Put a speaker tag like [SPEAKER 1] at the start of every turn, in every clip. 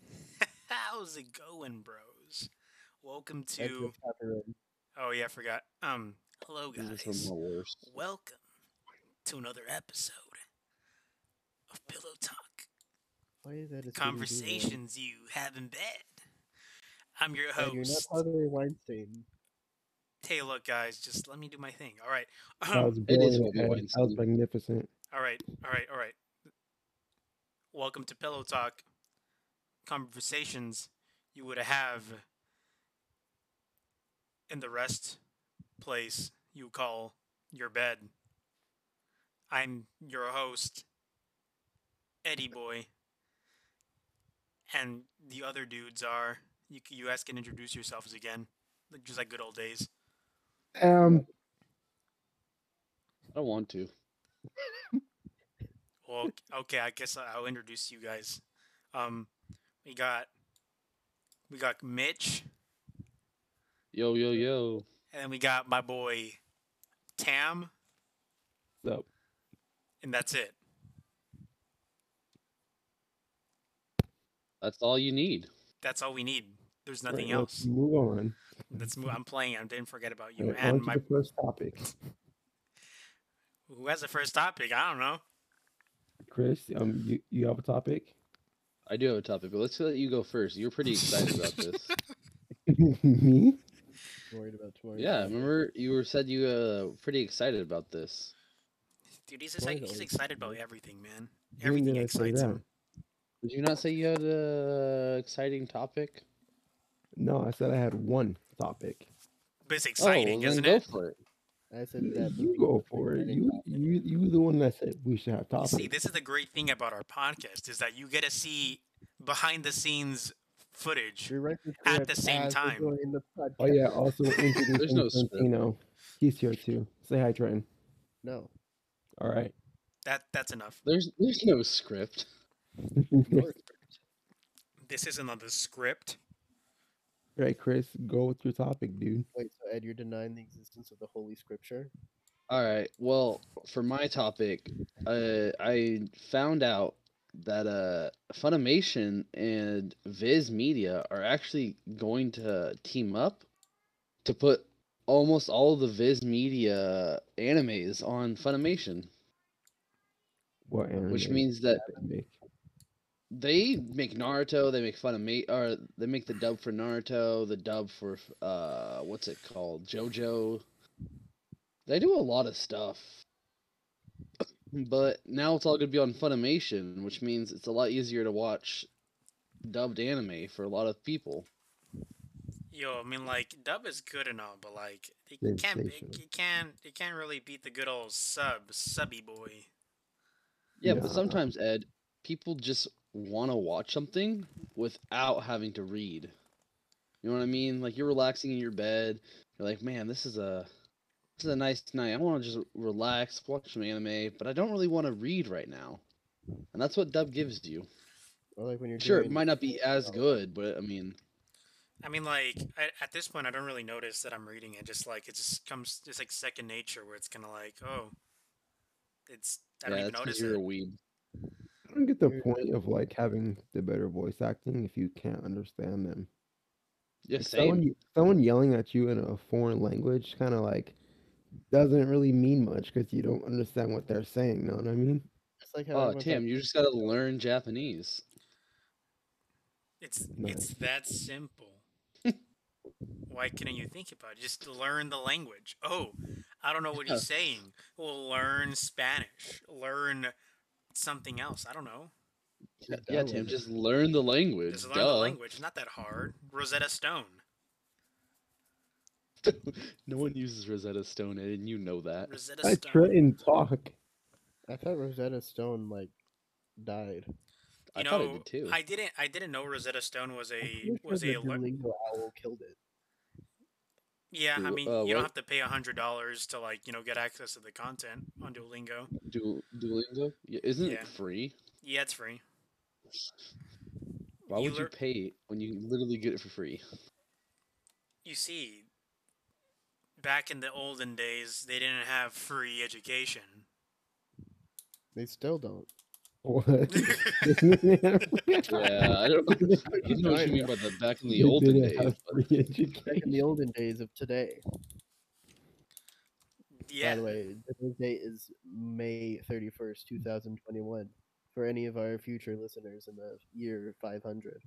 [SPEAKER 1] How's it going, bros? Welcome to. Oh yeah, I forgot. Um, hello guys. Welcome to another episode of Pillow Talk
[SPEAKER 2] Why is that? a Scooby-Doo one?
[SPEAKER 1] Conversations You Have in Bed. I'm your
[SPEAKER 2] And you're not
[SPEAKER 1] host.
[SPEAKER 2] Harvey Weinstein.
[SPEAKER 1] Hey, look, guys, just let me do my thing. All right. Um,
[SPEAKER 2] I was
[SPEAKER 3] It is
[SPEAKER 2] brilliant, man.
[SPEAKER 3] Harvey
[SPEAKER 2] I was
[SPEAKER 3] Weinstein.
[SPEAKER 2] magnificent.
[SPEAKER 1] All right, all right, all right. Welcome to Pillow Talk. Conversations you would have in the rest place you call your bed. I'm your host, Eddie Boy. And the other dudes are you, c- you guys can introduce yourselves again, like- just like good old days.
[SPEAKER 2] Um,
[SPEAKER 3] I don't want to.
[SPEAKER 1] Well, okay, I guess I- I'll introduce you guys. Um, we got we got Mitch,
[SPEAKER 3] Yo, yo, yo.
[SPEAKER 1] and then we got my boy Tam,
[SPEAKER 2] so
[SPEAKER 1] and that's it.
[SPEAKER 3] That's all you need.
[SPEAKER 1] That's all we need. There's
[SPEAKER 2] right,
[SPEAKER 1] nothing
[SPEAKER 2] let's
[SPEAKER 1] else.
[SPEAKER 2] move on.
[SPEAKER 1] That's mo- I'm playing. I didn't forget about you.
[SPEAKER 2] All right, on
[SPEAKER 1] and
[SPEAKER 2] to
[SPEAKER 1] my
[SPEAKER 2] the first topic.
[SPEAKER 1] who has the first topic? I don't know.
[SPEAKER 2] Chris, um, you, you have a topic?
[SPEAKER 3] I do have a topic, but let's let you go first. You're pretty excited about this.
[SPEAKER 2] Me?
[SPEAKER 4] Worried about
[SPEAKER 2] Oh,
[SPEAKER 4] Tori.
[SPEAKER 3] Yeah, I remember you were said you uh pretty excited about this.
[SPEAKER 1] Dude, he's, exci-
[SPEAKER 4] Why is it
[SPEAKER 1] he's
[SPEAKER 4] always
[SPEAKER 1] excited
[SPEAKER 4] something
[SPEAKER 1] about everything, man.
[SPEAKER 2] When
[SPEAKER 1] Everything
[SPEAKER 2] did I say
[SPEAKER 1] excites
[SPEAKER 2] that?
[SPEAKER 1] him.
[SPEAKER 3] Did you not say you had a exciting topic?
[SPEAKER 2] No, I said I had one topic.
[SPEAKER 1] But it's
[SPEAKER 3] oh, well,
[SPEAKER 1] exciting,
[SPEAKER 3] then
[SPEAKER 1] isn't
[SPEAKER 3] go
[SPEAKER 1] it?
[SPEAKER 3] for it.
[SPEAKER 4] I said that.
[SPEAKER 2] You go for it. You, you, you the one that said we should have
[SPEAKER 1] You
[SPEAKER 2] topics.
[SPEAKER 1] See, this is the great thing about our podcast is that you get to see behind the scenes footage.
[SPEAKER 4] You're right
[SPEAKER 1] At the same time.
[SPEAKER 4] In the podcast.
[SPEAKER 2] oh yeah, also introducing
[SPEAKER 3] no script.
[SPEAKER 2] Santino. He's here too. Say hi, Trent.
[SPEAKER 4] No.
[SPEAKER 2] All right.
[SPEAKER 1] That that's enough.
[SPEAKER 3] There's there's no script.
[SPEAKER 4] Nor-
[SPEAKER 1] This isn't on the script.
[SPEAKER 2] All right, Chris, go with your topic, dude.
[SPEAKER 4] Wait, so Ed, you're denying the existence of the Holy Scripture?
[SPEAKER 3] All right. Well, for my topic, uh, I found out that uh, Funimation and Viz Media are actually going to team up to put almost all the Viz Media animes on Funimation,
[SPEAKER 2] What
[SPEAKER 3] which
[SPEAKER 2] anime
[SPEAKER 3] means that
[SPEAKER 2] did I make?
[SPEAKER 3] they make Naruto, they make Funimation, or they make the dub for Naruto, the dub for f- uh, what's it called, JoJo. They do a lot of stuff, but now it's all going to be on Funimation, which means it's a lot easier to watch dubbed anime for a lot of people.
[SPEAKER 1] Yo, I mean, like dub is good and all, but like it
[SPEAKER 2] They-
[SPEAKER 1] can't,
[SPEAKER 2] they
[SPEAKER 1] it,
[SPEAKER 2] should.
[SPEAKER 1] it can't, it can't really beat the good old sub, subby boy.
[SPEAKER 3] Yeah,
[SPEAKER 2] Yeah.
[SPEAKER 3] but sometimes Ed, people just want to watch something without having to read. You know what I mean? Like you're relaxing in your bed. You're like, man, this is a this is a nice night. I want to just relax, watch some anime, but I don't really want to read right now. And that's what dub gives you.
[SPEAKER 4] Or like when you're
[SPEAKER 3] Sure, it
[SPEAKER 4] doing
[SPEAKER 3] might not be as
[SPEAKER 4] Oh.
[SPEAKER 3] good, but I mean,
[SPEAKER 1] I mean, like I, at this point, I don't really notice that I'm reading it. Just like it just comes, it's like second nature, where it's kind of like, oh, it's I
[SPEAKER 3] yeah,
[SPEAKER 1] don't even
[SPEAKER 3] that's 'cause
[SPEAKER 1] notice
[SPEAKER 3] you're a
[SPEAKER 1] it.
[SPEAKER 3] weeb.
[SPEAKER 2] I don't get the
[SPEAKER 4] Dude,
[SPEAKER 2] point of like having the better voice acting if you can't understand them.
[SPEAKER 3] Yeah,
[SPEAKER 2] Like,
[SPEAKER 3] same.
[SPEAKER 2] Someone, ye- someone yelling at you in a foreign language kind of like doesn't really mean much because you don't understand what they're saying. Know what I mean?
[SPEAKER 4] It's like how
[SPEAKER 3] Oh,
[SPEAKER 4] everyone's
[SPEAKER 3] Tim,
[SPEAKER 4] like,
[SPEAKER 3] you just gotta learn Japanese.
[SPEAKER 1] It's
[SPEAKER 2] No.
[SPEAKER 1] it's that simple. Why couldn't you think about it? Just learn the language. Oh, I don't know what he's saying. Well, learn Spanish. Learn something else. I don't know.
[SPEAKER 3] Yeah,
[SPEAKER 4] "Dude,
[SPEAKER 3] yeah,
[SPEAKER 4] download
[SPEAKER 3] Tim,
[SPEAKER 4] it."
[SPEAKER 3] just learn the language.
[SPEAKER 1] Just learn
[SPEAKER 3] duh.
[SPEAKER 1] the language. Not that hard. Rosetta Stone.
[SPEAKER 3] No one uses Rosetta Stone, Ed, and you know that.
[SPEAKER 1] Rosetta
[SPEAKER 2] I
[SPEAKER 1] Stone.
[SPEAKER 2] try and talk.
[SPEAKER 4] I thought Rosetta Stone like died.
[SPEAKER 3] I
[SPEAKER 1] You
[SPEAKER 3] thought
[SPEAKER 1] know,
[SPEAKER 3] I did too.
[SPEAKER 1] I didn't. I didn't know Rosetta Stone was
[SPEAKER 4] I'm
[SPEAKER 1] a
[SPEAKER 4] pretty sure
[SPEAKER 1] was
[SPEAKER 4] the
[SPEAKER 1] a. alert-
[SPEAKER 4] Duolingo owl killed it.
[SPEAKER 1] yeah, I
[SPEAKER 3] Du-
[SPEAKER 1] mean,
[SPEAKER 3] uh,
[SPEAKER 1] you don't
[SPEAKER 3] what?
[SPEAKER 1] have to pay a hundred dollars to like you know get access to the content on Duolingo.
[SPEAKER 3] Du- Duolingo? Yeah, isn't
[SPEAKER 1] Yeah.
[SPEAKER 3] it free?
[SPEAKER 1] Yeah, it's free.
[SPEAKER 3] Why
[SPEAKER 1] You
[SPEAKER 3] would you
[SPEAKER 1] lear-
[SPEAKER 3] pay when you can literally get it for free?
[SPEAKER 1] you see, back in the olden days, they didn't have free education.
[SPEAKER 4] They still don't.
[SPEAKER 2] What?
[SPEAKER 3] Yeah, I don't. You know what you mean by the back in the olden days. but
[SPEAKER 4] Back in the olden days of today. By
[SPEAKER 1] yeah.
[SPEAKER 4] the way, today's date is May 31st, 2021. For any of our future listeners in the year 500.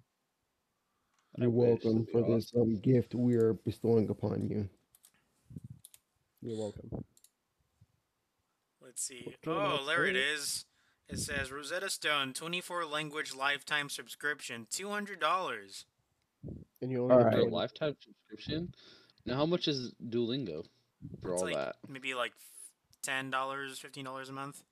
[SPEAKER 2] You're
[SPEAKER 3] wish,
[SPEAKER 2] welcome
[SPEAKER 3] that'd be
[SPEAKER 2] for this um, gift we are bestowing upon you.
[SPEAKER 4] You're welcome.
[SPEAKER 1] Let's see.
[SPEAKER 4] Okay,
[SPEAKER 1] Oh,
[SPEAKER 4] let's
[SPEAKER 1] there it
[SPEAKER 4] see.
[SPEAKER 1] is. It says Rosetta Stone 24 language lifetime subscription, $200.
[SPEAKER 4] And you only
[SPEAKER 2] All
[SPEAKER 4] have to
[SPEAKER 3] For a
[SPEAKER 4] win-
[SPEAKER 3] lifetime subscription. Now, how much is Duolingo for
[SPEAKER 1] It's
[SPEAKER 3] all
[SPEAKER 1] like
[SPEAKER 3] that?
[SPEAKER 1] maybe like $10, $15 a month.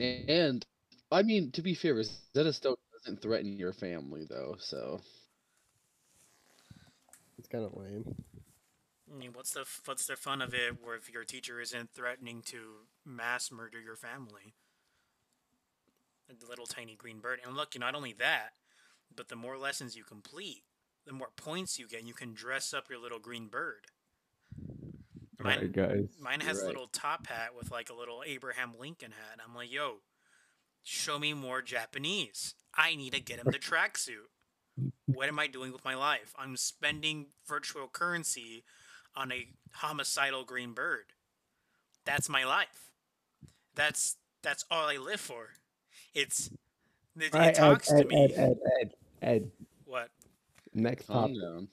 [SPEAKER 3] And I mean, to be fair, Rosetta Stone doesn't threaten your family though, so
[SPEAKER 4] It's kind of lame.
[SPEAKER 1] I mean, what's the f- what's the fun of it? Where if your teacher isn't threatening to mass murder your family, the little tiny green bird. And look, you know, not only that, but the more lessons you complete, the more points you get. And you can dress up your little green bird. Mine,
[SPEAKER 2] Alright, guys.
[SPEAKER 1] mine has a
[SPEAKER 3] Right.
[SPEAKER 1] little top hat with like a little Abraham Lincoln hat. I'm like, yo, show me more Japanese. I need to get him the tracksuit. What am I doing with my life? I'm spending virtual currency on a homicidal green bird. That's my life. That's that's all I live for. It's it, it
[SPEAKER 2] All right, Ed,
[SPEAKER 1] talks to
[SPEAKER 2] Ed,
[SPEAKER 1] me.
[SPEAKER 2] Ed, Ed, Ed, Ed.
[SPEAKER 1] What?
[SPEAKER 2] Next
[SPEAKER 3] calm
[SPEAKER 2] topic.
[SPEAKER 3] down.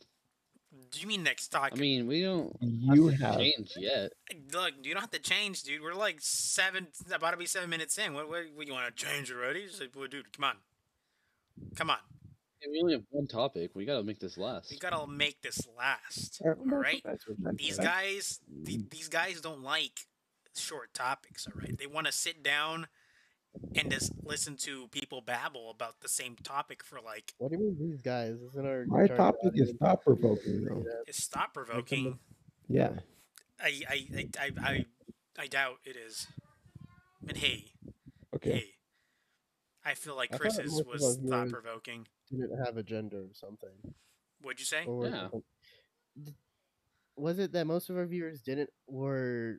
[SPEAKER 1] Do you mean next talk?
[SPEAKER 3] I mean, we don't
[SPEAKER 2] You
[SPEAKER 3] have to
[SPEAKER 2] have
[SPEAKER 3] change yet.
[SPEAKER 1] Look, you don't have to change, dude. We're like seven, about to be seven minutes in. What, what, what you want to change already? It's like, well, dude, come on, come on.
[SPEAKER 3] Hey, We only have one topic. We gotta make this last.
[SPEAKER 1] We gotta make this last.
[SPEAKER 2] All
[SPEAKER 1] All right. These guys, the, these guys don't like short topics. All right, they want to sit down and just listen to people babble about the same topic for like
[SPEAKER 4] What do you mean, these guys? Isn't our
[SPEAKER 2] My
[SPEAKER 4] entire
[SPEAKER 2] topic is
[SPEAKER 4] audience-
[SPEAKER 2] thought provoking, though.
[SPEAKER 1] it's thought provoking.
[SPEAKER 2] Yeah.
[SPEAKER 1] I, I, I, I, I, I doubt it is. But hey,
[SPEAKER 2] Okay.
[SPEAKER 1] hey, I feel like
[SPEAKER 4] I thought
[SPEAKER 1] Chris's
[SPEAKER 4] most of
[SPEAKER 1] was
[SPEAKER 4] our viewers-
[SPEAKER 1] thought provoking.
[SPEAKER 4] Didn't have a gender or something.
[SPEAKER 1] What'd you say?
[SPEAKER 4] Or was it
[SPEAKER 3] Yeah.
[SPEAKER 4] some- D- Was it that most of our viewers didn't were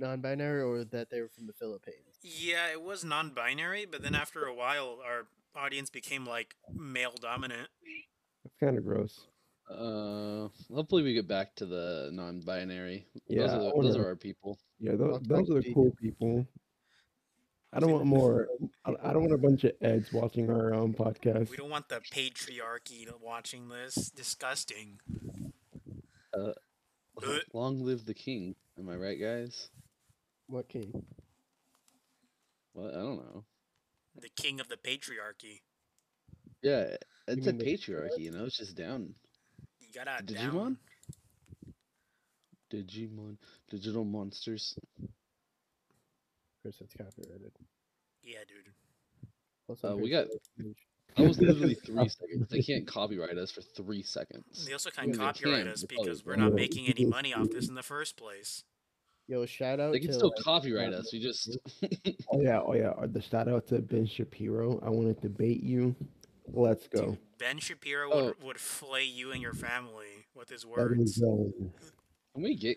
[SPEAKER 4] non-binary, or that they were from the Philippines?
[SPEAKER 1] Yeah, it was non-binary, but then after a while, our audience became like male dominant.
[SPEAKER 2] It's kind of gross.
[SPEAKER 3] Uh, hopefully we get back to the non-binary.
[SPEAKER 2] Yeah.
[SPEAKER 3] those, are,
[SPEAKER 2] I
[SPEAKER 3] the-
[SPEAKER 2] wanna-
[SPEAKER 3] those are our people.
[SPEAKER 2] Yeah, those,
[SPEAKER 4] Fuck
[SPEAKER 2] those
[SPEAKER 4] those
[SPEAKER 2] are the cool people. I don't want more. I I don't want a bunch of Eds watching our own podcast.
[SPEAKER 1] We don't want the patriarchy to- watching this. Disgusting. Uh.
[SPEAKER 3] Long live the king. Am I right, guys?
[SPEAKER 4] What king?
[SPEAKER 3] What I don't know.
[SPEAKER 1] The king of the patriarchy.
[SPEAKER 3] Yeah, it's a
[SPEAKER 4] mean the-
[SPEAKER 3] patriarchy. You know, it's just down.
[SPEAKER 1] You gotta
[SPEAKER 3] Digimon?
[SPEAKER 1] down.
[SPEAKER 3] Digimon, digital monsters.
[SPEAKER 4] Chris, it's copyrighted.
[SPEAKER 1] Yeah, dude.
[SPEAKER 4] Plus,
[SPEAKER 3] Uh,
[SPEAKER 4] I'm
[SPEAKER 3] we
[SPEAKER 4] pretty
[SPEAKER 3] got.
[SPEAKER 4] sure-
[SPEAKER 3] That was literally three seconds. They can't copyright us for three seconds.
[SPEAKER 1] They also can't
[SPEAKER 3] Yeah, they
[SPEAKER 1] copyright
[SPEAKER 3] can,
[SPEAKER 1] us
[SPEAKER 3] they probably
[SPEAKER 1] because we're
[SPEAKER 3] will.
[SPEAKER 1] not
[SPEAKER 2] Yeah,
[SPEAKER 1] making
[SPEAKER 2] it's
[SPEAKER 1] any
[SPEAKER 2] just-
[SPEAKER 1] money off this in the first place.
[SPEAKER 4] Yo, shout out.
[SPEAKER 3] They can
[SPEAKER 4] to,
[SPEAKER 3] still
[SPEAKER 4] like,
[SPEAKER 3] copyright
[SPEAKER 4] uh,
[SPEAKER 3] us. We just
[SPEAKER 2] Oh yeah, oh yeah. uh, The shout out to Ben Shapiro. I want to debate you. Let's go.
[SPEAKER 1] Dude, ben Shapiro would, would flay you and your family with his
[SPEAKER 2] That is,
[SPEAKER 1] words.
[SPEAKER 2] um,
[SPEAKER 3] can we get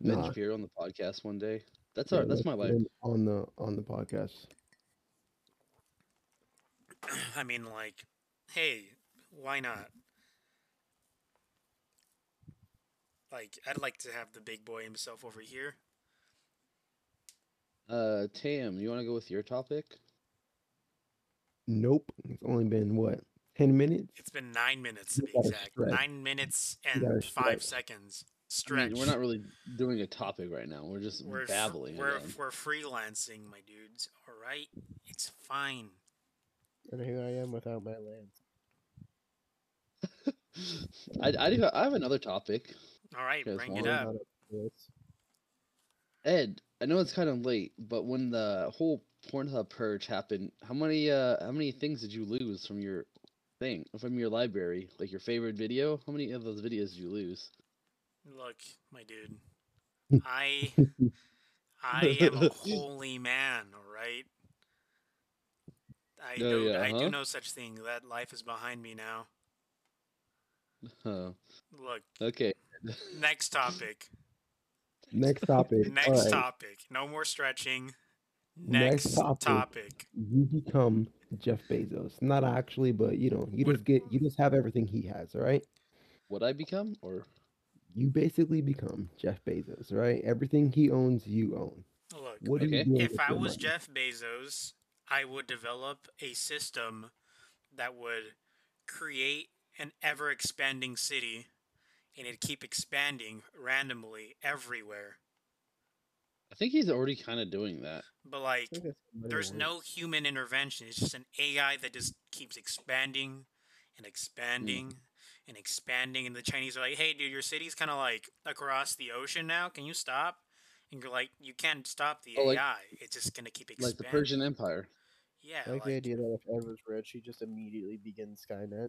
[SPEAKER 3] Ben
[SPEAKER 2] nah,
[SPEAKER 3] Shapiro on the podcast one day. That's
[SPEAKER 2] yeah,
[SPEAKER 3] our. That's
[SPEAKER 2] let's
[SPEAKER 3] my
[SPEAKER 2] get
[SPEAKER 3] life.
[SPEAKER 2] him on the on the podcast.
[SPEAKER 1] I mean, like, hey, why not? Like, I'd like to have the big boy himself over here.
[SPEAKER 3] Uh, Tam, you want to go with your topic?
[SPEAKER 2] Nope. It's only been what ten minutes.
[SPEAKER 1] It's been nine minutes to
[SPEAKER 2] You
[SPEAKER 1] be
[SPEAKER 2] gotta
[SPEAKER 1] exact.
[SPEAKER 2] stretch.
[SPEAKER 1] Nine minutes
[SPEAKER 2] gotta
[SPEAKER 1] and five
[SPEAKER 2] stretch.
[SPEAKER 1] seconds.
[SPEAKER 3] I
[SPEAKER 1] Stretch.
[SPEAKER 3] mean, we're not really doing a topic right now. We're just
[SPEAKER 1] We're f-
[SPEAKER 3] babbling.
[SPEAKER 1] We're,
[SPEAKER 3] again.
[SPEAKER 1] we're freelancing, my dudes. All right, it's fine.
[SPEAKER 4] And here I am without my lance.
[SPEAKER 3] I, I do. I have another topic.
[SPEAKER 1] All right,
[SPEAKER 3] Okay, as
[SPEAKER 1] bring
[SPEAKER 3] long
[SPEAKER 1] it
[SPEAKER 3] as
[SPEAKER 1] up.
[SPEAKER 4] Not up for this.
[SPEAKER 3] Ed, I know it's kind of late, but when the whole Pornhub purge happened, how many uh how many things did you lose from your thing from your library? Like your favorite video? How many of those videos did you lose?
[SPEAKER 1] Look, my dude. I I am a holy man, all right? I
[SPEAKER 3] Oh,
[SPEAKER 1] do
[SPEAKER 3] yeah,
[SPEAKER 1] I
[SPEAKER 3] huh?
[SPEAKER 1] do know such thing. That life is behind me now.
[SPEAKER 3] Oh,
[SPEAKER 1] Look,
[SPEAKER 2] Uh,
[SPEAKER 3] okay.
[SPEAKER 1] next topic.
[SPEAKER 2] Next topic.
[SPEAKER 1] Next
[SPEAKER 2] All right.
[SPEAKER 1] topic. No more stretching. Next,
[SPEAKER 2] Next topic.
[SPEAKER 1] topic.
[SPEAKER 2] You become Jeff Bezos. Not actually, but you know, you
[SPEAKER 1] What-
[SPEAKER 2] just get you just have everything he has, all right?
[SPEAKER 3] Would I become or
[SPEAKER 2] You basically become Jeff Bezos, right? Everything he owns, you own.
[SPEAKER 1] Look,
[SPEAKER 2] What do you
[SPEAKER 3] Okay.
[SPEAKER 2] do
[SPEAKER 1] if
[SPEAKER 2] with
[SPEAKER 1] I
[SPEAKER 2] your
[SPEAKER 1] was
[SPEAKER 2] money?
[SPEAKER 1] Jeff Bezos, I would develop a system that would create an ever expanding city and it'd keep expanding randomly everywhere.
[SPEAKER 3] I think he's already kind of doing that.
[SPEAKER 1] But like
[SPEAKER 4] I think that's what money
[SPEAKER 1] there's
[SPEAKER 4] wants.
[SPEAKER 1] no human intervention. It's just an AI that just keeps expanding and expanding and expanding. And the Chinese are like, hey, dude, your city's kind of like across the ocean now. Can you stop? And you're like, you can't stop the
[SPEAKER 3] Oh,
[SPEAKER 1] AI.
[SPEAKER 3] like-
[SPEAKER 1] it's just going to keep expanding.
[SPEAKER 3] Like the Persian Empire.
[SPEAKER 1] Yeah.
[SPEAKER 4] I like the
[SPEAKER 1] like-
[SPEAKER 4] idea that if Ed was rich, he just immediately begins Skynet.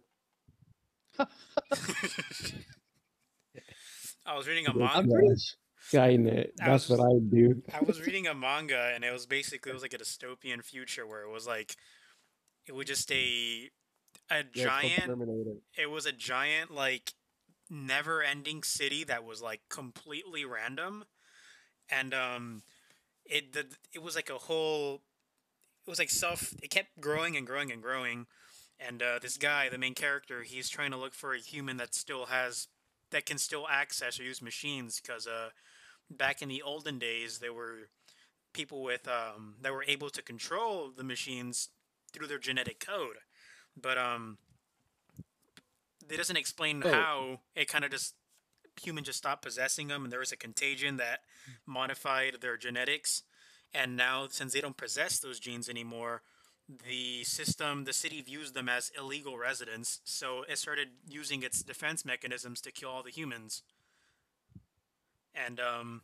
[SPEAKER 1] I was reading a
[SPEAKER 2] Yeah.
[SPEAKER 3] I'm
[SPEAKER 1] manga.
[SPEAKER 3] pretty s-
[SPEAKER 2] Skynet.
[SPEAKER 1] I was
[SPEAKER 2] That's what I do.
[SPEAKER 1] I was reading a manga, and it was basically it was like a dystopian future where it was like it was just a a
[SPEAKER 4] Yeah, it's called
[SPEAKER 1] giant
[SPEAKER 4] Terminator.
[SPEAKER 1] it was a giant like never ending city that was like completely random and um it the, it was like a whole it was like self it kept growing and growing and growing and uh, this guy the main character he's trying to look for a human that still has that can still access or use machines because uh back in the olden days there were people with um that were able to control the machines through their genetic code but um it doesn't explain
[SPEAKER 3] Oh.
[SPEAKER 1] how it kind of just human just stopped possessing them and there was a contagion that modified their genetics and now since they don't possess those genes anymore the system the city views them as illegal residents so it started using its defense mechanisms to kill all the humans and um,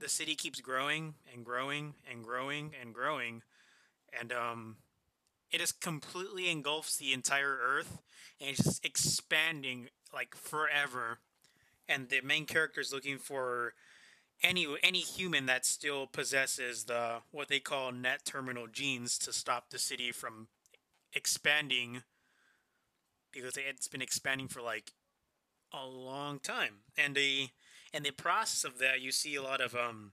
[SPEAKER 1] the city keeps growing and growing and growing and growing and um, it just completely engulfs the entire earth and it's just expanding like forever and the main character is looking for any any human that still possesses the what they call net terminal genes to stop the city from expanding because it's been expanding for like a long time and the and the process of that you see a lot of um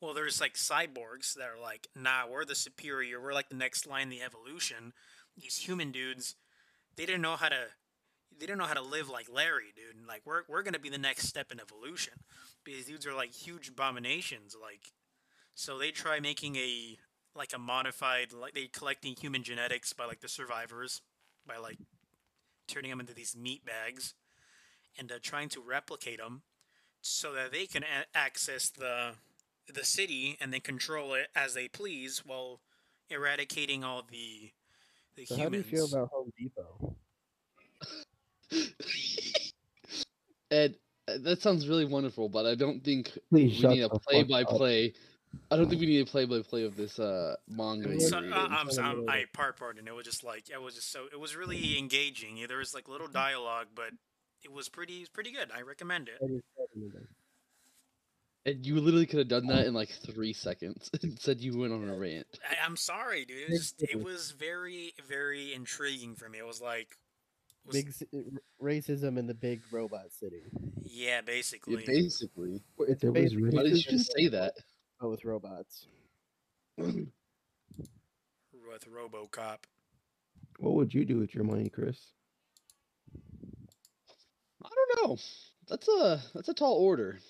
[SPEAKER 1] well there's like cyborgs that are like nah we're the superior we're like the next line in the evolution these human dudes they didn't know how to they didn't know how to live like larry dude and like we're, we're gonna be the next step in evolution because dudes are like huge abominations like so they try making a like a modified like they collecting human genetics by like the survivors by like turning them into these meat bags and uh, trying to replicate them so that they can a- access the the city and then control it as they please while eradicating all the the
[SPEAKER 4] So
[SPEAKER 1] humans
[SPEAKER 4] how do you feel about Home Depot?
[SPEAKER 3] Ed, uh, that sounds really wonderful, but I don't think
[SPEAKER 2] Please
[SPEAKER 3] we
[SPEAKER 2] shut
[SPEAKER 3] need a
[SPEAKER 2] the fuck
[SPEAKER 3] play by
[SPEAKER 2] up.
[SPEAKER 3] play. I don't think we need a play by play of this uh manga.
[SPEAKER 4] Yeah,
[SPEAKER 3] you're
[SPEAKER 1] So,
[SPEAKER 3] reading.
[SPEAKER 1] uh, I'm, so- I'm,
[SPEAKER 4] Yeah.
[SPEAKER 1] I part pardon. It was just like it was just so it was really engaging. Yeah, There was like little dialogue, but it was pretty pretty good. I recommend it.
[SPEAKER 4] Ed is Terminator.
[SPEAKER 3] And you literally could have done that in like three seconds and said you went on a rant.
[SPEAKER 1] I, I'm sorry, dude. It was, just, it was very very intriguing for me. It was like, was-
[SPEAKER 4] Big ci- r- racism in the big robot city,
[SPEAKER 1] yeah,
[SPEAKER 3] Yeah,
[SPEAKER 1] basically.
[SPEAKER 3] basically.
[SPEAKER 4] it's
[SPEAKER 2] There was
[SPEAKER 4] basically
[SPEAKER 3] Why did you
[SPEAKER 4] racism,
[SPEAKER 3] just say that?
[SPEAKER 4] but with robots.
[SPEAKER 1] with RoboCop.
[SPEAKER 2] What would you do with your money, Chris?
[SPEAKER 3] I don't know. That's a that's a tall order.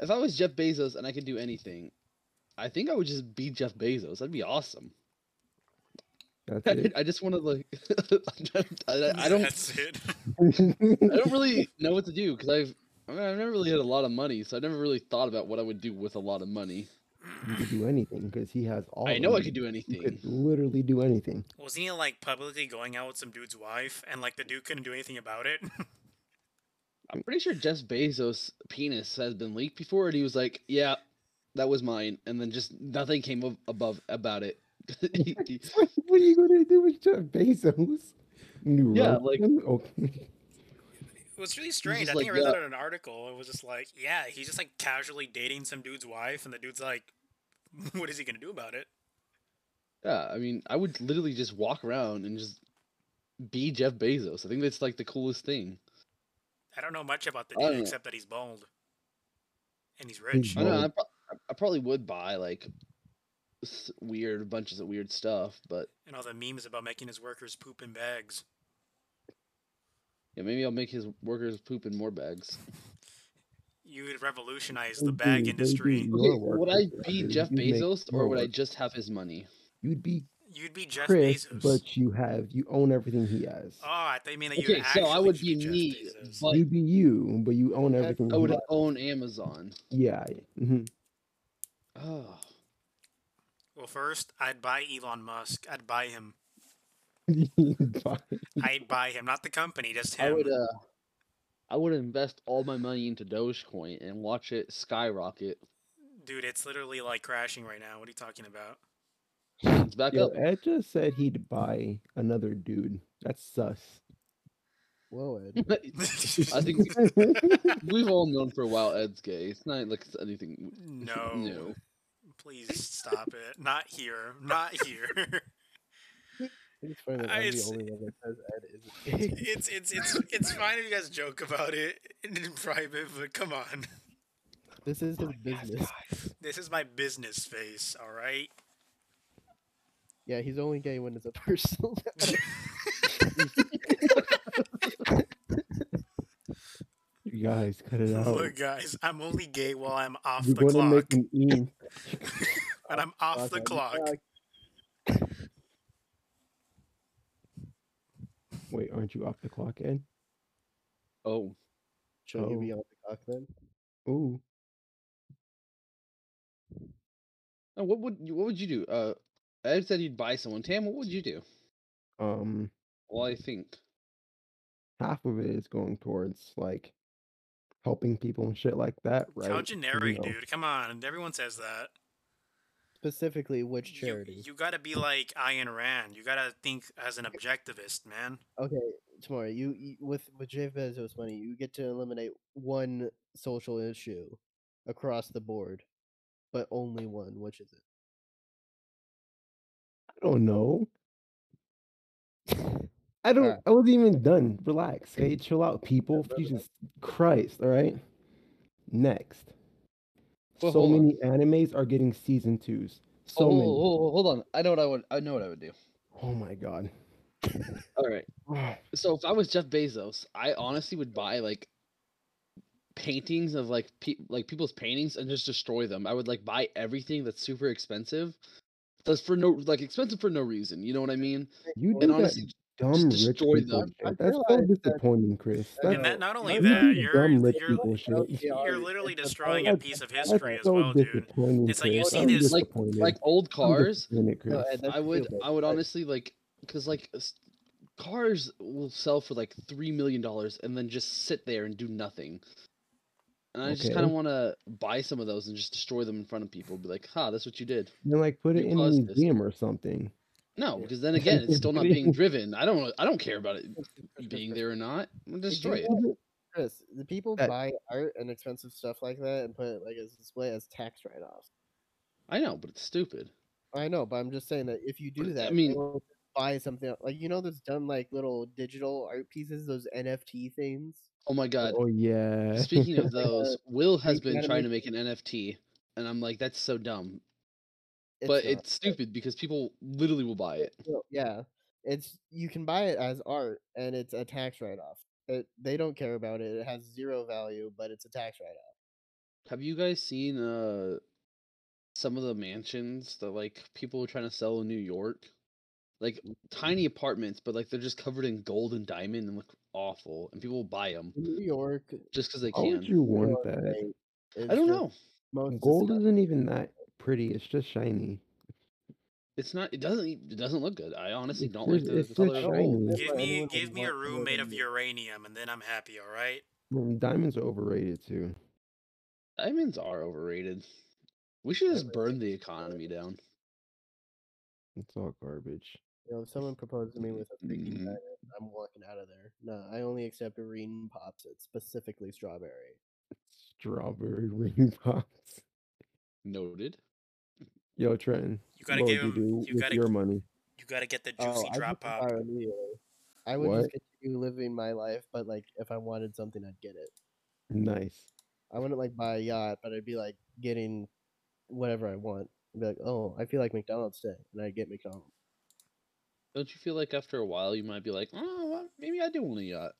[SPEAKER 3] If I was Jeff Bezos and I could do anything, I think I would just be Jeff Bezos. That'd be awesome.
[SPEAKER 2] That's
[SPEAKER 3] I,
[SPEAKER 2] it.
[SPEAKER 3] I just want to like I, I don't
[SPEAKER 1] That's it.
[SPEAKER 3] I don't really know what to do because I've I mean, I've never really had a lot of money, so I never really thought about what I would do with a lot of money.
[SPEAKER 2] you could do anything because he has all.
[SPEAKER 3] I
[SPEAKER 2] of
[SPEAKER 3] know I
[SPEAKER 2] it.
[SPEAKER 3] could do
[SPEAKER 2] You could
[SPEAKER 3] anything.
[SPEAKER 2] literally do anything.
[SPEAKER 1] Wasn't he like publicly going out with some dude's wife, and like the dude couldn't do anything about it?
[SPEAKER 3] I'm pretty sure Jeff Bezos' penis has been leaked before, and he was like, "Yeah, that was mine," and then just nothing came ab- above about it. He- he-
[SPEAKER 2] what are you gonna do with Jeff Bezos? New
[SPEAKER 3] Yeah, like-
[SPEAKER 2] okay.
[SPEAKER 1] It was really strange.
[SPEAKER 3] just
[SPEAKER 1] I think
[SPEAKER 3] like,
[SPEAKER 1] I read
[SPEAKER 3] yeah.
[SPEAKER 1] that in an article. It was just like, yeah, he's just like casually dating some dude's wife, and the dude's like, what is he gonna do about it?
[SPEAKER 3] yeah, I mean, I would literally just walk around and just be Jeff Bezos. I think that's like the coolest thing.
[SPEAKER 1] I don't know much about the
[SPEAKER 3] I don't
[SPEAKER 1] dude
[SPEAKER 3] know.
[SPEAKER 1] except that he's bald, and he's
[SPEAKER 2] He's
[SPEAKER 1] rich.
[SPEAKER 3] I don't know.
[SPEAKER 2] Well,
[SPEAKER 3] I, pro- I I probably would buy like s- weird bunches of weird stuff, but
[SPEAKER 1] and all the memes about making his workers poop in bags.
[SPEAKER 3] yeah, maybe I'll make his workers poop in more bags.
[SPEAKER 1] You would revolutionize the bag industry.
[SPEAKER 3] Okay, would I be Jeff Bezos or would I just have his money?
[SPEAKER 2] You'd be
[SPEAKER 1] You'd be Jeff
[SPEAKER 2] Chris,
[SPEAKER 1] Bezos.
[SPEAKER 2] but you have you own everything he has.
[SPEAKER 1] Oh, I thought you meant that you
[SPEAKER 3] Okay, so I
[SPEAKER 1] actually
[SPEAKER 3] would
[SPEAKER 1] should
[SPEAKER 3] be
[SPEAKER 1] Jeff
[SPEAKER 3] me,
[SPEAKER 1] Bezos.
[SPEAKER 3] but
[SPEAKER 2] You'd be you, but you own
[SPEAKER 3] I
[SPEAKER 2] everything.
[SPEAKER 3] I
[SPEAKER 2] he
[SPEAKER 3] would
[SPEAKER 2] has.
[SPEAKER 3] own Amazon.
[SPEAKER 2] Yeah. mhm.
[SPEAKER 3] Oh,
[SPEAKER 1] Well, first I'd buy Elon Musk. I'd buy him.
[SPEAKER 2] You'd buy-
[SPEAKER 1] I'd buy him, not the company, just
[SPEAKER 3] I
[SPEAKER 1] him.
[SPEAKER 3] would. Uh, I would invest all my money into Dogecoin and watch it skyrocket.
[SPEAKER 1] Dude, it's literally like crashing right now. What are you talking about?
[SPEAKER 3] It's back
[SPEAKER 2] Yo,
[SPEAKER 3] up.
[SPEAKER 2] Ed just said he'd buy another dude. That's sus.
[SPEAKER 4] Whoa, Ed.
[SPEAKER 3] I think we've all known for a while Ed's gay. It's not like it's anything
[SPEAKER 1] no.
[SPEAKER 3] new.
[SPEAKER 1] Please stop it. Not here. Not here.
[SPEAKER 4] It's funny that
[SPEAKER 1] I
[SPEAKER 4] I'm the
[SPEAKER 1] see.
[SPEAKER 4] only one that says Ed is.
[SPEAKER 1] it's it's it's it's fine if you guys joke about it in private, but come on.
[SPEAKER 4] this is
[SPEAKER 1] Oh
[SPEAKER 4] his business.
[SPEAKER 1] This is my business face, all right?
[SPEAKER 4] Yeah, he's only gay when it's a personal. matter.
[SPEAKER 2] You guys, cut it out.
[SPEAKER 1] Look, guys, I'm only gay while I'm off
[SPEAKER 2] You're
[SPEAKER 1] the
[SPEAKER 2] going to
[SPEAKER 1] clock.
[SPEAKER 2] make him eat.
[SPEAKER 1] When I'm off the
[SPEAKER 4] Okay,
[SPEAKER 1] clock.
[SPEAKER 2] Wait, aren't you off the clock, Ed?
[SPEAKER 3] Oh,
[SPEAKER 4] Should he
[SPEAKER 2] Oh.
[SPEAKER 4] be on the cock then?
[SPEAKER 2] Ooh.
[SPEAKER 3] now what would you, what would you do? Uh, Ed said you'd buy someone. Tam, what would you do?
[SPEAKER 2] Um,
[SPEAKER 3] Well, I think
[SPEAKER 2] half of it is going towards like helping people and shit like that, right?
[SPEAKER 1] How
[SPEAKER 2] 'Cause, you
[SPEAKER 1] generic,
[SPEAKER 2] know,
[SPEAKER 1] dude. Come on. Everyone says that.
[SPEAKER 4] Specifically, which
[SPEAKER 1] You-
[SPEAKER 4] charity?
[SPEAKER 1] You, gotta be like Ayn Rand. You gotta think as an objectivist, man.
[SPEAKER 4] Okay, tomorrow you, you with with Jeff Bezos money, you get to eliminate one social issue across the board, but only one. Which is it?
[SPEAKER 2] I don't know. I don't. I wasn't even done. Relax. Okay, chill out, people. Jesus Christ. All right. Next.
[SPEAKER 3] Well,
[SPEAKER 2] so
[SPEAKER 3] hold on.
[SPEAKER 2] many animes are getting season twos. So
[SPEAKER 3] oh,
[SPEAKER 2] many.
[SPEAKER 3] oh, oh, oh, hold on. I know what I would. I know what I would do.
[SPEAKER 2] Oh my god.
[SPEAKER 3] All right. So if I was Jeff Bezos, I honestly would buy like paintings of like pe- like people's paintings and just destroy them. I would like buy everything that's super expensive. That's for no like expensive for no reason. You know what I mean?
[SPEAKER 2] You do
[SPEAKER 3] And
[SPEAKER 2] that
[SPEAKER 3] honestly,
[SPEAKER 2] dumb rich
[SPEAKER 3] destroy
[SPEAKER 2] people
[SPEAKER 3] them.
[SPEAKER 2] shit.
[SPEAKER 4] I
[SPEAKER 2] That's so
[SPEAKER 4] realize that-
[SPEAKER 2] disappointing, Chris. That's,
[SPEAKER 1] And that not only
[SPEAKER 2] you
[SPEAKER 1] that,
[SPEAKER 2] do
[SPEAKER 1] you're
[SPEAKER 2] dumb rich
[SPEAKER 1] you're,
[SPEAKER 2] people
[SPEAKER 4] No,
[SPEAKER 2] shit.
[SPEAKER 4] they are,
[SPEAKER 1] you're literally
[SPEAKER 4] it's a
[SPEAKER 1] destroying a
[SPEAKER 4] product.
[SPEAKER 1] piece of
[SPEAKER 4] That's
[SPEAKER 1] history as
[SPEAKER 2] so
[SPEAKER 1] well, dude.
[SPEAKER 2] disappointing,
[SPEAKER 1] It's like you
[SPEAKER 2] Chris.
[SPEAKER 1] see
[SPEAKER 2] I'm
[SPEAKER 1] this-
[SPEAKER 3] Like-
[SPEAKER 2] disappointed.
[SPEAKER 3] Like old
[SPEAKER 2] I'm
[SPEAKER 3] cars. uh,
[SPEAKER 2] disappointed, Chris.
[SPEAKER 4] No, Ed, that's
[SPEAKER 3] I would
[SPEAKER 4] stupid,
[SPEAKER 3] I would
[SPEAKER 4] but
[SPEAKER 3] honestly like because like s- cars will sell for like three million dollars and then just sit there and do nothing. And I just kind of
[SPEAKER 2] Okay.
[SPEAKER 3] want to buy some of those and just destroy them in front of people. Be like, "Ha, that's what you did."
[SPEAKER 2] And like put it in
[SPEAKER 3] You
[SPEAKER 2] a
[SPEAKER 3] caused this.
[SPEAKER 2] museum or something.
[SPEAKER 3] No,
[SPEAKER 4] Yeah.
[SPEAKER 3] because then again, it's still not being driven. I don't. I don't care about it being there or not. I'm gonna destroy it.
[SPEAKER 4] Chris, the people
[SPEAKER 2] That-
[SPEAKER 4] buy art and expensive stuff like that and put it like as a display as tax write-offs.
[SPEAKER 3] I know, but it's stupid.
[SPEAKER 4] I know, but I'm just saying that if you
[SPEAKER 3] But
[SPEAKER 4] do
[SPEAKER 3] I
[SPEAKER 4] that,
[SPEAKER 3] mean-
[SPEAKER 4] people buy something el- like you know those dumb like little digital art pieces, those NFT things.
[SPEAKER 3] Oh my god.
[SPEAKER 2] Oh yeah.
[SPEAKER 3] Speaking of those, Will has
[SPEAKER 4] you
[SPEAKER 3] been
[SPEAKER 4] gotta
[SPEAKER 3] trying to make an NFT, and I'm like, that's so dumb. but
[SPEAKER 4] not.
[SPEAKER 3] it's stupid because people literally will buy it.
[SPEAKER 4] Well, yeah, it's you can buy it as art, and it's a tax write-off. It, they don't care about it. It has zero value, but it's a tax write-off.
[SPEAKER 3] Have you guys seen uh some of the mansions that like people are trying to sell in New York? Like tiny apartments, but like they're just covered in gold and diamond and look awful, and people will buy them
[SPEAKER 4] In New York,
[SPEAKER 3] just because they
[SPEAKER 2] How
[SPEAKER 3] can.
[SPEAKER 2] would you want
[SPEAKER 4] Real
[SPEAKER 2] that?
[SPEAKER 4] estate is
[SPEAKER 3] I don't
[SPEAKER 4] the
[SPEAKER 3] know.
[SPEAKER 4] most
[SPEAKER 2] Gold
[SPEAKER 4] disgust-
[SPEAKER 2] isn't even that pretty. It's just shiny.
[SPEAKER 3] It's not. It doesn't. e- It doesn't look good. I honestly
[SPEAKER 2] It's
[SPEAKER 3] don't like
[SPEAKER 2] just-
[SPEAKER 3] the,
[SPEAKER 2] it's
[SPEAKER 3] the color
[SPEAKER 2] just
[SPEAKER 3] of gold.
[SPEAKER 2] shiny.
[SPEAKER 4] That's
[SPEAKER 1] Give
[SPEAKER 4] why
[SPEAKER 1] me
[SPEAKER 4] everyone would
[SPEAKER 1] give me a
[SPEAKER 4] want more
[SPEAKER 1] room made
[SPEAKER 4] than
[SPEAKER 1] of
[SPEAKER 4] you.
[SPEAKER 1] uranium and then I'm happy, all right?
[SPEAKER 2] Mm, Diamonds are overrated too.
[SPEAKER 3] Diamonds are overrated. We should just
[SPEAKER 4] Diamonds
[SPEAKER 3] burn the economy down.
[SPEAKER 2] It's all garbage.
[SPEAKER 4] You know, if someone proposed to me with a freaking
[SPEAKER 2] Mm-hmm.
[SPEAKER 3] Mhm.
[SPEAKER 4] diamond, I'm walking out of there. No, I only accept green pops. It's specifically strawberry.
[SPEAKER 2] Strawberry ring pops.
[SPEAKER 3] Noted.
[SPEAKER 2] Yo, Trenton.
[SPEAKER 1] You gotta
[SPEAKER 2] what
[SPEAKER 1] give
[SPEAKER 2] would you
[SPEAKER 1] 'em-
[SPEAKER 2] do
[SPEAKER 1] you
[SPEAKER 2] with
[SPEAKER 1] gotta-
[SPEAKER 2] your money?
[SPEAKER 1] You gotta get the
[SPEAKER 4] Oh,
[SPEAKER 1] juicy
[SPEAKER 4] I'd
[SPEAKER 1] drop
[SPEAKER 4] just
[SPEAKER 1] pop.
[SPEAKER 4] retire immediately. I would just
[SPEAKER 2] What?
[SPEAKER 4] continue living my life, but like if I wanted something, I'd get it.
[SPEAKER 2] Nice.
[SPEAKER 4] I wouldn't like buy a yacht, but I'd be like getting whatever I want. I'd be like, oh, I feel like McDonald's today, and I get McDonald's.
[SPEAKER 3] Don't you feel like after a while you might be like, oh, well, maybe I do want a yacht?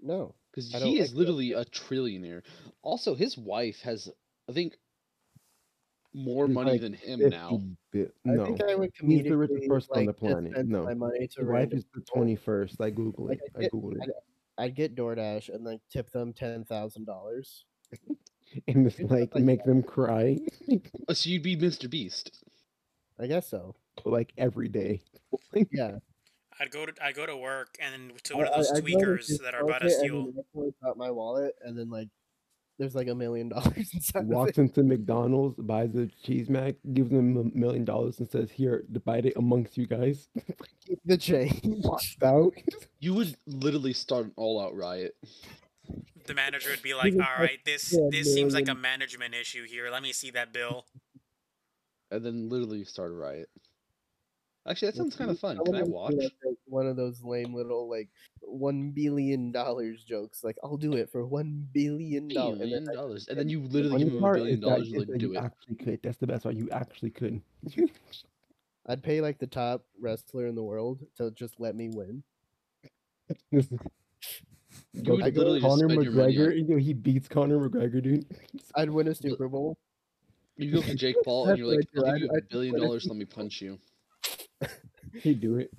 [SPEAKER 4] No,
[SPEAKER 3] Because
[SPEAKER 4] I don't
[SPEAKER 3] he is
[SPEAKER 4] like that.
[SPEAKER 3] literally a trillionaire. Also, his wife has, I think, more
[SPEAKER 2] He's
[SPEAKER 3] money
[SPEAKER 2] like
[SPEAKER 3] than him
[SPEAKER 2] 50
[SPEAKER 3] now.
[SPEAKER 2] bi-
[SPEAKER 4] I
[SPEAKER 2] no.
[SPEAKER 4] think I would comedically
[SPEAKER 2] He's the richest person on
[SPEAKER 4] like,
[SPEAKER 2] the planet.
[SPEAKER 4] dispense
[SPEAKER 2] No.
[SPEAKER 4] my money to
[SPEAKER 2] His wife
[SPEAKER 4] random
[SPEAKER 2] is the twenty first. I googled
[SPEAKER 4] Like,
[SPEAKER 2] it.
[SPEAKER 4] I
[SPEAKER 2] I
[SPEAKER 4] get-
[SPEAKER 2] googled it.
[SPEAKER 4] I'd get DoorDash and like tip them ten thousand dollars.
[SPEAKER 2] and just
[SPEAKER 4] it's
[SPEAKER 2] like
[SPEAKER 4] like
[SPEAKER 2] make them cry
[SPEAKER 3] Oh, so you'd be Mr. Beast.
[SPEAKER 4] I guess so.
[SPEAKER 2] like every day.
[SPEAKER 4] Yeah.
[SPEAKER 1] I'd go to I go to work and to
[SPEAKER 4] I-
[SPEAKER 1] one of
[SPEAKER 4] I-
[SPEAKER 1] those
[SPEAKER 4] I'd rather
[SPEAKER 1] tweakers
[SPEAKER 4] just
[SPEAKER 1] that are about to
[SPEAKER 4] open it and
[SPEAKER 1] steal.
[SPEAKER 4] then I pull out my wallet and then like there's like a million dollars inside. of it.
[SPEAKER 2] Walks into McDonald's, buys a cheese mac, gives them a million dollars, and says, "Here, divide it amongst you guys."
[SPEAKER 4] Keep the change.
[SPEAKER 2] Walks out.
[SPEAKER 3] You would literally start an all-out riot.
[SPEAKER 1] The manager would be like,
[SPEAKER 2] Even
[SPEAKER 1] "All
[SPEAKER 2] if-
[SPEAKER 1] right, this
[SPEAKER 2] yeah,
[SPEAKER 1] this seems like a
[SPEAKER 2] million-
[SPEAKER 1] management issue here. Let me see that bill."
[SPEAKER 3] And then literally start a riot. Actually, that
[SPEAKER 2] Well,
[SPEAKER 3] sounds kind of fun. Can
[SPEAKER 4] wanna
[SPEAKER 3] I
[SPEAKER 4] do,
[SPEAKER 3] watch?
[SPEAKER 4] like, like, one of those lame little like one billion dollars jokes? Like I'll do it for one billion dollars. And
[SPEAKER 3] Billion
[SPEAKER 4] then I-
[SPEAKER 3] dollars. And then you
[SPEAKER 2] The
[SPEAKER 3] literally give
[SPEAKER 2] funny
[SPEAKER 3] him a
[SPEAKER 2] part
[SPEAKER 3] billion
[SPEAKER 2] is that-
[SPEAKER 3] dollars
[SPEAKER 2] is
[SPEAKER 3] and
[SPEAKER 2] that
[SPEAKER 3] like, do
[SPEAKER 2] you
[SPEAKER 3] it.
[SPEAKER 2] actually could. That's the best part. You actually could.
[SPEAKER 4] I'd pay like the top wrestler in the world to just let me win.
[SPEAKER 2] This is- Go
[SPEAKER 3] would
[SPEAKER 2] back to
[SPEAKER 3] literally just
[SPEAKER 2] Conor
[SPEAKER 3] spend your money on-
[SPEAKER 2] McGregor. You know, he beats Conor McGregor, dude.
[SPEAKER 4] I'd win a Super Bowl.
[SPEAKER 3] You go for Jake Paul and
[SPEAKER 4] That's
[SPEAKER 3] you're like,
[SPEAKER 4] like,
[SPEAKER 3] I give you
[SPEAKER 4] I- I
[SPEAKER 3] a billion
[SPEAKER 4] wanna
[SPEAKER 3] dollars,
[SPEAKER 4] see-
[SPEAKER 3] let me punch you.
[SPEAKER 2] He'd do it.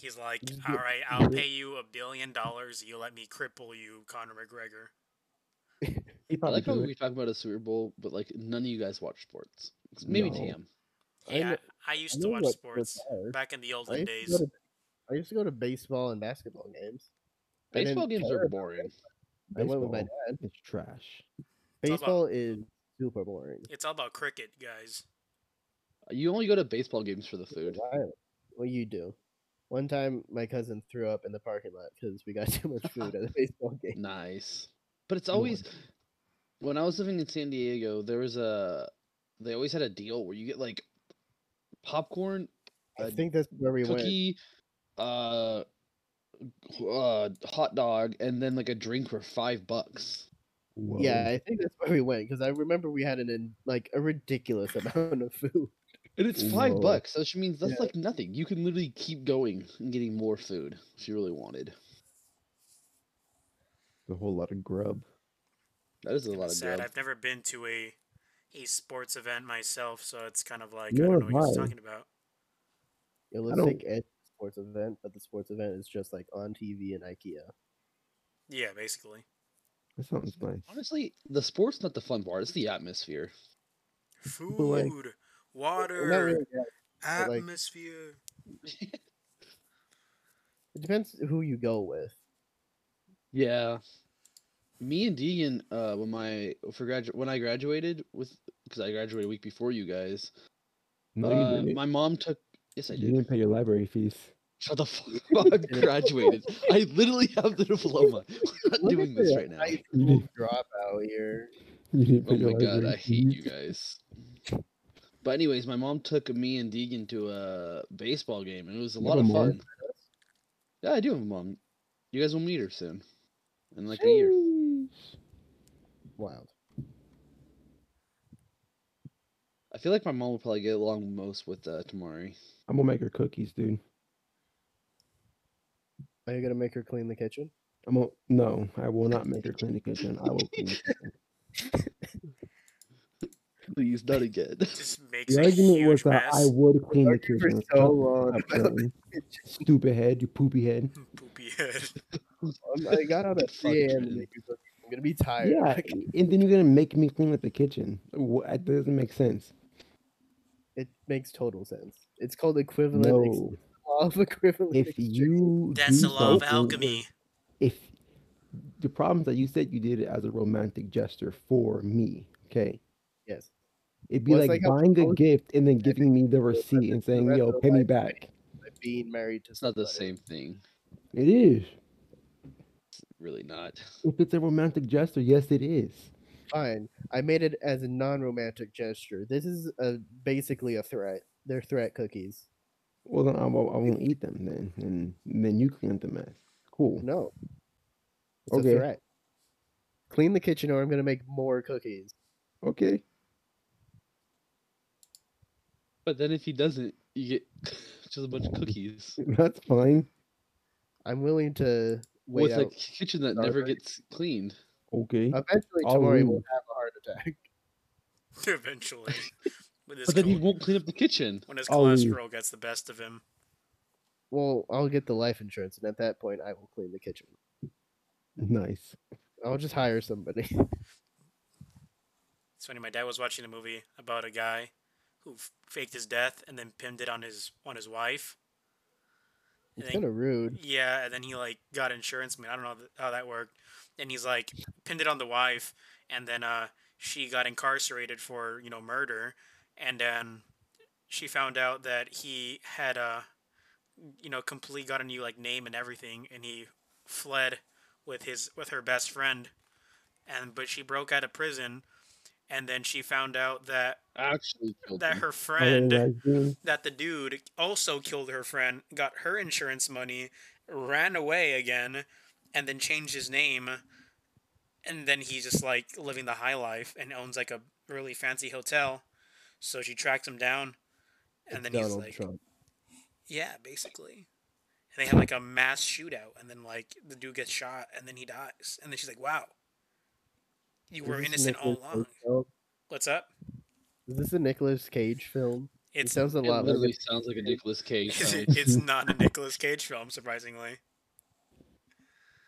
[SPEAKER 1] He's like,
[SPEAKER 2] Just
[SPEAKER 1] "All
[SPEAKER 2] get-
[SPEAKER 1] right, I'll
[SPEAKER 2] get-
[SPEAKER 1] pay you a billion dollars. You let me cripple you, Conor McGregor."
[SPEAKER 2] He
[SPEAKER 3] I
[SPEAKER 2] probably
[SPEAKER 3] like how
[SPEAKER 2] do
[SPEAKER 3] we
[SPEAKER 2] it.
[SPEAKER 3] talk about a Super Bowl, but like none of you guys watch sports. Maybe
[SPEAKER 2] No.
[SPEAKER 3] TM.
[SPEAKER 4] I
[SPEAKER 1] Yeah,
[SPEAKER 4] know-
[SPEAKER 1] I
[SPEAKER 4] I
[SPEAKER 1] used to
[SPEAKER 4] know
[SPEAKER 1] watch
[SPEAKER 4] what
[SPEAKER 1] sports
[SPEAKER 4] are.
[SPEAKER 1] back in the
[SPEAKER 4] I
[SPEAKER 1] olden
[SPEAKER 4] used, to
[SPEAKER 1] days.
[SPEAKER 4] go to, I used to go to baseball and basketball games. I didn't
[SPEAKER 3] Baseball games
[SPEAKER 4] care
[SPEAKER 3] are
[SPEAKER 4] about
[SPEAKER 3] boring.
[SPEAKER 4] I went with my
[SPEAKER 2] Baseball,
[SPEAKER 4] dad.
[SPEAKER 2] It's trash.
[SPEAKER 1] It's all
[SPEAKER 4] Baseball is super boring.
[SPEAKER 1] It's all about cricket, guys.
[SPEAKER 3] You only go to baseball games for the food.
[SPEAKER 4] Wild. Well, you do. One time, my cousin threw up in the parking lot because we got too much food at a baseball game.
[SPEAKER 3] Nice. But it's
[SPEAKER 2] Come on.
[SPEAKER 3] always when I was living in San Diego, there was a they always had a deal where you get like popcorn,
[SPEAKER 4] I
[SPEAKER 3] Uh,
[SPEAKER 4] think that's where we went.
[SPEAKER 3] cookie, uh h- uh hot dog and then like a drink for 5 bucks.
[SPEAKER 2] Whoa.
[SPEAKER 4] Yeah, I think that's where we went because I remember we had an in, like a ridiculous amount of food.
[SPEAKER 3] And it's 5
[SPEAKER 2] Whoa.
[SPEAKER 3] bucks, so which means that's
[SPEAKER 4] Yeah.
[SPEAKER 3] like nothing. You can literally keep going and getting more food if you really wanted.
[SPEAKER 2] a whole lot of grub.
[SPEAKER 3] That is a
[SPEAKER 1] Kinda
[SPEAKER 3] lot of
[SPEAKER 1] sad.
[SPEAKER 3] grub.
[SPEAKER 1] I've never been to a a sports event myself, so it's kind of like I don't
[SPEAKER 2] Nor
[SPEAKER 1] know what you're
[SPEAKER 2] have I.
[SPEAKER 1] talking about.
[SPEAKER 4] It
[SPEAKER 2] I
[SPEAKER 4] was
[SPEAKER 2] don't-
[SPEAKER 4] like a sports event, but the sports event is just like on TV and IKEA.
[SPEAKER 1] Yeah, basically.
[SPEAKER 2] That sounds nice.
[SPEAKER 3] Honestly, the sport's not the fun part, it's the atmosphere.
[SPEAKER 1] Food,
[SPEAKER 2] like-
[SPEAKER 4] Well, not
[SPEAKER 1] water,
[SPEAKER 4] really, yeah. but, like-
[SPEAKER 1] atmosphere.
[SPEAKER 4] It depends who you go with.
[SPEAKER 3] Yeah. Me and Deegan, uh, when my for gradu- when I graduated with because I graduated a week before you guys,
[SPEAKER 2] No,
[SPEAKER 3] uh,
[SPEAKER 2] you didn't.
[SPEAKER 3] my mom took. Yes, I
[SPEAKER 2] you
[SPEAKER 3] did.
[SPEAKER 2] didn't pay your library fees.
[SPEAKER 3] Shut the fuck up! I
[SPEAKER 4] did.
[SPEAKER 3] graduated. I literally have the diploma. We're not
[SPEAKER 4] Look at
[SPEAKER 3] doing this
[SPEAKER 4] the
[SPEAKER 3] right now.
[SPEAKER 4] high
[SPEAKER 2] You
[SPEAKER 4] school
[SPEAKER 2] did.
[SPEAKER 4] dropout here.
[SPEAKER 2] You didn't pay
[SPEAKER 3] Oh
[SPEAKER 2] your
[SPEAKER 3] my god,
[SPEAKER 2] library
[SPEAKER 3] I hate you
[SPEAKER 2] fees.
[SPEAKER 3] guys. But anyways, my mom took me and Deegan to a baseball game, and it was a
[SPEAKER 2] You
[SPEAKER 3] lot
[SPEAKER 2] have a
[SPEAKER 3] of
[SPEAKER 2] mom?
[SPEAKER 3] fun. Yeah, I do have a mom. You guys will meet her soon, in like a year.
[SPEAKER 2] Sheesh.
[SPEAKER 4] Wild.
[SPEAKER 3] I feel like my mom will probably get along most with uh, Tamari.
[SPEAKER 2] I'm gonna make her cookies, dude.
[SPEAKER 4] Are you gonna make her clean the kitchen?
[SPEAKER 2] I'm gonna, no, I will not make her clean the kitchen. I will. Clean the kitchen.
[SPEAKER 3] Please, not again.
[SPEAKER 1] Just makes
[SPEAKER 2] The
[SPEAKER 1] a
[SPEAKER 2] argument was
[SPEAKER 1] huge
[SPEAKER 2] that
[SPEAKER 1] mess.
[SPEAKER 2] I would clean the
[SPEAKER 4] argued for
[SPEAKER 2] kitchen.
[SPEAKER 4] so
[SPEAKER 2] Shut
[SPEAKER 4] long
[SPEAKER 2] up,
[SPEAKER 4] about
[SPEAKER 2] Jordan. Stupid head, you poopy head.
[SPEAKER 1] Poopy head.
[SPEAKER 4] I'm- Um, I got out at
[SPEAKER 3] Fuck,
[SPEAKER 4] 3 a.m. to
[SPEAKER 3] Jordan.
[SPEAKER 4] make your cookies. I'm gonna be tired.
[SPEAKER 2] Yeah, and then you're gonna make me clean up the kitchen. Wha- It doesn't make sense.
[SPEAKER 4] It makes total sense. It's called equivalent. ex-
[SPEAKER 2] No,
[SPEAKER 4] law of equivalent.
[SPEAKER 2] if
[SPEAKER 4] exchange.
[SPEAKER 2] you
[SPEAKER 1] That's
[SPEAKER 2] do
[SPEAKER 1] the law of
[SPEAKER 2] something-
[SPEAKER 1] alchemy.
[SPEAKER 2] if the problem is that you said you did it as a romantic gesture for me, okay?
[SPEAKER 4] yes,
[SPEAKER 2] It'd be
[SPEAKER 4] Well, it's
[SPEAKER 2] like,
[SPEAKER 4] like how
[SPEAKER 2] buying a
[SPEAKER 4] Paul-
[SPEAKER 2] gift and then
[SPEAKER 4] think
[SPEAKER 2] giving me the
[SPEAKER 4] that's
[SPEAKER 2] receipt
[SPEAKER 4] the-
[SPEAKER 2] and saying,
[SPEAKER 4] that's
[SPEAKER 2] "Yo,
[SPEAKER 4] the
[SPEAKER 2] pay me
[SPEAKER 4] life
[SPEAKER 2] back."
[SPEAKER 4] by being married to
[SPEAKER 3] It's not the
[SPEAKER 4] somebody.
[SPEAKER 3] same thing.
[SPEAKER 2] It is.
[SPEAKER 3] Really not.
[SPEAKER 2] If it's a romantic gesture, yes, it is.
[SPEAKER 4] Fine, I made it as a non-romantic gesture. This is a basically a threat. They're threat cookies.
[SPEAKER 2] Well, then I won't, I won't eat them then, and then you clean up the mess. Cool.
[SPEAKER 4] No, it's
[SPEAKER 2] Mm. Okay.
[SPEAKER 4] a threat. Clean the kitchen, or I'm gonna make more cookies.
[SPEAKER 2] Okay.
[SPEAKER 3] But then if he doesn't, you get just a bunch of cookies
[SPEAKER 2] That's fine.
[SPEAKER 4] I'm willing to wait
[SPEAKER 3] with
[SPEAKER 4] out.
[SPEAKER 3] a kitchen that never
[SPEAKER 4] Starbucks.
[SPEAKER 3] gets cleaned.
[SPEAKER 2] Okay.
[SPEAKER 4] Eventually,
[SPEAKER 2] Mm. I'll
[SPEAKER 4] Tamari
[SPEAKER 2] leave.
[SPEAKER 4] will have a heart attack.
[SPEAKER 1] Eventually, when his,
[SPEAKER 3] But then he
[SPEAKER 1] chol-
[SPEAKER 3] won't clean up the kitchen.
[SPEAKER 1] when his
[SPEAKER 2] I'll leave.
[SPEAKER 1] cholesterol gets the best of him.
[SPEAKER 4] Well, I'll get the life insurance, and at that point, I will clean the kitchen.
[SPEAKER 2] Nice.
[SPEAKER 4] I'll just hire somebody.
[SPEAKER 1] It's funny. My dad was watching a movie about a guy who f- faked his death and then pinned it on his on his wife. And
[SPEAKER 4] It's
[SPEAKER 1] then-
[SPEAKER 4] kind of rude.
[SPEAKER 1] Yeah, and then he like got insurance. I mean, I don't know th- how that worked. And he's like pinned it on the wife, and then uh, she got incarcerated for you know murder, and then she found out that he had uh, you know, complete got a new like name and everything, and he fled with his with her best friend, and but she broke out of prison, and then she found out that
[SPEAKER 3] Actually, killed
[SPEAKER 1] that
[SPEAKER 3] him.
[SPEAKER 1] her
[SPEAKER 2] Other
[SPEAKER 1] friend
[SPEAKER 2] guys doing-
[SPEAKER 1] that the dude also killed her friend, got her insurance money, ran away again, and then changed his name. And then he's just like living the high life and owns like a really fancy hotel. So she tracked him down. And then he's
[SPEAKER 4] Donald
[SPEAKER 1] like,
[SPEAKER 4] Trump.
[SPEAKER 1] yeah, basically. And they had like a mass shootout. And then like the dude gets shot and then he dies. And then she's like, wow, you
[SPEAKER 4] Is
[SPEAKER 1] were
[SPEAKER 4] this a
[SPEAKER 1] innocent all
[SPEAKER 4] Nicolas Cage
[SPEAKER 1] along.
[SPEAKER 4] film?
[SPEAKER 1] What's up?
[SPEAKER 4] Is this a Nicolas Cage film? it
[SPEAKER 1] It's
[SPEAKER 4] sounds a
[SPEAKER 3] It
[SPEAKER 4] lot like
[SPEAKER 3] literally
[SPEAKER 4] it.
[SPEAKER 3] sounds like a Nicolas Cage.
[SPEAKER 1] it's,
[SPEAKER 3] film.
[SPEAKER 1] it's not a Nicolas Cage film, surprisingly.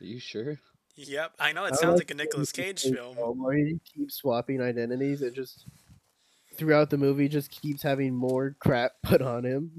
[SPEAKER 3] Are you sure?
[SPEAKER 1] Yep, I know it
[SPEAKER 4] I
[SPEAKER 1] sounds like
[SPEAKER 4] like
[SPEAKER 1] a Nicolas Cage film.
[SPEAKER 4] Where he keeps swapping identities and just throughout the movie just keeps having more crap put on him.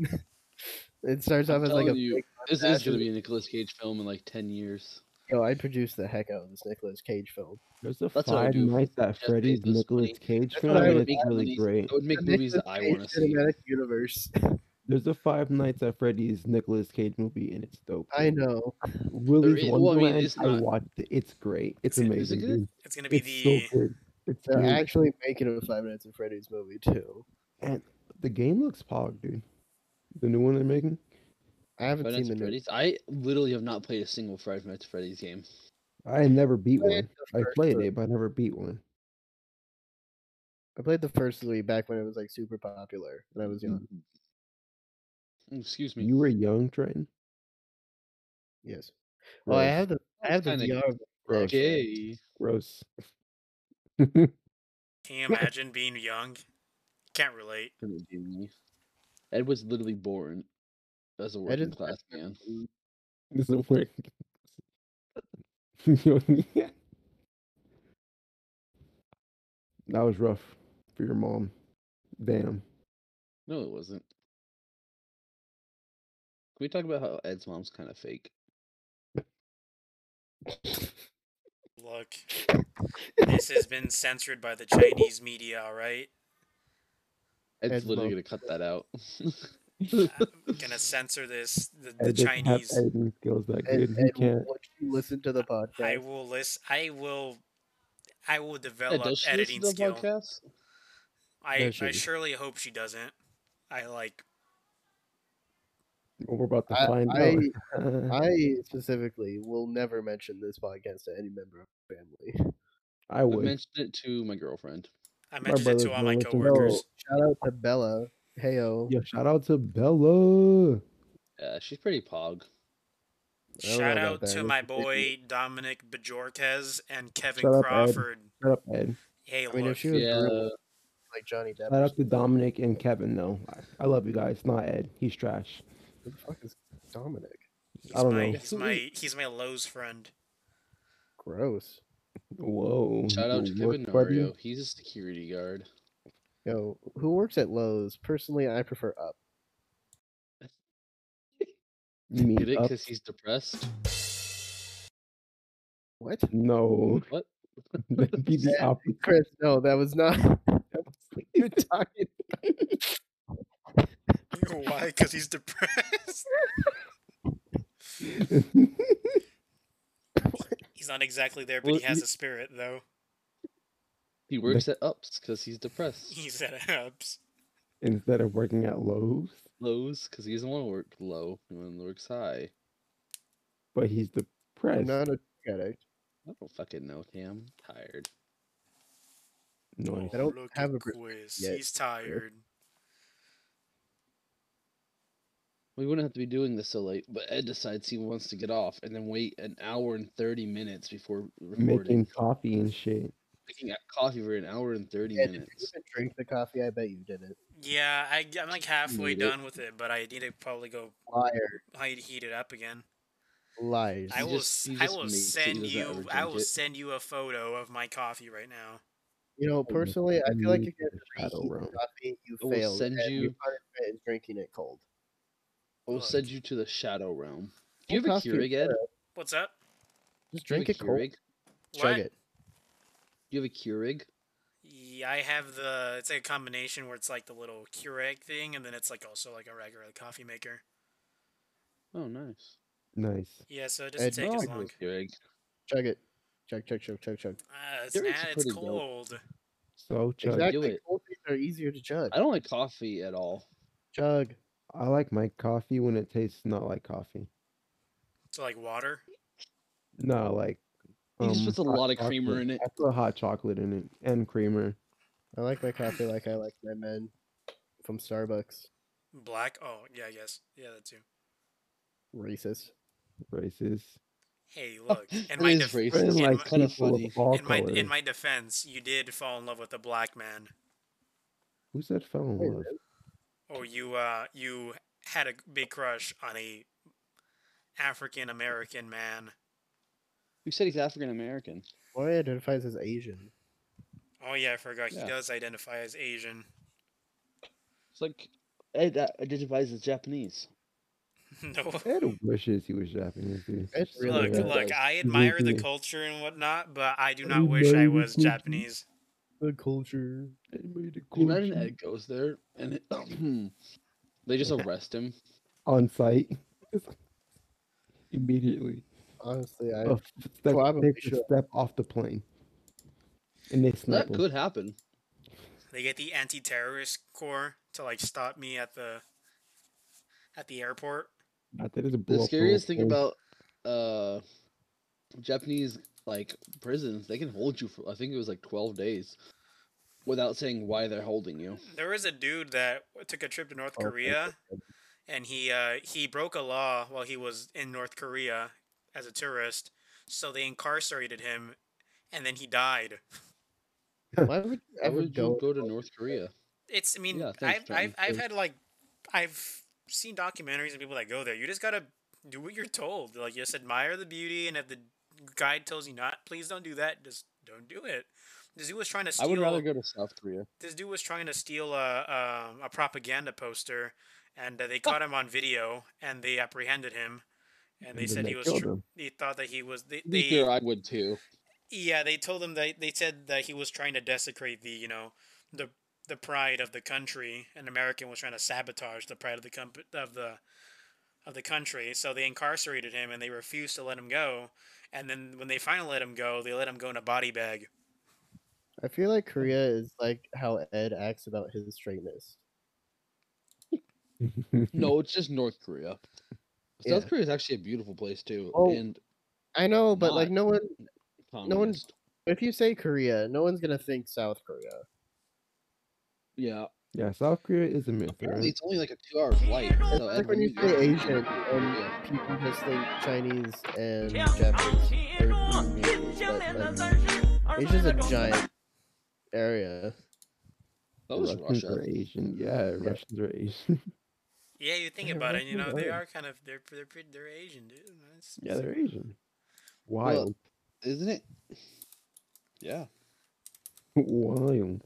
[SPEAKER 4] it starts
[SPEAKER 3] I'm
[SPEAKER 4] off as like a
[SPEAKER 3] telling you,
[SPEAKER 4] big
[SPEAKER 3] This is
[SPEAKER 4] mustache
[SPEAKER 3] going
[SPEAKER 4] and-
[SPEAKER 3] to be a Nicolas Cage film in like 10 years.
[SPEAKER 4] yo, I produced the heck out of this Nicolas Cage film.
[SPEAKER 2] There's a
[SPEAKER 3] That's what I
[SPEAKER 2] Five
[SPEAKER 3] do for
[SPEAKER 2] Nights at
[SPEAKER 3] Jeff
[SPEAKER 2] Freddy's
[SPEAKER 3] Bezos
[SPEAKER 2] Nicolas
[SPEAKER 3] money.
[SPEAKER 2] Cage
[SPEAKER 4] That's
[SPEAKER 2] film,
[SPEAKER 4] what I
[SPEAKER 2] and
[SPEAKER 4] would
[SPEAKER 2] it's
[SPEAKER 3] make
[SPEAKER 2] really
[SPEAKER 3] movies-
[SPEAKER 2] great.
[SPEAKER 3] I would make
[SPEAKER 4] The
[SPEAKER 3] movies that
[SPEAKER 4] Nicolas
[SPEAKER 3] I
[SPEAKER 4] Cage
[SPEAKER 3] want to see.
[SPEAKER 4] Cinematic universe.
[SPEAKER 2] There's a Five Nights at Freddy's Nicolas Cage movie, and it's dope.
[SPEAKER 4] I know.
[SPEAKER 2] Willy's
[SPEAKER 3] is- well, I mean,
[SPEAKER 2] Wonderland. I,
[SPEAKER 3] it's not-
[SPEAKER 2] watched it. It's great. It's
[SPEAKER 1] Is it-
[SPEAKER 2] amazing.
[SPEAKER 3] is it good?
[SPEAKER 2] dude.
[SPEAKER 1] It's gonna be
[SPEAKER 2] It's so
[SPEAKER 1] the
[SPEAKER 2] good. It's
[SPEAKER 4] They're
[SPEAKER 2] good.
[SPEAKER 4] actually making a Five Nights at Freddy's movie too.
[SPEAKER 2] the game looks pog, dude. The new one they're making.
[SPEAKER 4] I haven't
[SPEAKER 3] Five
[SPEAKER 4] seen
[SPEAKER 3] Nights
[SPEAKER 4] the
[SPEAKER 3] at
[SPEAKER 4] new
[SPEAKER 3] Freddy's. I literally have not played a single Five Nights at Freddy's game.
[SPEAKER 2] I never beat
[SPEAKER 4] Played
[SPEAKER 2] one.
[SPEAKER 4] the
[SPEAKER 2] I
[SPEAKER 4] first
[SPEAKER 2] played
[SPEAKER 4] one.
[SPEAKER 2] it, but I never beat one.
[SPEAKER 4] I played the first three back when it was like super popular and I
[SPEAKER 3] Hmm.
[SPEAKER 4] was young.
[SPEAKER 3] Excuse me.
[SPEAKER 2] You were young, Trenton. Gross.
[SPEAKER 4] Yes. Well, I have the I have the
[SPEAKER 3] kinda
[SPEAKER 4] VR
[SPEAKER 2] gross.
[SPEAKER 3] Gay.
[SPEAKER 2] Gross.
[SPEAKER 1] Can you imagine being young? Can't relate.
[SPEAKER 3] couldn't do me. Ed was literally born as a working
[SPEAKER 4] is-
[SPEAKER 3] class man.
[SPEAKER 2] Doesn't work. that was rough for your mom. Damn.
[SPEAKER 3] No, it wasn't. Can we talk about how Ed's mom's kind of fake?
[SPEAKER 1] Look, this has been censored by the Chinese media. All right,
[SPEAKER 3] Ed's,
[SPEAKER 4] Ed's
[SPEAKER 3] literally
[SPEAKER 4] mom-
[SPEAKER 3] gonna cut that out.
[SPEAKER 1] I'm gonna censor this. The, the
[SPEAKER 2] Ed doesn't have
[SPEAKER 1] Chinese.
[SPEAKER 2] editing skills that
[SPEAKER 4] and,
[SPEAKER 2] good. He
[SPEAKER 4] and
[SPEAKER 2] can't.
[SPEAKER 4] once you listen to the
[SPEAKER 1] I
[SPEAKER 4] podcast,
[SPEAKER 1] will list. I will. I will
[SPEAKER 3] Ed,
[SPEAKER 1] develop
[SPEAKER 3] does she listen
[SPEAKER 1] editing
[SPEAKER 3] to the
[SPEAKER 1] skill.
[SPEAKER 3] podcast?
[SPEAKER 1] I,
[SPEAKER 2] No, she
[SPEAKER 1] I
[SPEAKER 2] doesn't.
[SPEAKER 1] surely hope she doesn't. I like.
[SPEAKER 2] We're about to
[SPEAKER 4] I-
[SPEAKER 2] find
[SPEAKER 4] I-
[SPEAKER 2] out.
[SPEAKER 4] I specifically will never mention this podcast to any member of my family.
[SPEAKER 2] I,
[SPEAKER 3] I
[SPEAKER 2] would.
[SPEAKER 3] mentioned it to my girlfriend.
[SPEAKER 1] I mentioned it
[SPEAKER 2] brother's
[SPEAKER 1] to all
[SPEAKER 2] gonna
[SPEAKER 1] my
[SPEAKER 2] let you know.
[SPEAKER 1] coworkers.
[SPEAKER 4] Shout out to Bella. Heyo.
[SPEAKER 2] Yo, shout out to Bella.
[SPEAKER 3] Yeah, Uh, she's pretty pog.
[SPEAKER 4] I don't know
[SPEAKER 1] Shout
[SPEAKER 4] about
[SPEAKER 1] out
[SPEAKER 4] that.
[SPEAKER 1] to
[SPEAKER 4] This
[SPEAKER 1] my
[SPEAKER 4] is icky.
[SPEAKER 1] boy Dominic Bajorquez and Kevin
[SPEAKER 2] Shut up, Ed.
[SPEAKER 1] Crawford.
[SPEAKER 2] Shut up, Ed.
[SPEAKER 1] Hey,
[SPEAKER 4] I mean,
[SPEAKER 1] look,
[SPEAKER 4] if she was
[SPEAKER 3] Yeah,
[SPEAKER 4] real, like Johnny Depp,
[SPEAKER 2] Shout
[SPEAKER 4] or
[SPEAKER 2] out to
[SPEAKER 4] something,
[SPEAKER 2] Dominic and Kevin, though. I, I love you guys. Not Ed. He's trash.
[SPEAKER 4] who the fuck is Dominic?
[SPEAKER 1] he's
[SPEAKER 2] I don't
[SPEAKER 1] my
[SPEAKER 2] know.
[SPEAKER 1] he's my he's my Lowe's friend.
[SPEAKER 4] Gross.
[SPEAKER 2] Whoa.
[SPEAKER 3] shout out to
[SPEAKER 2] What,
[SPEAKER 3] Kevin
[SPEAKER 2] buddy?
[SPEAKER 3] Nario. He's a security guard.
[SPEAKER 4] Yo, who works at Lowe's? Personally, I prefer Up.
[SPEAKER 2] You mean
[SPEAKER 3] Get it?
[SPEAKER 2] up?
[SPEAKER 3] Because he's depressed.
[SPEAKER 4] What?
[SPEAKER 2] No.
[SPEAKER 3] What?
[SPEAKER 2] That'd be the opposite.
[SPEAKER 4] Chris, no, that was not. you were talking.
[SPEAKER 1] Why? Because he's depressed. He's not exactly there, but
[SPEAKER 3] Well,
[SPEAKER 1] he has
[SPEAKER 3] you-
[SPEAKER 1] a spirit, though.
[SPEAKER 3] He works at Ups because he's depressed.
[SPEAKER 1] He's at ups.
[SPEAKER 2] Instead of working at Lowe's,
[SPEAKER 3] Lows because he doesn't want to work low. He wants to work high.
[SPEAKER 2] but he's
[SPEAKER 4] I'm
[SPEAKER 2] depressed.
[SPEAKER 4] not a drug addict.
[SPEAKER 3] I don't fucking know, Cam. I'm tired.
[SPEAKER 2] Nice.
[SPEAKER 4] I don't
[SPEAKER 1] look
[SPEAKER 4] have
[SPEAKER 1] at
[SPEAKER 4] a br-
[SPEAKER 1] Quiz.
[SPEAKER 4] yet.
[SPEAKER 1] He's tired.
[SPEAKER 3] We wouldn't have to be doing this so late, but Ed decides he wants to get off and then wait an hour and 30 minutes before recording.
[SPEAKER 2] Making coffee and shit.
[SPEAKER 3] Making coffee for an hour and 30
[SPEAKER 4] Yeah, did you
[SPEAKER 3] minutes.
[SPEAKER 4] even drink the coffee? I bet you didn't.
[SPEAKER 1] Yeah, I, I'm like halfway
[SPEAKER 3] Need it.
[SPEAKER 1] done with it, but I need to probably go
[SPEAKER 4] Liar,
[SPEAKER 1] I need to heat it up again.
[SPEAKER 4] liars.
[SPEAKER 1] I
[SPEAKER 3] You
[SPEAKER 1] will.
[SPEAKER 3] just-
[SPEAKER 1] s-
[SPEAKER 3] you
[SPEAKER 1] I
[SPEAKER 3] just
[SPEAKER 1] will
[SPEAKER 3] made it so you
[SPEAKER 1] send
[SPEAKER 3] doesn't ever
[SPEAKER 1] you. I
[SPEAKER 3] drink
[SPEAKER 1] will
[SPEAKER 3] it.
[SPEAKER 1] send you a photo of my coffee right now.
[SPEAKER 4] You know,
[SPEAKER 2] I
[SPEAKER 4] personally, I feel like if
[SPEAKER 2] need
[SPEAKER 4] you
[SPEAKER 2] the
[SPEAKER 4] have
[SPEAKER 2] shadow
[SPEAKER 4] to reheat
[SPEAKER 2] realm.
[SPEAKER 4] the coffee, you
[SPEAKER 3] I will
[SPEAKER 4] failed.
[SPEAKER 3] send
[SPEAKER 4] and
[SPEAKER 3] you-
[SPEAKER 4] punishment is drinking it cold.
[SPEAKER 3] We'll
[SPEAKER 1] Look.
[SPEAKER 3] send you to the shadow realm. Do
[SPEAKER 4] Well,
[SPEAKER 3] you have a
[SPEAKER 4] coffee is
[SPEAKER 3] Keurig, Ed?
[SPEAKER 4] better.
[SPEAKER 1] What's up?
[SPEAKER 4] Just
[SPEAKER 3] Do you have
[SPEAKER 4] drink
[SPEAKER 3] a
[SPEAKER 4] it cold.
[SPEAKER 3] Keurig?
[SPEAKER 4] Chug
[SPEAKER 1] What?
[SPEAKER 4] it.
[SPEAKER 3] Do you have a Keurig?
[SPEAKER 1] Yeah, I have the. It's like a combination where it's like the little Keurig thing, and then it's like also like a regular coffee maker.
[SPEAKER 3] Oh, nice.
[SPEAKER 2] Nice.
[SPEAKER 1] Yeah, so it doesn't
[SPEAKER 4] Ed,
[SPEAKER 1] take
[SPEAKER 4] no,
[SPEAKER 1] as
[SPEAKER 4] I
[SPEAKER 1] long.
[SPEAKER 3] Keurig.
[SPEAKER 4] Chug it. Chug, chug, chug, chug, chug.
[SPEAKER 1] Uh, it's,
[SPEAKER 3] Keurig's
[SPEAKER 1] nah, it's
[SPEAKER 3] pretty dope.
[SPEAKER 1] cold.
[SPEAKER 2] So chug.
[SPEAKER 4] exactly.
[SPEAKER 3] it.
[SPEAKER 4] Cold things are easier to chug.
[SPEAKER 3] I don't like coffee at all.
[SPEAKER 4] Chug.
[SPEAKER 2] I like my coffee when it tastes not like coffee.
[SPEAKER 1] So like water.
[SPEAKER 2] No, like. um,
[SPEAKER 3] He just puts a
[SPEAKER 2] hot
[SPEAKER 3] lot of creamer
[SPEAKER 2] chocolate.
[SPEAKER 3] in it.
[SPEAKER 2] I put hot chocolate in it and creamer.
[SPEAKER 4] I like my coffee like I like my men from Starbucks.
[SPEAKER 1] Black. Oh yeah, I guess. Yeah, that too.
[SPEAKER 4] Racist.
[SPEAKER 2] Racist.
[SPEAKER 1] Hey, look. In
[SPEAKER 3] That
[SPEAKER 1] my
[SPEAKER 3] is
[SPEAKER 1] def-
[SPEAKER 2] I didn't
[SPEAKER 3] racist.
[SPEAKER 1] in
[SPEAKER 2] like
[SPEAKER 1] my-
[SPEAKER 3] kinda
[SPEAKER 2] people
[SPEAKER 3] funny.
[SPEAKER 2] of all
[SPEAKER 1] in my
[SPEAKER 2] colors.
[SPEAKER 1] in my defense, you did fall in love with a black man,
[SPEAKER 2] Who said fell in
[SPEAKER 4] Hey,
[SPEAKER 2] love?
[SPEAKER 1] or you uh you had a big crush on a African American man.
[SPEAKER 3] You said he's African American.
[SPEAKER 4] Roy identifies as Asian.
[SPEAKER 1] Oh yeah, I forgot.
[SPEAKER 3] Yeah.
[SPEAKER 1] He does identify as Asian.
[SPEAKER 3] It's like Ed uh, identifies as Japanese.
[SPEAKER 1] no.
[SPEAKER 2] Ed wishes he was Japanese, dude.
[SPEAKER 4] Ed
[SPEAKER 2] Just
[SPEAKER 4] really
[SPEAKER 1] Look,
[SPEAKER 2] like that.
[SPEAKER 4] does.
[SPEAKER 1] look, I admire the
[SPEAKER 2] Mhm.
[SPEAKER 1] culture and whatnot, but I do
[SPEAKER 2] I
[SPEAKER 1] not wish I
[SPEAKER 2] admire the
[SPEAKER 1] was
[SPEAKER 2] culture.
[SPEAKER 1] Japanese.
[SPEAKER 4] The culture.
[SPEAKER 2] Ed made a
[SPEAKER 3] Can you imagine
[SPEAKER 2] culture.
[SPEAKER 3] Ed goes there and it- they just arrest him?
[SPEAKER 2] on site immediately.
[SPEAKER 4] Honestly, I.
[SPEAKER 2] A f- step,
[SPEAKER 4] probably
[SPEAKER 2] takes a
[SPEAKER 4] should.
[SPEAKER 2] step off the plane, and they snap
[SPEAKER 3] That
[SPEAKER 2] him.
[SPEAKER 3] could happen.
[SPEAKER 1] They get the anti-terrorist corps to like stop me at the at the airport.
[SPEAKER 2] Not that it's a blow
[SPEAKER 3] The
[SPEAKER 2] up whole
[SPEAKER 3] scariest thing
[SPEAKER 2] plane.
[SPEAKER 3] about uh Japanese like prisons, they can hold you for I think it was like twelve days without saying why they're holding you.
[SPEAKER 1] There was a dude that took a trip to North
[SPEAKER 2] Oh, okay.
[SPEAKER 1] Korea, and he uh, he broke a law while he was in North Korea as a tourist, so they incarcerated him, and then he died.
[SPEAKER 4] Why would you
[SPEAKER 3] Why
[SPEAKER 4] ever
[SPEAKER 3] would you
[SPEAKER 4] go?
[SPEAKER 3] go to North Korea?
[SPEAKER 1] It's I mean
[SPEAKER 3] Yeah, thanks,
[SPEAKER 1] I've,
[SPEAKER 3] Trenton,
[SPEAKER 1] I've I've
[SPEAKER 3] thanks.
[SPEAKER 1] had like I've seen documentaries and people that go there. You just gotta do what you're told. Like just admire the beauty, and if the guide tells you not, please don't do that. Just don't do it. This dude was trying to
[SPEAKER 3] I
[SPEAKER 1] steal.
[SPEAKER 3] would rather go to South Korea.
[SPEAKER 1] this dude was trying to steal a a, a propaganda poster, and uh, they caught him on video, and they apprehended him, and they
[SPEAKER 2] then
[SPEAKER 1] said
[SPEAKER 2] they
[SPEAKER 1] he was.
[SPEAKER 2] killed
[SPEAKER 1] Tr-
[SPEAKER 2] him.
[SPEAKER 1] they thought that he was. They,
[SPEAKER 3] To be
[SPEAKER 1] they
[SPEAKER 3] fair, I would too.
[SPEAKER 1] yeah, they told him that they said that he was trying to desecrate the you know the the pride of the country, and American was trying to sabotage the pride of the comp- of the of the country. So they incarcerated him, and they refused to let him go. And then when they finally let him go, they let him go in a body bag.
[SPEAKER 4] I feel
[SPEAKER 3] Oh.
[SPEAKER 4] like Korea is like how Ed acts about his straightness.
[SPEAKER 3] No, it's just North Korea.
[SPEAKER 4] Yeah.
[SPEAKER 3] South Korea is actually a beautiful place too,
[SPEAKER 4] Oh,
[SPEAKER 3] and
[SPEAKER 4] I know, but like
[SPEAKER 3] Not.
[SPEAKER 4] no one.
[SPEAKER 3] communist.
[SPEAKER 4] If you say Korea, no one's gonna think South Korea.
[SPEAKER 3] Yeah,
[SPEAKER 2] yeah, South Korea is a myth,
[SPEAKER 3] apparently
[SPEAKER 2] right?
[SPEAKER 3] it's only like a two-hour flight. So
[SPEAKER 4] It's
[SPEAKER 3] Ed,
[SPEAKER 4] like when you
[SPEAKER 3] go
[SPEAKER 4] say
[SPEAKER 3] to Korea-
[SPEAKER 4] Asian, and
[SPEAKER 3] Yeah.
[SPEAKER 4] people just think Chinese and
[SPEAKER 5] Yeah, I'm
[SPEAKER 4] Japanese.
[SPEAKER 5] here,
[SPEAKER 4] Or
[SPEAKER 5] I'm
[SPEAKER 4] Vietnamese, but, like, Asia's
[SPEAKER 5] Asia's
[SPEAKER 4] a giant area.
[SPEAKER 3] that was
[SPEAKER 2] Russians
[SPEAKER 3] Russia.
[SPEAKER 2] are Asian. Yeah, Russians are Asian.
[SPEAKER 1] Yeah, you think
[SPEAKER 2] Yeah,
[SPEAKER 1] about it, you know,
[SPEAKER 2] Russians
[SPEAKER 1] they
[SPEAKER 2] are.
[SPEAKER 1] are kind of they're they're pretty, they're Asian, dude. That's-
[SPEAKER 2] yeah, they're Asian. Wild,
[SPEAKER 3] Isn't it? Yeah.
[SPEAKER 2] wild,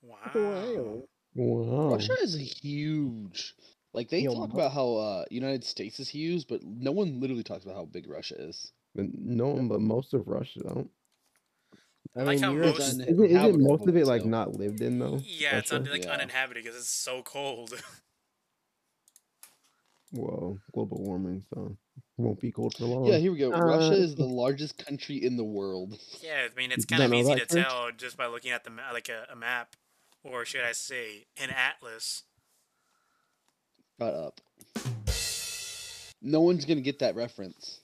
[SPEAKER 1] Wow.
[SPEAKER 2] wow.
[SPEAKER 3] Russia is a huge. Like they
[SPEAKER 4] Yo,
[SPEAKER 3] talk
[SPEAKER 4] Mu-
[SPEAKER 3] about how uh United States is huge, but no one literally talks about how big Russia is.
[SPEAKER 2] But no one, but most of Russia don't.
[SPEAKER 4] I
[SPEAKER 1] Like
[SPEAKER 4] mean,
[SPEAKER 1] how
[SPEAKER 4] Europe,
[SPEAKER 1] most-
[SPEAKER 4] is-
[SPEAKER 3] Done.
[SPEAKER 2] Isn't, isn't
[SPEAKER 3] Habitable,
[SPEAKER 2] most of it like
[SPEAKER 3] so-
[SPEAKER 2] not lived in though?
[SPEAKER 1] Yeah, it's
[SPEAKER 2] Russia?
[SPEAKER 1] un- like
[SPEAKER 3] Yeah.
[SPEAKER 1] uninhabited because it's so cold.
[SPEAKER 2] Whoa, global warming, so it won't be cold for long.
[SPEAKER 3] Yeah, here we go. Russia
[SPEAKER 2] Uh,
[SPEAKER 3] is the largest country in the world.
[SPEAKER 1] yeah, I mean it's
[SPEAKER 2] You
[SPEAKER 1] kind of
[SPEAKER 2] don't know
[SPEAKER 1] easy to
[SPEAKER 2] that first?
[SPEAKER 1] tell just by looking at the ma- like a, a map, or should I say an atlas.
[SPEAKER 3] Shut up. No one's gonna get that reference.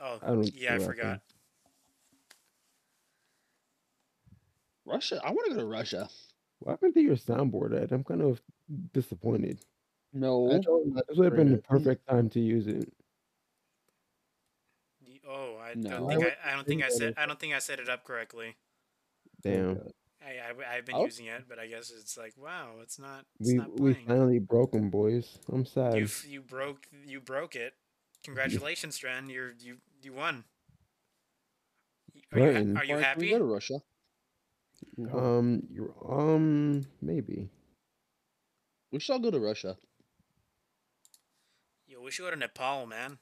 [SPEAKER 1] Oh,
[SPEAKER 2] I don't
[SPEAKER 1] yeah, I
[SPEAKER 2] know that
[SPEAKER 1] forgot.
[SPEAKER 3] Russia. I want to go to Russia.
[SPEAKER 2] What happened to your soundboard, Ed? I'm kind of disappointed.
[SPEAKER 3] No.
[SPEAKER 4] told him not
[SPEAKER 2] This
[SPEAKER 4] to
[SPEAKER 2] would have been
[SPEAKER 4] bring
[SPEAKER 2] the
[SPEAKER 4] it.
[SPEAKER 2] perfect time to use it.
[SPEAKER 1] Y- Oh, I
[SPEAKER 3] No.
[SPEAKER 1] don't
[SPEAKER 3] Why
[SPEAKER 1] think
[SPEAKER 4] would
[SPEAKER 1] I, I don't
[SPEAKER 4] think
[SPEAKER 1] think I
[SPEAKER 4] that
[SPEAKER 1] said
[SPEAKER 4] if
[SPEAKER 1] I don't think I set it up correctly.
[SPEAKER 2] Damn,
[SPEAKER 1] I, I have been
[SPEAKER 3] Oh.
[SPEAKER 1] using it, but I guess it's like wow, it's not it's
[SPEAKER 2] we
[SPEAKER 1] not
[SPEAKER 2] we
[SPEAKER 1] playing.
[SPEAKER 2] finally broke them, boys. I'm sad.
[SPEAKER 1] You f- you broke you broke it. Congratulations, Dren. You're you you won. Y- Are you,
[SPEAKER 2] Brian.
[SPEAKER 1] ha- are you
[SPEAKER 3] Why don't we
[SPEAKER 1] happy?
[SPEAKER 3] Go to Russia.
[SPEAKER 2] Um, you're, um, maybe.
[SPEAKER 3] We should all go to Russia.
[SPEAKER 1] Yo, we should go to Nepal, man.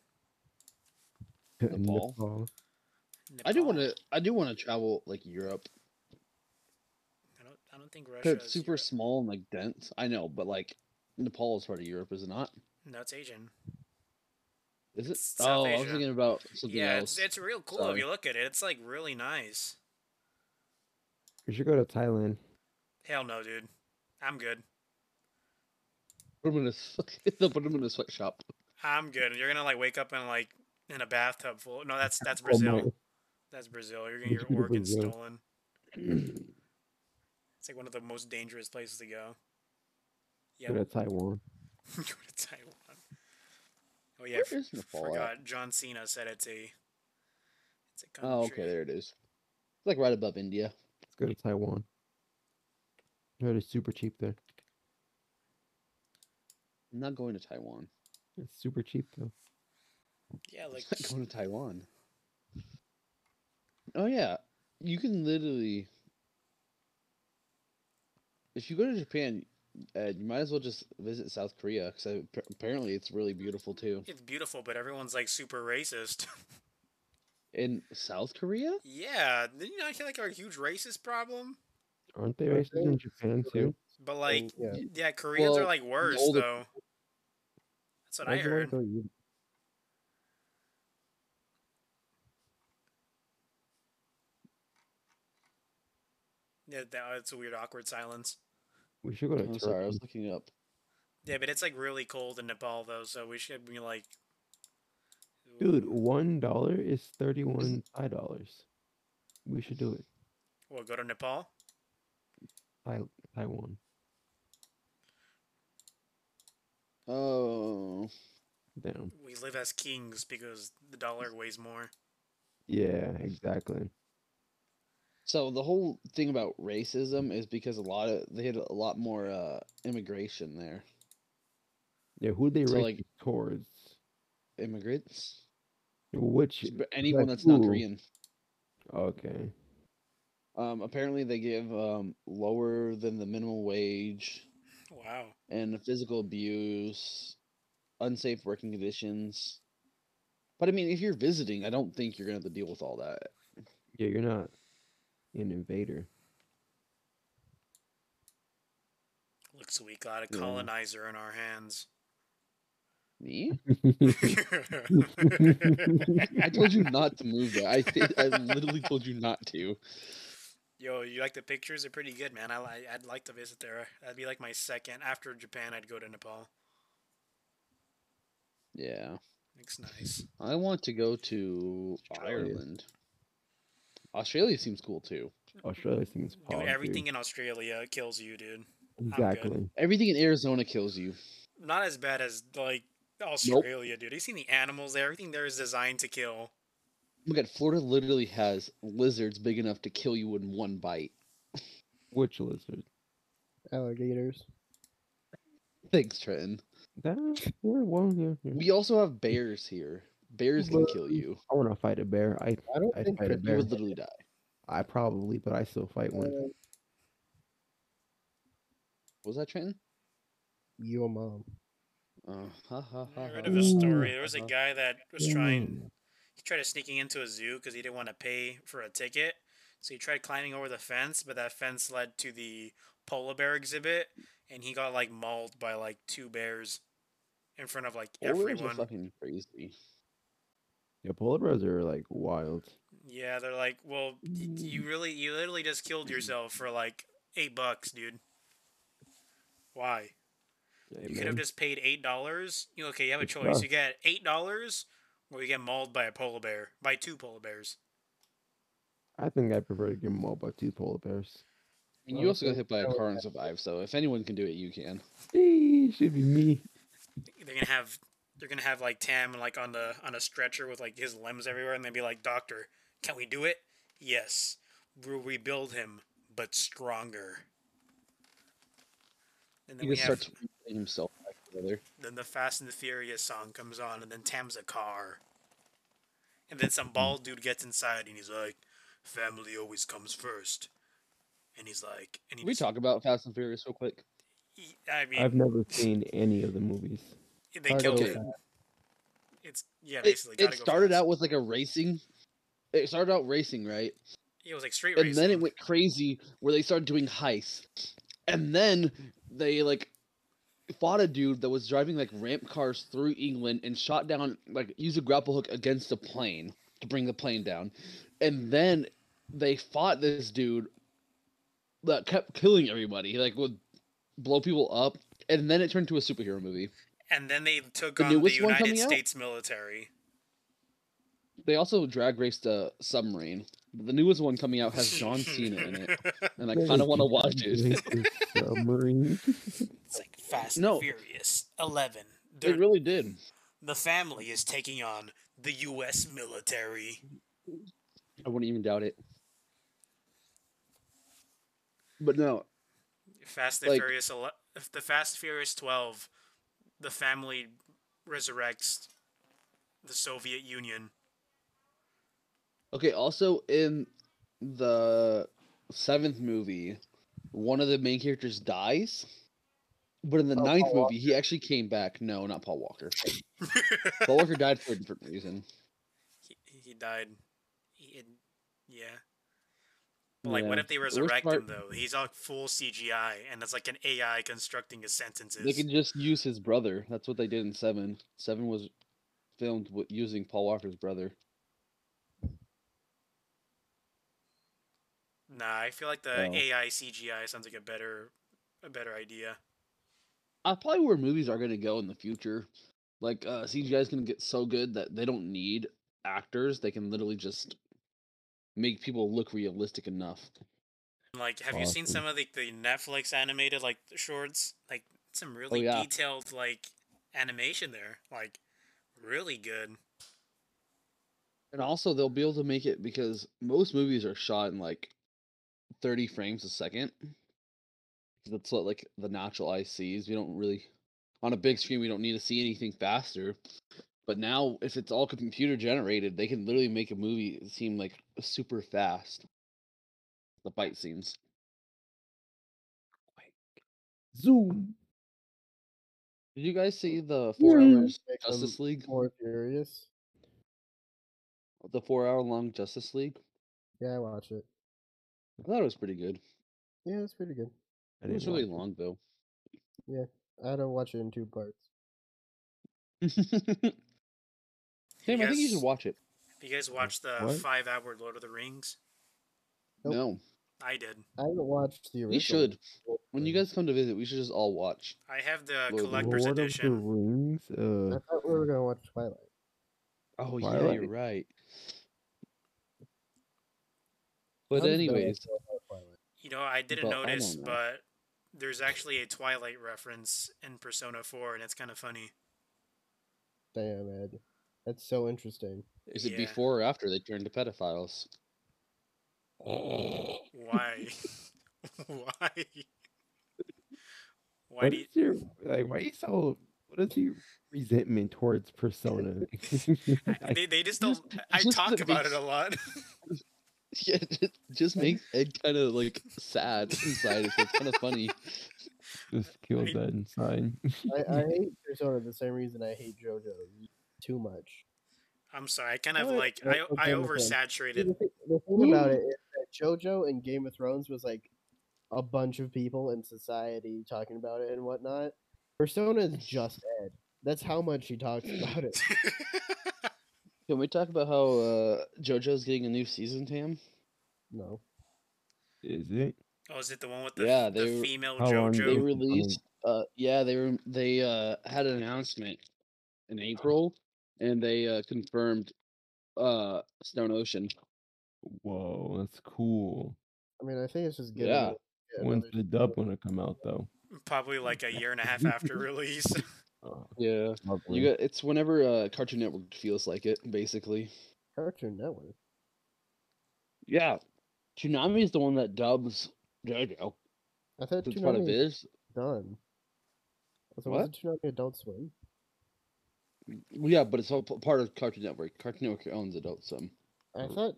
[SPEAKER 3] Nepal.
[SPEAKER 2] Nepal.
[SPEAKER 3] I do
[SPEAKER 1] Nepal.
[SPEAKER 3] want to. I do want to travel like Europe.
[SPEAKER 1] I don't, I don't think
[SPEAKER 3] 'Cause
[SPEAKER 1] Russia.
[SPEAKER 3] It's super small and like dense. I know, but like Nepal is part of Europe, is it not?
[SPEAKER 1] No, it's Asian.
[SPEAKER 3] Is it?
[SPEAKER 1] It's
[SPEAKER 3] oh,
[SPEAKER 1] South
[SPEAKER 3] I was
[SPEAKER 1] Asia.
[SPEAKER 3] thinking about something
[SPEAKER 1] yeah,
[SPEAKER 3] else.
[SPEAKER 1] it's, it's real cool if
[SPEAKER 3] Sorry.
[SPEAKER 1] you look at it. It's like really nice.
[SPEAKER 2] We should go to Thailand.
[SPEAKER 1] Hell no, dude. I'm good.
[SPEAKER 3] Put them in a. They'll put them in a sweatshop.
[SPEAKER 1] I'm good. You're gonna like wake up in like in a bathtub full. No, that's that's
[SPEAKER 2] Oh,
[SPEAKER 1] Brazil.
[SPEAKER 2] my-
[SPEAKER 1] That's Brazil. You're gonna get
[SPEAKER 2] Go
[SPEAKER 1] your
[SPEAKER 2] to
[SPEAKER 1] organs
[SPEAKER 2] Brazil.
[SPEAKER 1] stolen. It's like one of the most dangerous places to go. Yeah,
[SPEAKER 2] Go to Taiwan.
[SPEAKER 1] go to Taiwan. Oh yeah,
[SPEAKER 3] Where
[SPEAKER 1] f-
[SPEAKER 3] is
[SPEAKER 1] f-
[SPEAKER 3] Nepal at?
[SPEAKER 1] forgot. John Cena said it's a. It's a country.
[SPEAKER 3] Oh, okay, there it is. It's like right above India.
[SPEAKER 2] Let's go to Taiwan. Heard it's super cheap there.
[SPEAKER 3] I'm not going to Taiwan.
[SPEAKER 2] It's super cheap though.
[SPEAKER 1] Yeah, like
[SPEAKER 3] It's not going to Taiwan. Oh yeah, you can literally. If you go to Japan, uh, you might as well just visit South Korea because apparently it's really beautiful too.
[SPEAKER 1] it's beautiful, but everyone's like super racist.
[SPEAKER 3] In South Korea,
[SPEAKER 1] yeah, didn't you not hear like our huge racist problem?
[SPEAKER 2] Aren't they
[SPEAKER 4] Okay.
[SPEAKER 2] racist in Japan too?
[SPEAKER 1] But like,
[SPEAKER 4] yeah.
[SPEAKER 1] yeah, Koreans are
[SPEAKER 3] Well,
[SPEAKER 1] like worse
[SPEAKER 3] older-
[SPEAKER 1] though. That's what I
[SPEAKER 2] Why'd you wanna
[SPEAKER 1] heard.
[SPEAKER 2] go to Europe?
[SPEAKER 1] Yeah, that, it's a weird, awkward silence.
[SPEAKER 2] We should go to
[SPEAKER 3] I'm
[SPEAKER 2] Turkey.
[SPEAKER 3] sorry, I was looking up.
[SPEAKER 1] Yeah, but it's like really cold in Nepal though, so we should be like.
[SPEAKER 2] Dude, one dollar is thirty-one Thai dollars. We should do it.
[SPEAKER 1] Well, go to Nepal.
[SPEAKER 2] Thai Taiwan.
[SPEAKER 3] Oh,
[SPEAKER 2] Damn.
[SPEAKER 1] We live as kings because the dollar weighs more.
[SPEAKER 2] Yeah, exactly.
[SPEAKER 3] so the whole thing about racism is because a lot of they had a lot more uh, immigration there.
[SPEAKER 2] Yeah, who they
[SPEAKER 3] So,
[SPEAKER 2] racist
[SPEAKER 3] like-
[SPEAKER 2] towards?
[SPEAKER 3] Immigrants,
[SPEAKER 2] Which?
[SPEAKER 3] Just b- anyone
[SPEAKER 2] like,
[SPEAKER 3] that's not
[SPEAKER 2] ooh.
[SPEAKER 3] Korean.
[SPEAKER 2] Okay.
[SPEAKER 3] Um, apparently they give um lower than the minimum wage
[SPEAKER 1] Wow.
[SPEAKER 3] and physical abuse, unsafe working conditions. But I mean, if you're visiting, I don't think you're gonna have to deal with all that.
[SPEAKER 2] Yeah, you're not an invader.
[SPEAKER 1] Looks we got a
[SPEAKER 3] Yeah.
[SPEAKER 1] colonizer in our hands.
[SPEAKER 3] Me? I
[SPEAKER 1] I
[SPEAKER 3] told you not to move there. I thi- I literally told you not to.
[SPEAKER 1] Yo, you like the pictures? They're pretty good, man. I li- I'd like to visit there. That'd be like my second after Japan. I'd go to Nepal.
[SPEAKER 3] Yeah,
[SPEAKER 1] Looks nice.
[SPEAKER 3] I want to go to
[SPEAKER 2] Australia.
[SPEAKER 3] Ireland. Australia seems cool too.
[SPEAKER 2] Australia seems
[SPEAKER 1] Dude,
[SPEAKER 2] pog,
[SPEAKER 1] everything in Australia kills you, dude. good.
[SPEAKER 2] Exactly.
[SPEAKER 3] Everything in Arizona kills you.
[SPEAKER 1] Not as bad as like Australia, dude. You seen the animals there? Everything there is designed to kill.
[SPEAKER 3] Look at Oh Florida. Literally has lizards big enough to kill you in one bite.
[SPEAKER 2] Which lizard?
[SPEAKER 4] alligators.
[SPEAKER 3] Thanks, Trenton.
[SPEAKER 2] That, yeah, well, yeah, yeah.
[SPEAKER 3] We also have bears here. Bears can kill
[SPEAKER 2] Whoa.
[SPEAKER 3] you.
[SPEAKER 2] I want to fight a bear. I
[SPEAKER 4] I don't
[SPEAKER 2] I'd
[SPEAKER 4] think
[SPEAKER 2] fight a
[SPEAKER 4] that
[SPEAKER 3] You
[SPEAKER 2] bear.
[SPEAKER 3] would literally die.
[SPEAKER 2] I probably, but I still fight one.
[SPEAKER 4] uh,
[SPEAKER 3] What was that Trenton?
[SPEAKER 4] your mom.
[SPEAKER 3] Oh, ha, ha,
[SPEAKER 1] I
[SPEAKER 3] ha,
[SPEAKER 1] read
[SPEAKER 3] ha,
[SPEAKER 1] of a
[SPEAKER 3] ha,
[SPEAKER 1] story.
[SPEAKER 3] ha,
[SPEAKER 1] There was a
[SPEAKER 3] ha.
[SPEAKER 1] guy that was
[SPEAKER 2] Yeah.
[SPEAKER 1] trying. He tried to sneaking into a zoo because he didn't want to pay for a ticket. So he tried climbing over the fence, but that fence led to the polar bear exhibit, and he got like mauled by like two bears in front of like
[SPEAKER 2] Oh,
[SPEAKER 3] Polar bears are
[SPEAKER 1] everyone.
[SPEAKER 3] fucking crazy.
[SPEAKER 2] Yeah, polar bears are like wild.
[SPEAKER 1] Yeah, they're like, well, y- you really, you literally just
[SPEAKER 2] Mm.
[SPEAKER 1] killed yourself for like eight bucks, dude. Why?
[SPEAKER 2] Hey,
[SPEAKER 1] You could have
[SPEAKER 2] man.
[SPEAKER 1] just paid eight dollars. You okay? You have a
[SPEAKER 2] It's
[SPEAKER 1] choice.
[SPEAKER 2] rough.
[SPEAKER 1] You get eight dollars, or you get mauled by a polar bear, by two polar bears.
[SPEAKER 2] I think I prefer to get mauled by two polar bears.
[SPEAKER 3] And
[SPEAKER 4] Well,
[SPEAKER 2] Oh,
[SPEAKER 3] you also got
[SPEAKER 4] okay,
[SPEAKER 3] hit by a
[SPEAKER 4] that was
[SPEAKER 3] car and survived, so if anyone can do it, you can.
[SPEAKER 2] Eee, should be me.
[SPEAKER 1] they're gonna have they're gonna have like Tam like on the on a stretcher with like his limbs everywhere, and they'd be like, "Doctor, can we do it? Yes, we'll rebuild him, but stronger." And then
[SPEAKER 3] He
[SPEAKER 1] we
[SPEAKER 3] just
[SPEAKER 1] have
[SPEAKER 3] starts putting himself back together.
[SPEAKER 1] then the Fast and the Furious song comes on, and then Tam's a car, and then some bald dude gets inside, and he's like, "Family always comes first. and he's like, and he
[SPEAKER 3] Can we
[SPEAKER 1] just-
[SPEAKER 3] talk about Fast and Furious real quick?
[SPEAKER 1] he- I mean,
[SPEAKER 2] I've never seen any of the movies.
[SPEAKER 1] they
[SPEAKER 4] Hard
[SPEAKER 1] killed
[SPEAKER 3] okay.
[SPEAKER 1] it. It's yeah,
[SPEAKER 3] It,
[SPEAKER 1] basically.
[SPEAKER 3] it
[SPEAKER 1] gotta go
[SPEAKER 3] started
[SPEAKER 1] fast.
[SPEAKER 3] out with like a racing. It started out racing, right?
[SPEAKER 1] It was like straight
[SPEAKER 3] and then
[SPEAKER 1] racing.
[SPEAKER 3] it went crazy where they started doing heists and then they like fought a dude that was driving like ramp cars through england and shot down like used a grapple hook against a plane to bring the plane down and then they fought this dude that kept killing everybody he like would blow people up and then it turned to a superhero movie
[SPEAKER 1] And then they took
[SPEAKER 3] The
[SPEAKER 1] on the
[SPEAKER 3] newest one
[SPEAKER 1] United
[SPEAKER 3] coming out?
[SPEAKER 1] States military.
[SPEAKER 3] they also drag raced a submarine the newest one coming out has john cena in it and i kind of want to watch it
[SPEAKER 2] Submarine.
[SPEAKER 1] It's like Fast
[SPEAKER 3] No.
[SPEAKER 1] and Furious. Eleven.
[SPEAKER 3] they
[SPEAKER 1] They're-
[SPEAKER 3] really did
[SPEAKER 1] the family is taking on the U.S. military.
[SPEAKER 3] I wouldn't even doubt it. But no,
[SPEAKER 1] Fast and
[SPEAKER 3] Like-
[SPEAKER 1] Furious. Ele- if the Fast and Furious Twelve, the family resurrects the Soviet Union.
[SPEAKER 3] okay. Also, in the seventh movie, one of the main characters dies. But in the
[SPEAKER 4] Oh,
[SPEAKER 3] ninth
[SPEAKER 4] Paul
[SPEAKER 3] movie, he actually came back. No, not Paul Walker. Paul Walker died for a different reason.
[SPEAKER 1] he, he died. He, had- yeah. But like, what
[SPEAKER 3] Yeah.
[SPEAKER 1] if they
[SPEAKER 3] The worst
[SPEAKER 1] resurrect
[SPEAKER 3] part-
[SPEAKER 1] him though? He's all full CGI, and it's like an AI constructing his sentences.
[SPEAKER 3] They could just use his brother. That's what they did in seven. Seven was filmed w- using Paul Walker's brother.
[SPEAKER 1] Nah, I feel like the
[SPEAKER 3] Oh.
[SPEAKER 1] AI CGI sounds like a better, a better idea.
[SPEAKER 3] I Uh, probably where movies are gonna go in the future. Like uh, CGI is gonna get so good that they don't need actors; they can literally just make people look realistic enough.
[SPEAKER 1] Like, have you seen
[SPEAKER 2] Awesome.
[SPEAKER 1] some of the, the Netflix animated like shorts? Like some really
[SPEAKER 3] Oh, yeah.
[SPEAKER 1] detailed like animation there. Like really good.
[SPEAKER 3] And also, they'll be able to make it because most movies are shot in like thirty frames a second. 'Cause That's what like the natural eye sees. We don't really on a big screen. We don't need to see anything faster. But now, if it's all computer generated, they can literally make a movie seem like super fast. The fight scenes.
[SPEAKER 2] Zoom.
[SPEAKER 3] Did you guys see the four
[SPEAKER 2] Mm.
[SPEAKER 3] hours
[SPEAKER 4] Make
[SPEAKER 3] Justice
[SPEAKER 4] them
[SPEAKER 3] League?
[SPEAKER 4] More furious.
[SPEAKER 3] The four hour long Justice League?
[SPEAKER 4] Yeah, I watch it.
[SPEAKER 3] I thought it was pretty good.
[SPEAKER 4] Yeah, it's pretty good.
[SPEAKER 2] I
[SPEAKER 3] It was
[SPEAKER 2] didn't
[SPEAKER 3] really
[SPEAKER 2] watch
[SPEAKER 3] long though.
[SPEAKER 4] I don't watch it in two parts.
[SPEAKER 3] Sam, I think you
[SPEAKER 1] guys-
[SPEAKER 3] should watch it.
[SPEAKER 1] Have you guys watched the
[SPEAKER 2] What?
[SPEAKER 1] five hour Lord of the Rings?
[SPEAKER 4] Nope.
[SPEAKER 3] No,
[SPEAKER 1] I did.
[SPEAKER 4] I haven't watched the original.
[SPEAKER 3] we should.
[SPEAKER 4] Lord of the
[SPEAKER 3] When you
[SPEAKER 4] Rings.
[SPEAKER 3] guys come to visit, we should just all watch.
[SPEAKER 1] I have the
[SPEAKER 3] Lord of the
[SPEAKER 1] collector's
[SPEAKER 2] Lord of the
[SPEAKER 1] edition.
[SPEAKER 2] Rings. Uh,
[SPEAKER 4] I thought we were gonna watch Twilight.
[SPEAKER 3] Oh yeah,
[SPEAKER 2] Twilight.
[SPEAKER 3] you're right. But
[SPEAKER 4] Sounds better
[SPEAKER 3] anyways,
[SPEAKER 4] than I thought Twilight.
[SPEAKER 1] You know, I didn't
[SPEAKER 3] But I don't
[SPEAKER 1] notice,
[SPEAKER 3] know.
[SPEAKER 1] but there's actually a Twilight reference in Persona 4, and it's kind of funny.
[SPEAKER 4] Damn, Ed. That's so interesting.
[SPEAKER 3] is it
[SPEAKER 1] Yeah.
[SPEAKER 3] before or after they turned to pedophiles?
[SPEAKER 1] Why? Why? Why
[SPEAKER 2] what
[SPEAKER 1] do you,
[SPEAKER 2] is your like? Why you so? What is your resentment towards Persona? I-
[SPEAKER 1] they, they just don't.
[SPEAKER 3] just-
[SPEAKER 1] I
[SPEAKER 3] just
[SPEAKER 1] talk
[SPEAKER 3] the
[SPEAKER 1] about it
[SPEAKER 3] beast.
[SPEAKER 1] a lot.
[SPEAKER 3] Yeah, it just- just makes Ed kind of like sad inside. so It's kind of funny.
[SPEAKER 2] just killed
[SPEAKER 1] I-
[SPEAKER 2] that inside.
[SPEAKER 4] I, I hate Persona the same reason I hate JoJo. Too much.
[SPEAKER 1] I'm sorry. I kind of
[SPEAKER 4] Alright,
[SPEAKER 1] like
[SPEAKER 4] no,
[SPEAKER 1] I I
[SPEAKER 4] okay, okay. See,
[SPEAKER 1] oversaturated.
[SPEAKER 4] the, thing, the thing about it is that JoJo and Game of Thrones was like a bunch of people in society talking about it and whatnot. Persona is just Ed. That's how much he talks about it.
[SPEAKER 3] Can we talk about how uh, JoJo's getting a new season, Tam?
[SPEAKER 4] No.
[SPEAKER 2] Is it?
[SPEAKER 1] oh, is it the one with the,
[SPEAKER 3] Yeah,
[SPEAKER 1] the
[SPEAKER 3] they were-
[SPEAKER 1] female
[SPEAKER 2] How long
[SPEAKER 3] they
[SPEAKER 2] Joe
[SPEAKER 1] JoJo?
[SPEAKER 2] were- Component.
[SPEAKER 3] released uh yeah they were they uh had an announcement in april and they uh confirmed uh stone ocean
[SPEAKER 2] Whoa, that's cool.
[SPEAKER 4] I mean, I think it's just good.
[SPEAKER 3] Yeah.
[SPEAKER 2] When's the dub gonna come out though?
[SPEAKER 1] Probably like a year and a half after release.
[SPEAKER 2] Oh,
[SPEAKER 3] Yeah.
[SPEAKER 2] lovely.
[SPEAKER 3] You got it's whenever uh, Cartoon Network feels like it, basically.
[SPEAKER 4] Cartoon Network.
[SPEAKER 3] Yeah. Toonami is the one that dubs JoJo.
[SPEAKER 4] I thought
[SPEAKER 3] That's what it
[SPEAKER 4] Toonami was
[SPEAKER 3] is.
[SPEAKER 4] done. So
[SPEAKER 3] What?
[SPEAKER 4] wasn't Toonami Adult Swim?
[SPEAKER 3] Well, yeah, but it's all p- part of Cartoon Network. Cartoon Network owns Adult Swim.
[SPEAKER 4] I
[SPEAKER 3] Mm.
[SPEAKER 4] thought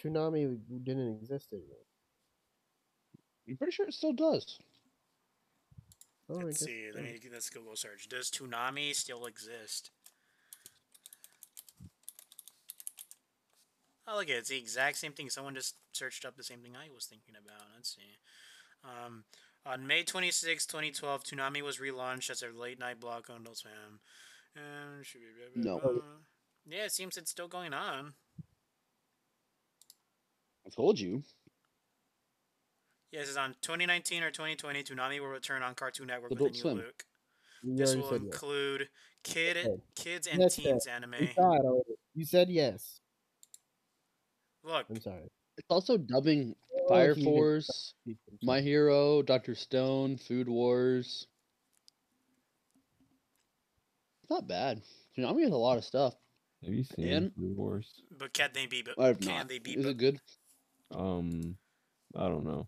[SPEAKER 4] Toonami didn't exist anymore.
[SPEAKER 3] I'm pretty sure it still does.
[SPEAKER 4] Oh, I
[SPEAKER 1] Let's
[SPEAKER 4] guess
[SPEAKER 1] see.
[SPEAKER 4] it
[SPEAKER 1] Let
[SPEAKER 4] does.
[SPEAKER 1] me get this Google search. Does Toonami still exist? Oh, look, it's the exact same thing. Someone just searched up the same thing I was thinking about. Let's see. Um, on May 26, 2012, Toonami was relaunched as a late night block on Adult Swim. Um, should be blah, blah,
[SPEAKER 3] No.
[SPEAKER 1] blah. Yeah, it seems it's still going on.
[SPEAKER 3] I told you.
[SPEAKER 1] Yes, it's on 2019 or 2020. Toonami will return on Cartoon Network with
[SPEAKER 3] Adult
[SPEAKER 1] a new
[SPEAKER 3] Swim.
[SPEAKER 1] look.
[SPEAKER 4] You
[SPEAKER 1] This
[SPEAKER 4] already
[SPEAKER 1] will
[SPEAKER 4] said yes.
[SPEAKER 1] include kid,
[SPEAKER 4] Okay.
[SPEAKER 1] kids and
[SPEAKER 4] Yes, sir.
[SPEAKER 1] teens
[SPEAKER 4] You
[SPEAKER 1] anime.
[SPEAKER 4] saw it already. You said yes.
[SPEAKER 1] Look,
[SPEAKER 4] I'm sorry.
[SPEAKER 3] It's also dubbing
[SPEAKER 4] Oh,
[SPEAKER 3] Fire
[SPEAKER 4] he didn't
[SPEAKER 3] Force,
[SPEAKER 4] speak. I'm
[SPEAKER 3] My
[SPEAKER 4] sorry.
[SPEAKER 3] Hero, Doctor Stone, Food Wars. Not bad. Toonami has a lot of stuff.
[SPEAKER 5] Have you seen
[SPEAKER 3] And-
[SPEAKER 5] Food Wars?
[SPEAKER 1] but can they be? But
[SPEAKER 3] I have
[SPEAKER 1] can
[SPEAKER 3] not.
[SPEAKER 1] they be?
[SPEAKER 3] Is
[SPEAKER 1] bu-
[SPEAKER 3] it good?
[SPEAKER 5] Um, I don't know.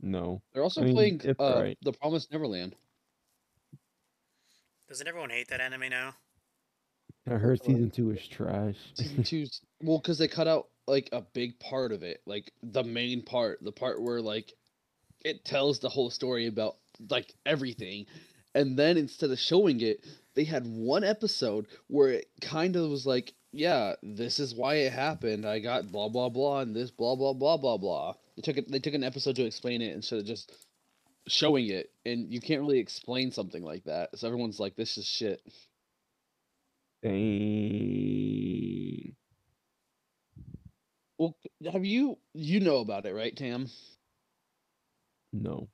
[SPEAKER 5] No,
[SPEAKER 3] They're also
[SPEAKER 5] mean,
[SPEAKER 3] playing
[SPEAKER 5] it's
[SPEAKER 3] uh,
[SPEAKER 5] alright.
[SPEAKER 3] The Promised Neverland.
[SPEAKER 1] Doesn't everyone hate that anime now?
[SPEAKER 5] I heard
[SPEAKER 4] Hello.
[SPEAKER 5] season two is trash.
[SPEAKER 3] Season two's well, because they cut out like a big part of it, like the main part, the part where like it tells the whole story about like everything, and then instead of showing it, they had one episode where it kind of was like, yeah, this is why it happened. I got blah blah blah, and this blah blah blah blah blah. They took it. They took an episode to explain it instead of just showing it, and you can't really explain something like that. So everyone's like, this is shit.
[SPEAKER 5] Dang.
[SPEAKER 3] Well, c- have you you know about it, right, Tam?
[SPEAKER 5] No.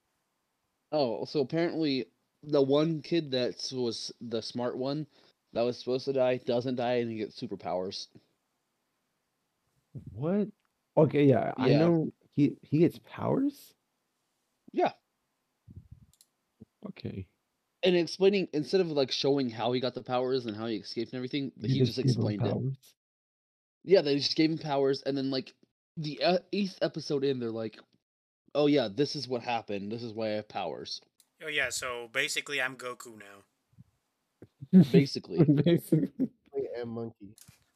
[SPEAKER 3] Oh, so apparently the one kid that was the smart one that was supposed to die doesn't die and he gets superpowers.
[SPEAKER 5] What? Okay, yeah, I
[SPEAKER 3] Yeah.
[SPEAKER 5] know he he gets powers.
[SPEAKER 3] Yeah,
[SPEAKER 5] Okay.
[SPEAKER 3] and explaining instead of like showing how he got the powers and how he escaped and everything, he, just,
[SPEAKER 5] gave him
[SPEAKER 3] explained it.
[SPEAKER 5] powers?
[SPEAKER 3] Yeah, they just gave him powers, and then like the e- eighth episode in, they're like, "Oh yeah, this is what happened. This is why I have powers."
[SPEAKER 1] Oh yeah, so basically I'm Goku now.
[SPEAKER 3] Basically.
[SPEAKER 5] Basically.
[SPEAKER 4] Definitely am monkey.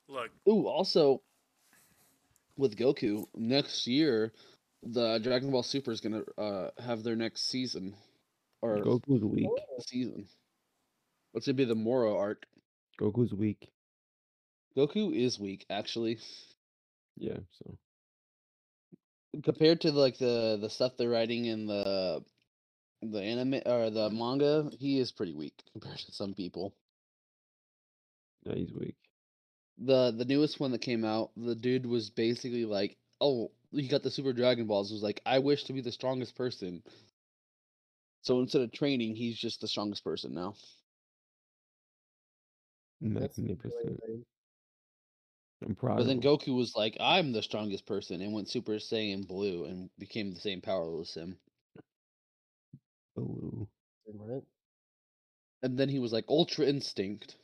[SPEAKER 1] Look,
[SPEAKER 3] Ooh, also with Goku next year, the Dragon Ball Super is gonna uh, have their next season or
[SPEAKER 5] Goku's weak.
[SPEAKER 3] season. What's gonna be the Moro arc?
[SPEAKER 5] Goku's weak.
[SPEAKER 3] Goku is weak actually
[SPEAKER 5] Yeah. So
[SPEAKER 3] compared to like the the stuff they're writing in the the anime or the manga. He is pretty weak compared to some people.
[SPEAKER 5] yeah, he's weak.
[SPEAKER 3] the the newest one that came out, the dude was basically like, "Oh, he got the Super Dragon Balls." Was like, "I wish to be the strongest person." So instead of training, he's just the strongest person now.
[SPEAKER 4] That's
[SPEAKER 5] Ninety
[SPEAKER 4] really
[SPEAKER 5] percent.
[SPEAKER 4] lame.
[SPEAKER 5] I'm proud.
[SPEAKER 3] But then
[SPEAKER 5] of him.
[SPEAKER 3] Goku was like, "I'm the strongest person," and went Super Saiyan Blue and became the same powerless him.
[SPEAKER 5] Blue.
[SPEAKER 4] Right?
[SPEAKER 3] And then he was like Ultra Instinct.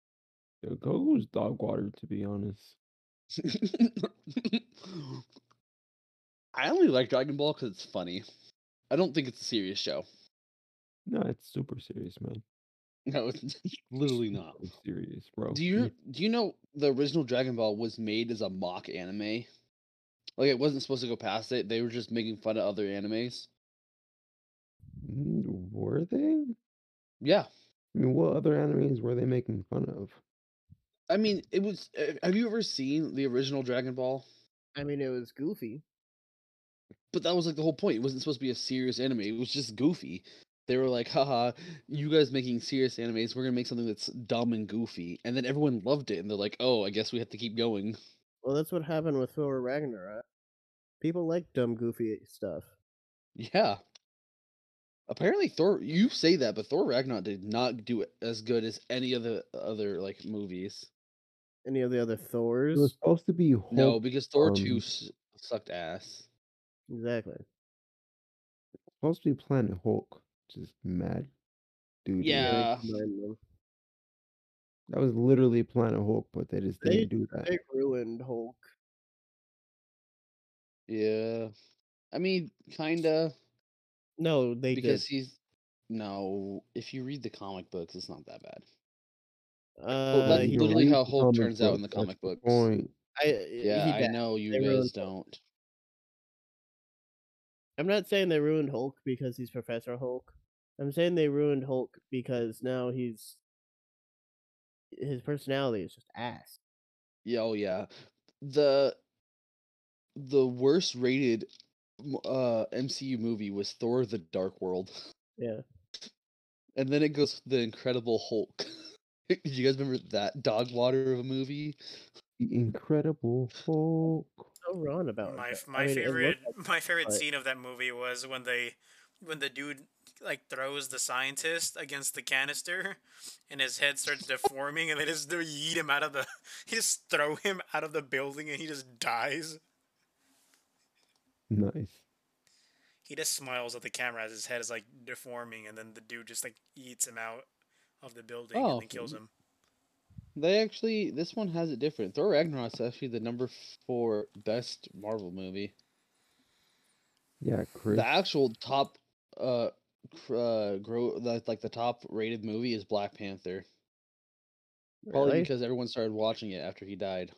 [SPEAKER 5] Yo, Goku's dog water, to be honest.
[SPEAKER 3] I only like Dragon Ball because it's funny. I don't think it's a serious show.
[SPEAKER 5] No, it's super serious, man.
[SPEAKER 3] No, it's literally not.
[SPEAKER 5] It's serious, bro.
[SPEAKER 3] Do you do you know the original Dragon Ball was made as a mock anime? Like it wasn't supposed to go past it. They were just making fun of other animes.
[SPEAKER 5] Mm, Were they?
[SPEAKER 3] Yeah,
[SPEAKER 5] I mean, what other animes were they making fun of?
[SPEAKER 3] I mean it was. uh, Have you ever seen the original Dragon Ball?
[SPEAKER 4] I mean, it was goofy.
[SPEAKER 3] But that was like the whole point. It wasn't supposed to be a serious anime. It was just goofy. They were like, haha, you guys making serious animes, we're gonna make something that's dumb and goofy. And then everyone loved it and they're like, oh, I guess we have to keep going.
[SPEAKER 4] Well, that's what happened with Thor Ragnarok. People like dumb, goofy stuff.
[SPEAKER 3] Yeah. Apparently Thor you say that, but Thor Ragnarok did not do it as good as any of the other like movies.
[SPEAKER 4] Any of the other Thors?
[SPEAKER 5] It was supposed to be Hulk.
[SPEAKER 3] No, because Thor 2
[SPEAKER 5] um,
[SPEAKER 3] s- sucked ass.
[SPEAKER 4] Exactly.
[SPEAKER 5] supposed to be Planet Hulk. Just mad
[SPEAKER 2] dude.
[SPEAKER 3] Yeah.
[SPEAKER 4] Combine them.
[SPEAKER 2] That was literally Planet Hulk, but they just
[SPEAKER 4] They-
[SPEAKER 2] didn't do that.
[SPEAKER 4] They ruined Hulk.
[SPEAKER 3] Yeah. I mean, kinda.
[SPEAKER 4] No, they
[SPEAKER 3] because he's no. If you read the comic books, it's not that bad.
[SPEAKER 4] did.
[SPEAKER 2] Well,
[SPEAKER 4] Uh,
[SPEAKER 3] that's
[SPEAKER 4] he
[SPEAKER 2] you
[SPEAKER 3] literally
[SPEAKER 2] read
[SPEAKER 4] did.
[SPEAKER 3] how Hulk
[SPEAKER 2] comic
[SPEAKER 3] turns out in the
[SPEAKER 2] books,
[SPEAKER 3] comic
[SPEAKER 2] that's the
[SPEAKER 3] books.
[SPEAKER 2] Point.
[SPEAKER 4] I,
[SPEAKER 3] Yeah,
[SPEAKER 4] he
[SPEAKER 3] I
[SPEAKER 4] did.
[SPEAKER 3] know you
[SPEAKER 4] They
[SPEAKER 3] guys
[SPEAKER 4] really
[SPEAKER 3] don't.
[SPEAKER 4] I'm not saying they ruined Hulk because he's Professor Hulk. I'm saying they ruined Hulk because now he's his personality is just ass.
[SPEAKER 3] Yeah, oh yeah. The the worst rated m- uh MCU movie was Thor the Dark World.
[SPEAKER 4] Yeah.
[SPEAKER 3] And then it goes to the Incredible Hulk. Do you guys remember that dog water of a movie?
[SPEAKER 2] The Incredible Hulk.
[SPEAKER 4] So wrong about
[SPEAKER 1] my
[SPEAKER 4] it.
[SPEAKER 1] f-
[SPEAKER 4] I
[SPEAKER 1] my
[SPEAKER 4] mean, it looked
[SPEAKER 1] favorite
[SPEAKER 4] like-
[SPEAKER 1] my favorite
[SPEAKER 4] but-
[SPEAKER 1] scene of that movie was when they when the dude like throws the scientist against the canister and his head starts deforming and they just they yeet him out of the he just throw him out of the building and he just dies.
[SPEAKER 2] Nice.
[SPEAKER 1] He just smiles at the camera as his head is like deforming and then the dude just like eats him out of the building
[SPEAKER 3] Oh,
[SPEAKER 1] and then kills him.
[SPEAKER 3] They actually this one has it different. Thor Ragnarok's actually the number four best Marvel movie.
[SPEAKER 2] Yeah, Chris.
[SPEAKER 3] The actual top uh cr- uh grow like like the top rated movie is Black Panther. Probably
[SPEAKER 4] Really?
[SPEAKER 3] because everyone started watching it after he died.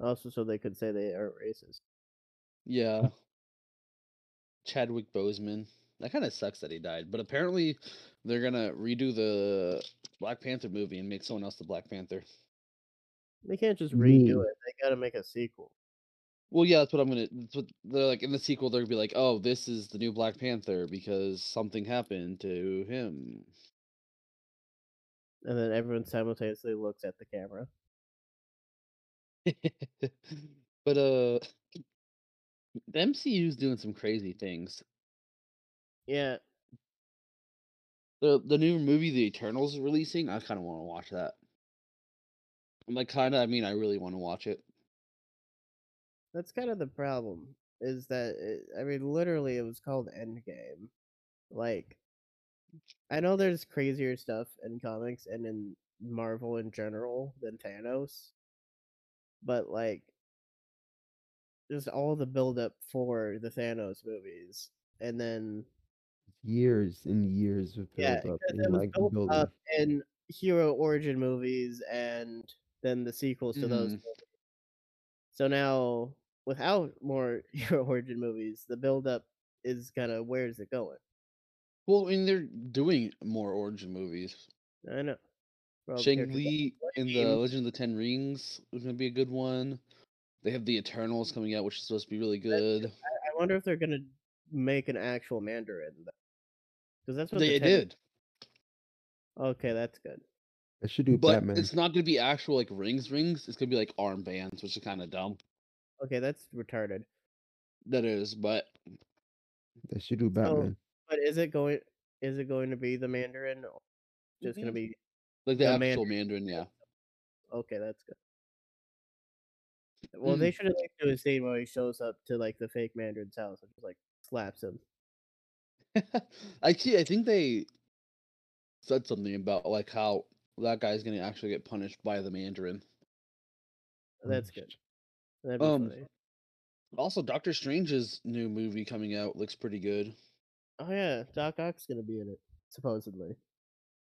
[SPEAKER 4] Also, so they could say they aren't racist.
[SPEAKER 3] Yeah. Chadwick Boseman. That kind of sucks that he died, but apparently they're gonna redo the Black Panther movie and make someone else the Black Panther.
[SPEAKER 4] They can't just redo
[SPEAKER 2] Mm.
[SPEAKER 4] it. They gotta make a sequel.
[SPEAKER 3] Well, yeah, that's what I'm gonna. That's what they're like in the sequel. They're gonna be like, "Oh, this is the new Black Panther because something happened to him."
[SPEAKER 4] And then everyone simultaneously looks at the camera.
[SPEAKER 3] but uh, the MCU's doing some crazy things.
[SPEAKER 4] Yeah.
[SPEAKER 3] The the new movie The Eternals is releasing. I kind of want to watch that. I'm like kind of. I mean, I really want to watch it.
[SPEAKER 4] That's kind of the problem. Is that it, I mean, literally, it was called Endgame. Like, I know there's crazier stuff in comics and in Marvel in general than Thanos, but like, just all the buildup for the Thanos movies, and then
[SPEAKER 2] years and years of
[SPEAKER 4] Yeah,
[SPEAKER 2] build up
[SPEAKER 4] because it
[SPEAKER 2] and
[SPEAKER 4] was uh,
[SPEAKER 2] like
[SPEAKER 4] built
[SPEAKER 2] building.
[SPEAKER 4] up in hero origin movies and then the sequels to those.
[SPEAKER 3] Mhm.
[SPEAKER 4] Movies. So now, without more hero origin movies, the build up is kind of where is it going?
[SPEAKER 3] Well, and they're doing more origin movies.
[SPEAKER 4] I know. For all the
[SPEAKER 3] Shang
[SPEAKER 4] characters.
[SPEAKER 3] Li in the
[SPEAKER 4] Lightning.
[SPEAKER 3] Legend of the Ten Rings is gonna be a good one. They have the Eternals coming out, which is supposed to be really good.
[SPEAKER 4] I wonder if they're gonna make an actual Mandarin. Because that's what
[SPEAKER 3] They
[SPEAKER 4] the Ten-
[SPEAKER 3] did,
[SPEAKER 4] Okay, that's good.
[SPEAKER 2] I should do
[SPEAKER 3] but
[SPEAKER 2] Batman.
[SPEAKER 3] it's not gonna be actual like rings, rings. It's gonna be like armbands, which is kind of dumb.
[SPEAKER 4] Okay, that's retarded.
[SPEAKER 3] That is, but
[SPEAKER 2] I should do Batman.
[SPEAKER 4] But is it going? Is it going to be the Mandarin? Or just gonna
[SPEAKER 3] Mhm.
[SPEAKER 4] be
[SPEAKER 3] like the,
[SPEAKER 4] The
[SPEAKER 3] actual Mandarin, yeah.
[SPEAKER 4] Okay, that's good. Well,
[SPEAKER 3] Mm.
[SPEAKER 4] they should at least do a scene where he shows up to like the fake Mandarin's house and just like slaps him.
[SPEAKER 3] I see. I think they said something about like how that guy's gonna actually get punished by the Mandarin.
[SPEAKER 4] Oh, That's good. That'd be
[SPEAKER 3] Mm. Um,
[SPEAKER 4] funny.
[SPEAKER 3] Also, Doctor Strange's new movie coming out looks pretty good.
[SPEAKER 4] Oh yeah, Doc Ock's gonna be in it supposedly.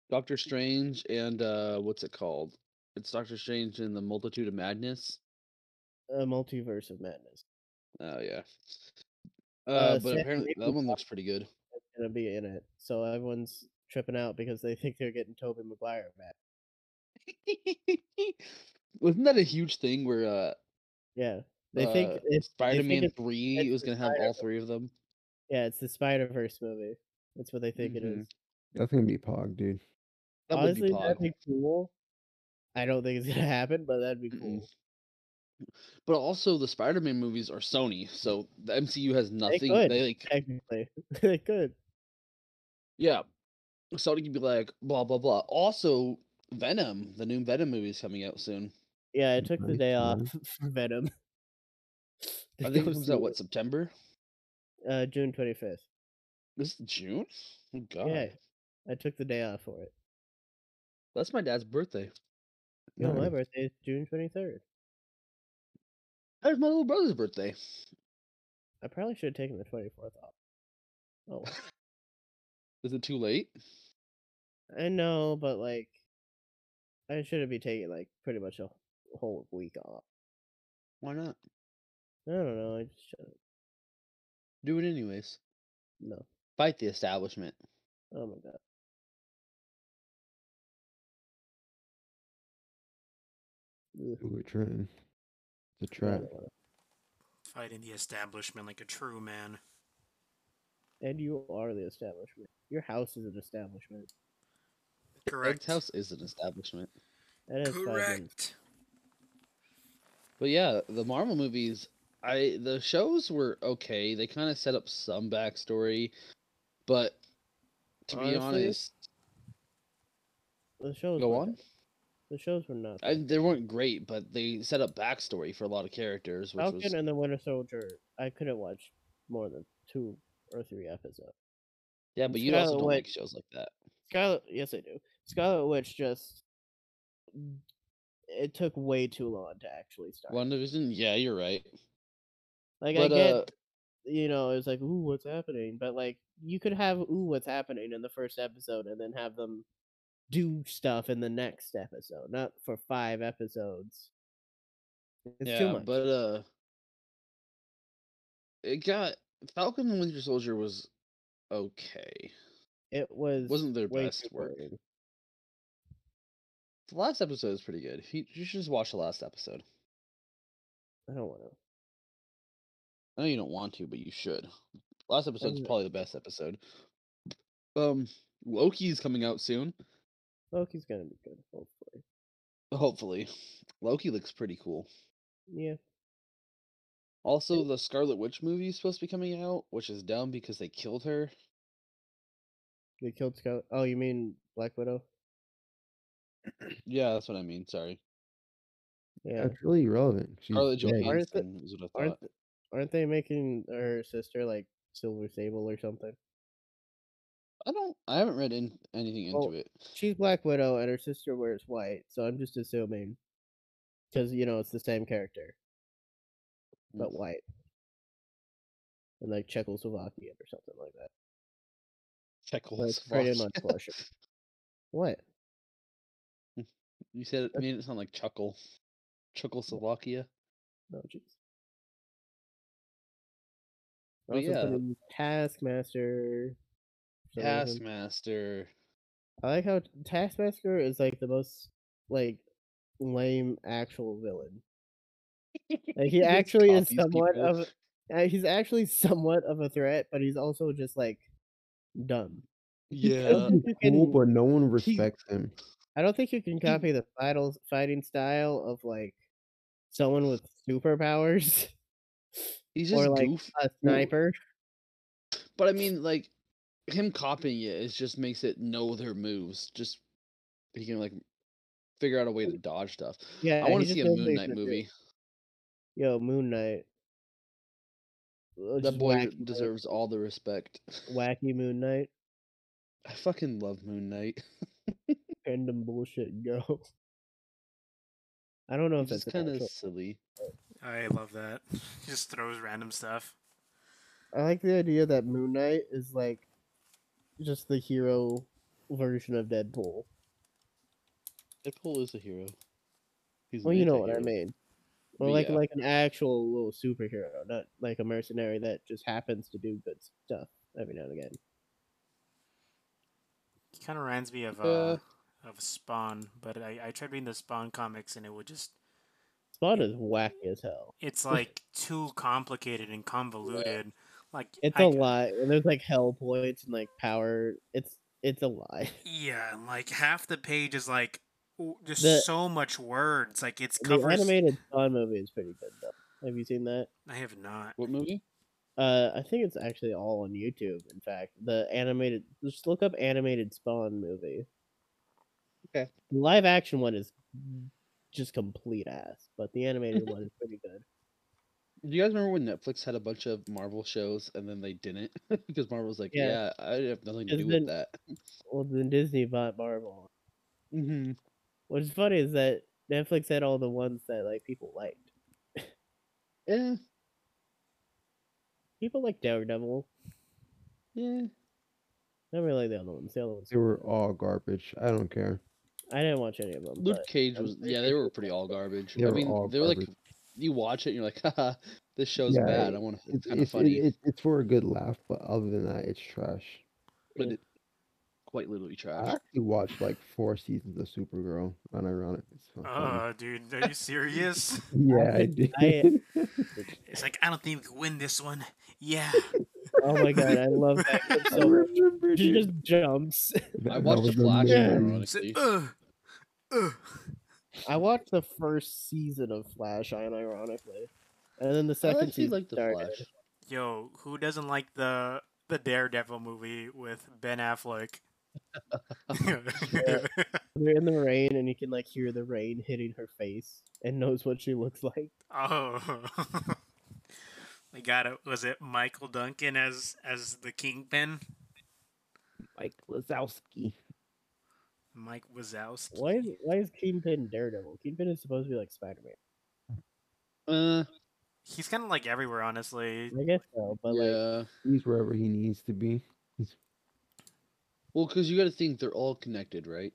[SPEAKER 3] Doctor Strange and uh what's it called? It's Doctor Strange and the Multitude of Madness.
[SPEAKER 4] A multiverse of madness.
[SPEAKER 3] Oh yeah. Uh,
[SPEAKER 4] Uh,
[SPEAKER 3] but
[SPEAKER 4] Sam
[SPEAKER 3] apparently that
[SPEAKER 4] Raimi-
[SPEAKER 3] one looks pretty good.
[SPEAKER 4] It's gonna be in it, so everyone's tripping out because they think they're getting Toby Maguire back.
[SPEAKER 3] Wasn't that a huge thing where uh
[SPEAKER 4] Yeah, they think
[SPEAKER 3] Uh,
[SPEAKER 4] it's they think
[SPEAKER 3] Spider-Man
[SPEAKER 4] it's-
[SPEAKER 3] 3
[SPEAKER 4] it's
[SPEAKER 3] was
[SPEAKER 4] the
[SPEAKER 3] going to have all three of them?
[SPEAKER 4] yeah, it's the Spider Verse movie. That's what they think it
[SPEAKER 3] Mhm.
[SPEAKER 4] is.
[SPEAKER 2] That's gonna be Pog, dude.
[SPEAKER 3] That
[SPEAKER 4] Honestly,
[SPEAKER 3] would be
[SPEAKER 4] that'd
[SPEAKER 3] pog.
[SPEAKER 4] be cool. I don't think it's gonna happen, but that'd be
[SPEAKER 3] Mm-mm.
[SPEAKER 4] cool.
[SPEAKER 3] But also the Spider-Man movies are Sony, so the MCU has nothing. They,
[SPEAKER 4] could.
[SPEAKER 3] like
[SPEAKER 4] Technically, they could.
[SPEAKER 3] yeah. Sony could be like blah blah blah. Also Venom, the new Venom movie is coming out soon.
[SPEAKER 4] Yeah, I took the
[SPEAKER 2] Nice
[SPEAKER 4] day off
[SPEAKER 2] one.
[SPEAKER 4] for Venom.
[SPEAKER 3] I think it
[SPEAKER 4] Go
[SPEAKER 3] comes
[SPEAKER 4] see
[SPEAKER 3] out what September?
[SPEAKER 4] it, Uh, June twenty fifth.
[SPEAKER 3] This is June? Oh, God.
[SPEAKER 4] Yeah. I took the day off for it.
[SPEAKER 3] That's my dad's birthday.
[SPEAKER 4] No, my
[SPEAKER 2] Nice.
[SPEAKER 4] birthday is June twenty third.
[SPEAKER 3] That's my little brother's birthday.
[SPEAKER 4] I probably should have taken the twenty fourth off. Oh, well.
[SPEAKER 3] Is it too late?
[SPEAKER 4] I know, but like, I shouldn't be taking like pretty much a wh- whole week off.
[SPEAKER 3] Why not?
[SPEAKER 4] I don't know. I just shouldn't.
[SPEAKER 3] Do it anyways.
[SPEAKER 4] No.
[SPEAKER 3] Fight the establishment.
[SPEAKER 4] Oh my god. Ugh,
[SPEAKER 2] Ooh, a trend. It's a
[SPEAKER 4] I
[SPEAKER 2] trap.
[SPEAKER 4] don't wanna-
[SPEAKER 1] Fighting the establishment like a true man.
[SPEAKER 4] And you are the establishment. Your house is an establishment.
[SPEAKER 1] Correct.
[SPEAKER 3] Ed's house is an establishment.
[SPEAKER 4] That is fucking-
[SPEAKER 1] Correct.
[SPEAKER 3] But yeah, the Marvel movies, I the shows were okay. They kind of set up some backstory, but to
[SPEAKER 4] Honestly,
[SPEAKER 3] be honest,
[SPEAKER 4] The shows
[SPEAKER 3] go
[SPEAKER 4] were
[SPEAKER 3] on.
[SPEAKER 4] The shows were not.
[SPEAKER 3] I, they weren't great, but they set up backstory for a lot of characters, which
[SPEAKER 4] Falcon
[SPEAKER 3] was
[SPEAKER 4] and the Winter Soldier. I couldn't watch more than two or three episodes.
[SPEAKER 3] yeah. But you
[SPEAKER 4] Scarlet
[SPEAKER 3] also don't
[SPEAKER 4] Witch.
[SPEAKER 3] like shows like that.
[SPEAKER 4] Scarlet, yes, I do. Scarlet Witch just it took way too long to actually start.
[SPEAKER 3] One division, yeah, you're right.
[SPEAKER 4] like
[SPEAKER 3] but
[SPEAKER 4] I get,
[SPEAKER 3] uh,
[SPEAKER 4] you know, it's like, ooh, what's happening? But like, you could have ooh, what's happening in the first episode, and then have them do stuff in the next episode, not for five episodes. It's
[SPEAKER 3] yeah,
[SPEAKER 4] too much.
[SPEAKER 3] but uh, it got Falcon and Winter Soldier was okay.
[SPEAKER 4] it was
[SPEAKER 3] wasn't their
[SPEAKER 4] way
[SPEAKER 3] best
[SPEAKER 4] too
[SPEAKER 3] work.
[SPEAKER 4] boring.
[SPEAKER 3] The last episode is pretty good. You, you should just watch the last episode.
[SPEAKER 4] I don't want to.
[SPEAKER 3] I know you don't want to, but you should. Last episode is
[SPEAKER 4] Wasn't it-
[SPEAKER 3] probably the best episode. Um, Loki's coming out soon.
[SPEAKER 4] Loki's gonna be good, hopefully.
[SPEAKER 3] Hopefully, Loki looks pretty cool.
[SPEAKER 4] Yeah,
[SPEAKER 3] Also, the Scarlet Witch movie is supposed to be coming out, which is dumb because they killed her.
[SPEAKER 4] they killed Scarlet. Oh, you mean Black Widow?
[SPEAKER 3] Yeah, that's what I mean. Sorry,
[SPEAKER 4] Yeah.
[SPEAKER 2] That's really irrelevant. She's
[SPEAKER 3] Scarlett
[SPEAKER 2] dead.
[SPEAKER 4] Johansson. Aren't the-
[SPEAKER 3] Johansson is what I
[SPEAKER 4] Aren't
[SPEAKER 3] thought.
[SPEAKER 4] th- aren't they making her sister like Silver Sable or something?
[SPEAKER 3] I don't. I haven't read in, anything into
[SPEAKER 4] Well,
[SPEAKER 3] it.
[SPEAKER 4] She's Black Widow and her sister wears white, so I'm just assuming because you know it's the same character
[SPEAKER 3] Mm,
[SPEAKER 4] but white and like Czechoslovakian or something like that.
[SPEAKER 3] Check
[SPEAKER 4] So it's pretty much Russian. What?
[SPEAKER 3] You said it made it sound like chuckle. Czechoslovakia.
[SPEAKER 4] No, Oh, jeez.
[SPEAKER 3] But
[SPEAKER 4] Also
[SPEAKER 3] yeah.
[SPEAKER 4] putting Taskmaster. for some reason.
[SPEAKER 3] Taskmaster.
[SPEAKER 4] I like how Taskmaster is like the most like lame actual villain. Like he
[SPEAKER 3] just
[SPEAKER 4] actually is
[SPEAKER 3] copies
[SPEAKER 4] somewhat
[SPEAKER 3] people.
[SPEAKER 4] of uh, he's actually somewhat of a threat, but he's also just like dumb. I
[SPEAKER 3] Yeah.
[SPEAKER 4] don't think you
[SPEAKER 2] Cool,
[SPEAKER 4] can-
[SPEAKER 2] but no one
[SPEAKER 4] uh, he-
[SPEAKER 2] respects him.
[SPEAKER 4] I don't think you can copy the final fighting style of like someone with superpowers
[SPEAKER 3] He's
[SPEAKER 4] or
[SPEAKER 3] just
[SPEAKER 4] like
[SPEAKER 3] goof.
[SPEAKER 4] a sniper.
[SPEAKER 3] But I mean, like, him copying it is just makes it know their moves. Just he can like figure out a way to dodge stuff.
[SPEAKER 4] Yeah,
[SPEAKER 3] I want
[SPEAKER 4] he
[SPEAKER 3] to see
[SPEAKER 4] just
[SPEAKER 3] a
[SPEAKER 4] knows what
[SPEAKER 3] Moon
[SPEAKER 4] he's
[SPEAKER 3] Knight
[SPEAKER 4] gonna do.
[SPEAKER 3] movie.
[SPEAKER 4] Yo, Moon Knight. Uh,
[SPEAKER 3] That
[SPEAKER 4] just
[SPEAKER 3] boy
[SPEAKER 4] wacky, moon-
[SPEAKER 3] deserves all the respect.
[SPEAKER 4] wacky Moon Knight.
[SPEAKER 3] I fucking love Moon Knight.
[SPEAKER 4] random bullshit go. I don't know if
[SPEAKER 3] It's
[SPEAKER 4] that's
[SPEAKER 3] just
[SPEAKER 4] kind
[SPEAKER 3] kind of
[SPEAKER 4] of.
[SPEAKER 3] silly.
[SPEAKER 1] I love that. Just throws random stuff.
[SPEAKER 4] I like the idea that Moon Knight is like just the hero version of Deadpool.
[SPEAKER 3] Deadpool is a hero. He's
[SPEAKER 4] Well, you
[SPEAKER 3] made
[SPEAKER 4] know
[SPEAKER 3] a
[SPEAKER 4] what I
[SPEAKER 3] hero.
[SPEAKER 4] mean. Or
[SPEAKER 3] But
[SPEAKER 4] like
[SPEAKER 3] yeah.
[SPEAKER 4] like an actual little superhero, not like a mercenary that just happens to do good stuff every now and again.
[SPEAKER 1] He kind of reminds me of uh,
[SPEAKER 3] Uh,
[SPEAKER 1] of Spawn, but I, I tried reading the Spawn comics and it would just
[SPEAKER 4] Spawn is wacky as hell.
[SPEAKER 1] it's like too complicated and convoluted. Like
[SPEAKER 4] It's
[SPEAKER 1] a
[SPEAKER 4] a lot, and there's like hell points and like power. It's it's a lot.
[SPEAKER 1] Yeah, and, like half the page is like w- just
[SPEAKER 4] The-
[SPEAKER 1] so much words. Like it's
[SPEAKER 4] The
[SPEAKER 1] covers.
[SPEAKER 4] animated Spawn movie is pretty good though. Have you seen that?
[SPEAKER 1] I have not.
[SPEAKER 3] What movie?
[SPEAKER 4] Uh, I think it's actually all on YouTube. In fact, the animated just look up animated Spawn movie.
[SPEAKER 3] Okay.
[SPEAKER 4] The live action one is just complete ass, but the animated one is pretty good.
[SPEAKER 3] Do you guys remember when Netflix had a bunch of Marvel shows and then they didn't because Marvel was like, yeah,
[SPEAKER 4] Yeah.
[SPEAKER 3] I have nothing to
[SPEAKER 4] It's
[SPEAKER 3] do
[SPEAKER 4] been-
[SPEAKER 3] with that.
[SPEAKER 4] Well, then Disney bought Marvel.
[SPEAKER 3] hmm
[SPEAKER 4] What's funny is that Netflix had all the ones that like people liked.
[SPEAKER 3] Yeah,
[SPEAKER 4] People like Daredevil.
[SPEAKER 3] yeah.
[SPEAKER 4] Not really the other ones. The other ones.
[SPEAKER 2] They were all garbage. I don't care.
[SPEAKER 4] I didn't watch any of them.
[SPEAKER 3] Luke
[SPEAKER 4] but
[SPEAKER 3] Cage
[SPEAKER 4] I'm
[SPEAKER 3] was
[SPEAKER 4] pretty
[SPEAKER 3] yeah,
[SPEAKER 4] sure
[SPEAKER 3] they were
[SPEAKER 4] people
[SPEAKER 3] pretty
[SPEAKER 4] liked
[SPEAKER 3] all garbage.
[SPEAKER 2] They
[SPEAKER 3] I
[SPEAKER 2] were
[SPEAKER 3] mean,
[SPEAKER 2] all
[SPEAKER 3] they were like
[SPEAKER 2] garbage.
[SPEAKER 3] you watch it and you're like, haha, this show's
[SPEAKER 2] Yeah,
[SPEAKER 3] bad. I want to it's
[SPEAKER 2] It's,
[SPEAKER 3] kind of
[SPEAKER 2] it's,
[SPEAKER 3] funny.
[SPEAKER 2] it- it's for a good laugh, but other than that, it's trash.
[SPEAKER 3] but
[SPEAKER 4] Yeah.
[SPEAKER 3] it quite literally
[SPEAKER 2] I
[SPEAKER 3] trash.
[SPEAKER 2] actually watched like four seasons of Supergirl. Unironic. It's so funny.
[SPEAKER 1] Uh, dude, are you serious?
[SPEAKER 2] yeah, I did.
[SPEAKER 4] I- uh,
[SPEAKER 1] it's like I don't think we could win this one. Yeah.
[SPEAKER 4] Oh my god, I love that. clip
[SPEAKER 2] I
[SPEAKER 4] so much.
[SPEAKER 2] remember,
[SPEAKER 4] She
[SPEAKER 2] dude.
[SPEAKER 4] just jumps.
[SPEAKER 2] That-
[SPEAKER 3] I
[SPEAKER 2] that
[SPEAKER 3] watched
[SPEAKER 2] was
[SPEAKER 3] The Flash,
[SPEAKER 2] amazing.
[SPEAKER 1] It's like,
[SPEAKER 3] ironically.
[SPEAKER 1] uh, uh.
[SPEAKER 4] I watched the first season of Flash, ironically, and then the
[SPEAKER 3] I
[SPEAKER 4] second
[SPEAKER 3] actually
[SPEAKER 4] season
[SPEAKER 3] like the
[SPEAKER 4] started.
[SPEAKER 3] Flash.
[SPEAKER 1] Yo, who doesn't like the the Daredevil movie with Ben Affleck?
[SPEAKER 4] They're in the rain, and you can like hear the rain hitting her face, and knows what she looks like.
[SPEAKER 1] oh. We got it. Was it Michael Duncan as as the kingpin?
[SPEAKER 2] Mike Lazowski.
[SPEAKER 1] Mike Wazowski.
[SPEAKER 4] Why? Is, why is Kingpin Daredevil? Kingpin is supposed to be like Spider Man.
[SPEAKER 3] Uh,
[SPEAKER 1] He's kind of like everywhere, honestly.
[SPEAKER 4] I guess so, but like,
[SPEAKER 3] yeah.
[SPEAKER 2] He's wherever he needs to be.
[SPEAKER 3] Well, because you got to think they're all connected, right?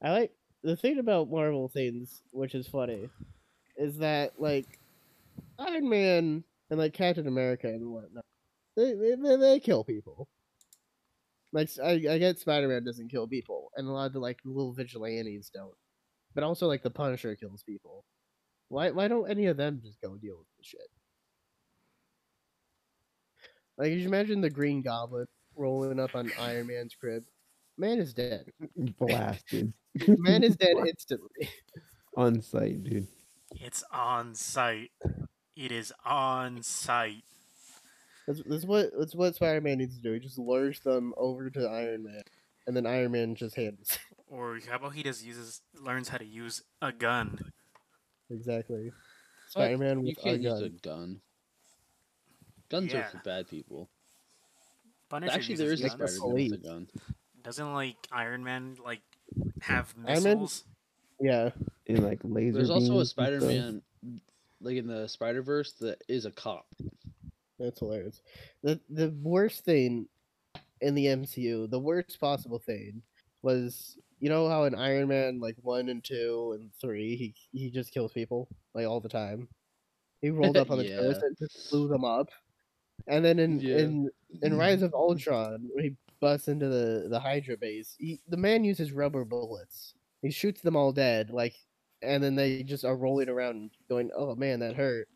[SPEAKER 4] I like the thing about Marvel things, which is funny, is that like Iron Man and like Captain America and whatnot, they they, they, they kill people. Like s- I, I get Spider Man doesn't kill people, and a lot of the like little vigilantes don't, but also like the Punisher kills people. Why why don't any of them just go and deal with this shit? Like, could you imagine the Green Goblin rolling up on Iron Man's crib? Man is dead.
[SPEAKER 2] Blasted
[SPEAKER 4] Man is dead instantly.
[SPEAKER 2] on site, dude.
[SPEAKER 1] It's on site. It is on site.
[SPEAKER 4] That's, that's what that's what Spider Man needs to do. He just lures them over to Iron Man, and then Iron Man just handles.
[SPEAKER 1] Or how about he just uses learns how to use a gun?
[SPEAKER 4] exactly.
[SPEAKER 3] But
[SPEAKER 4] Spider Man
[SPEAKER 3] You
[SPEAKER 4] with a
[SPEAKER 3] can't use a
[SPEAKER 4] gun.
[SPEAKER 3] gun. Guns
[SPEAKER 1] Yeah.
[SPEAKER 3] are for bad people.
[SPEAKER 1] Punisher
[SPEAKER 3] Actually,
[SPEAKER 1] uses
[SPEAKER 3] there is a
[SPEAKER 4] guns.
[SPEAKER 1] guns.
[SPEAKER 3] Spider Man with a
[SPEAKER 4] Police.
[SPEAKER 3] gun.
[SPEAKER 1] Doesn't like Iron Man like have
[SPEAKER 4] Man-
[SPEAKER 1] missiles?
[SPEAKER 4] Yeah,
[SPEAKER 2] And like laser.
[SPEAKER 3] There's also
[SPEAKER 2] beams
[SPEAKER 3] a
[SPEAKER 2] and
[SPEAKER 3] Spider
[SPEAKER 2] stuff.
[SPEAKER 3] Man, like in the Spider Verse, that is a cop.
[SPEAKER 4] that's hilarious. the The worst thing in the MCU, the worst possible thing, was you know how in Iron Man like one and two and three, he he just kills people like all the time. He rolled up on the terrorists and just blew them up, and then in
[SPEAKER 3] Yeah.
[SPEAKER 4] in in Rise of Ultron, when he busts into the, the Hydra base, he, the man uses rubber bullets. He shoots them all dead, like, and then they just are rolling around, going, "Oh man, that hurt."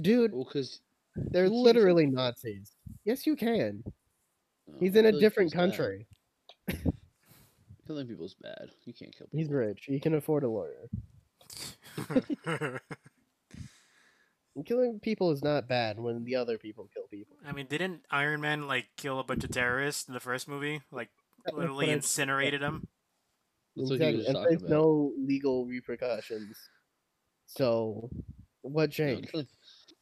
[SPEAKER 4] Dude,
[SPEAKER 3] Well, because
[SPEAKER 4] they're
[SPEAKER 3] you can't-
[SPEAKER 4] literally Nazis. Yes, you can.
[SPEAKER 3] oh,
[SPEAKER 4] He's in a different country.
[SPEAKER 3] Killing people's bad. You can't kill people.
[SPEAKER 4] He's rich. He can afford a lawyer. Killing people is not bad when the other people kill people.
[SPEAKER 1] I mean, didn't Iron Man like kill a bunch of terrorists in the first movie? Like
[SPEAKER 4] That was
[SPEAKER 1] literally
[SPEAKER 4] what I-
[SPEAKER 1] incinerated them.
[SPEAKER 3] That's what he was
[SPEAKER 4] and
[SPEAKER 3] talking
[SPEAKER 4] there's
[SPEAKER 3] about.
[SPEAKER 4] no legal repercussions. So, what
[SPEAKER 3] You know,
[SPEAKER 4] changed?
[SPEAKER 3] killing-
[SPEAKER 1] It's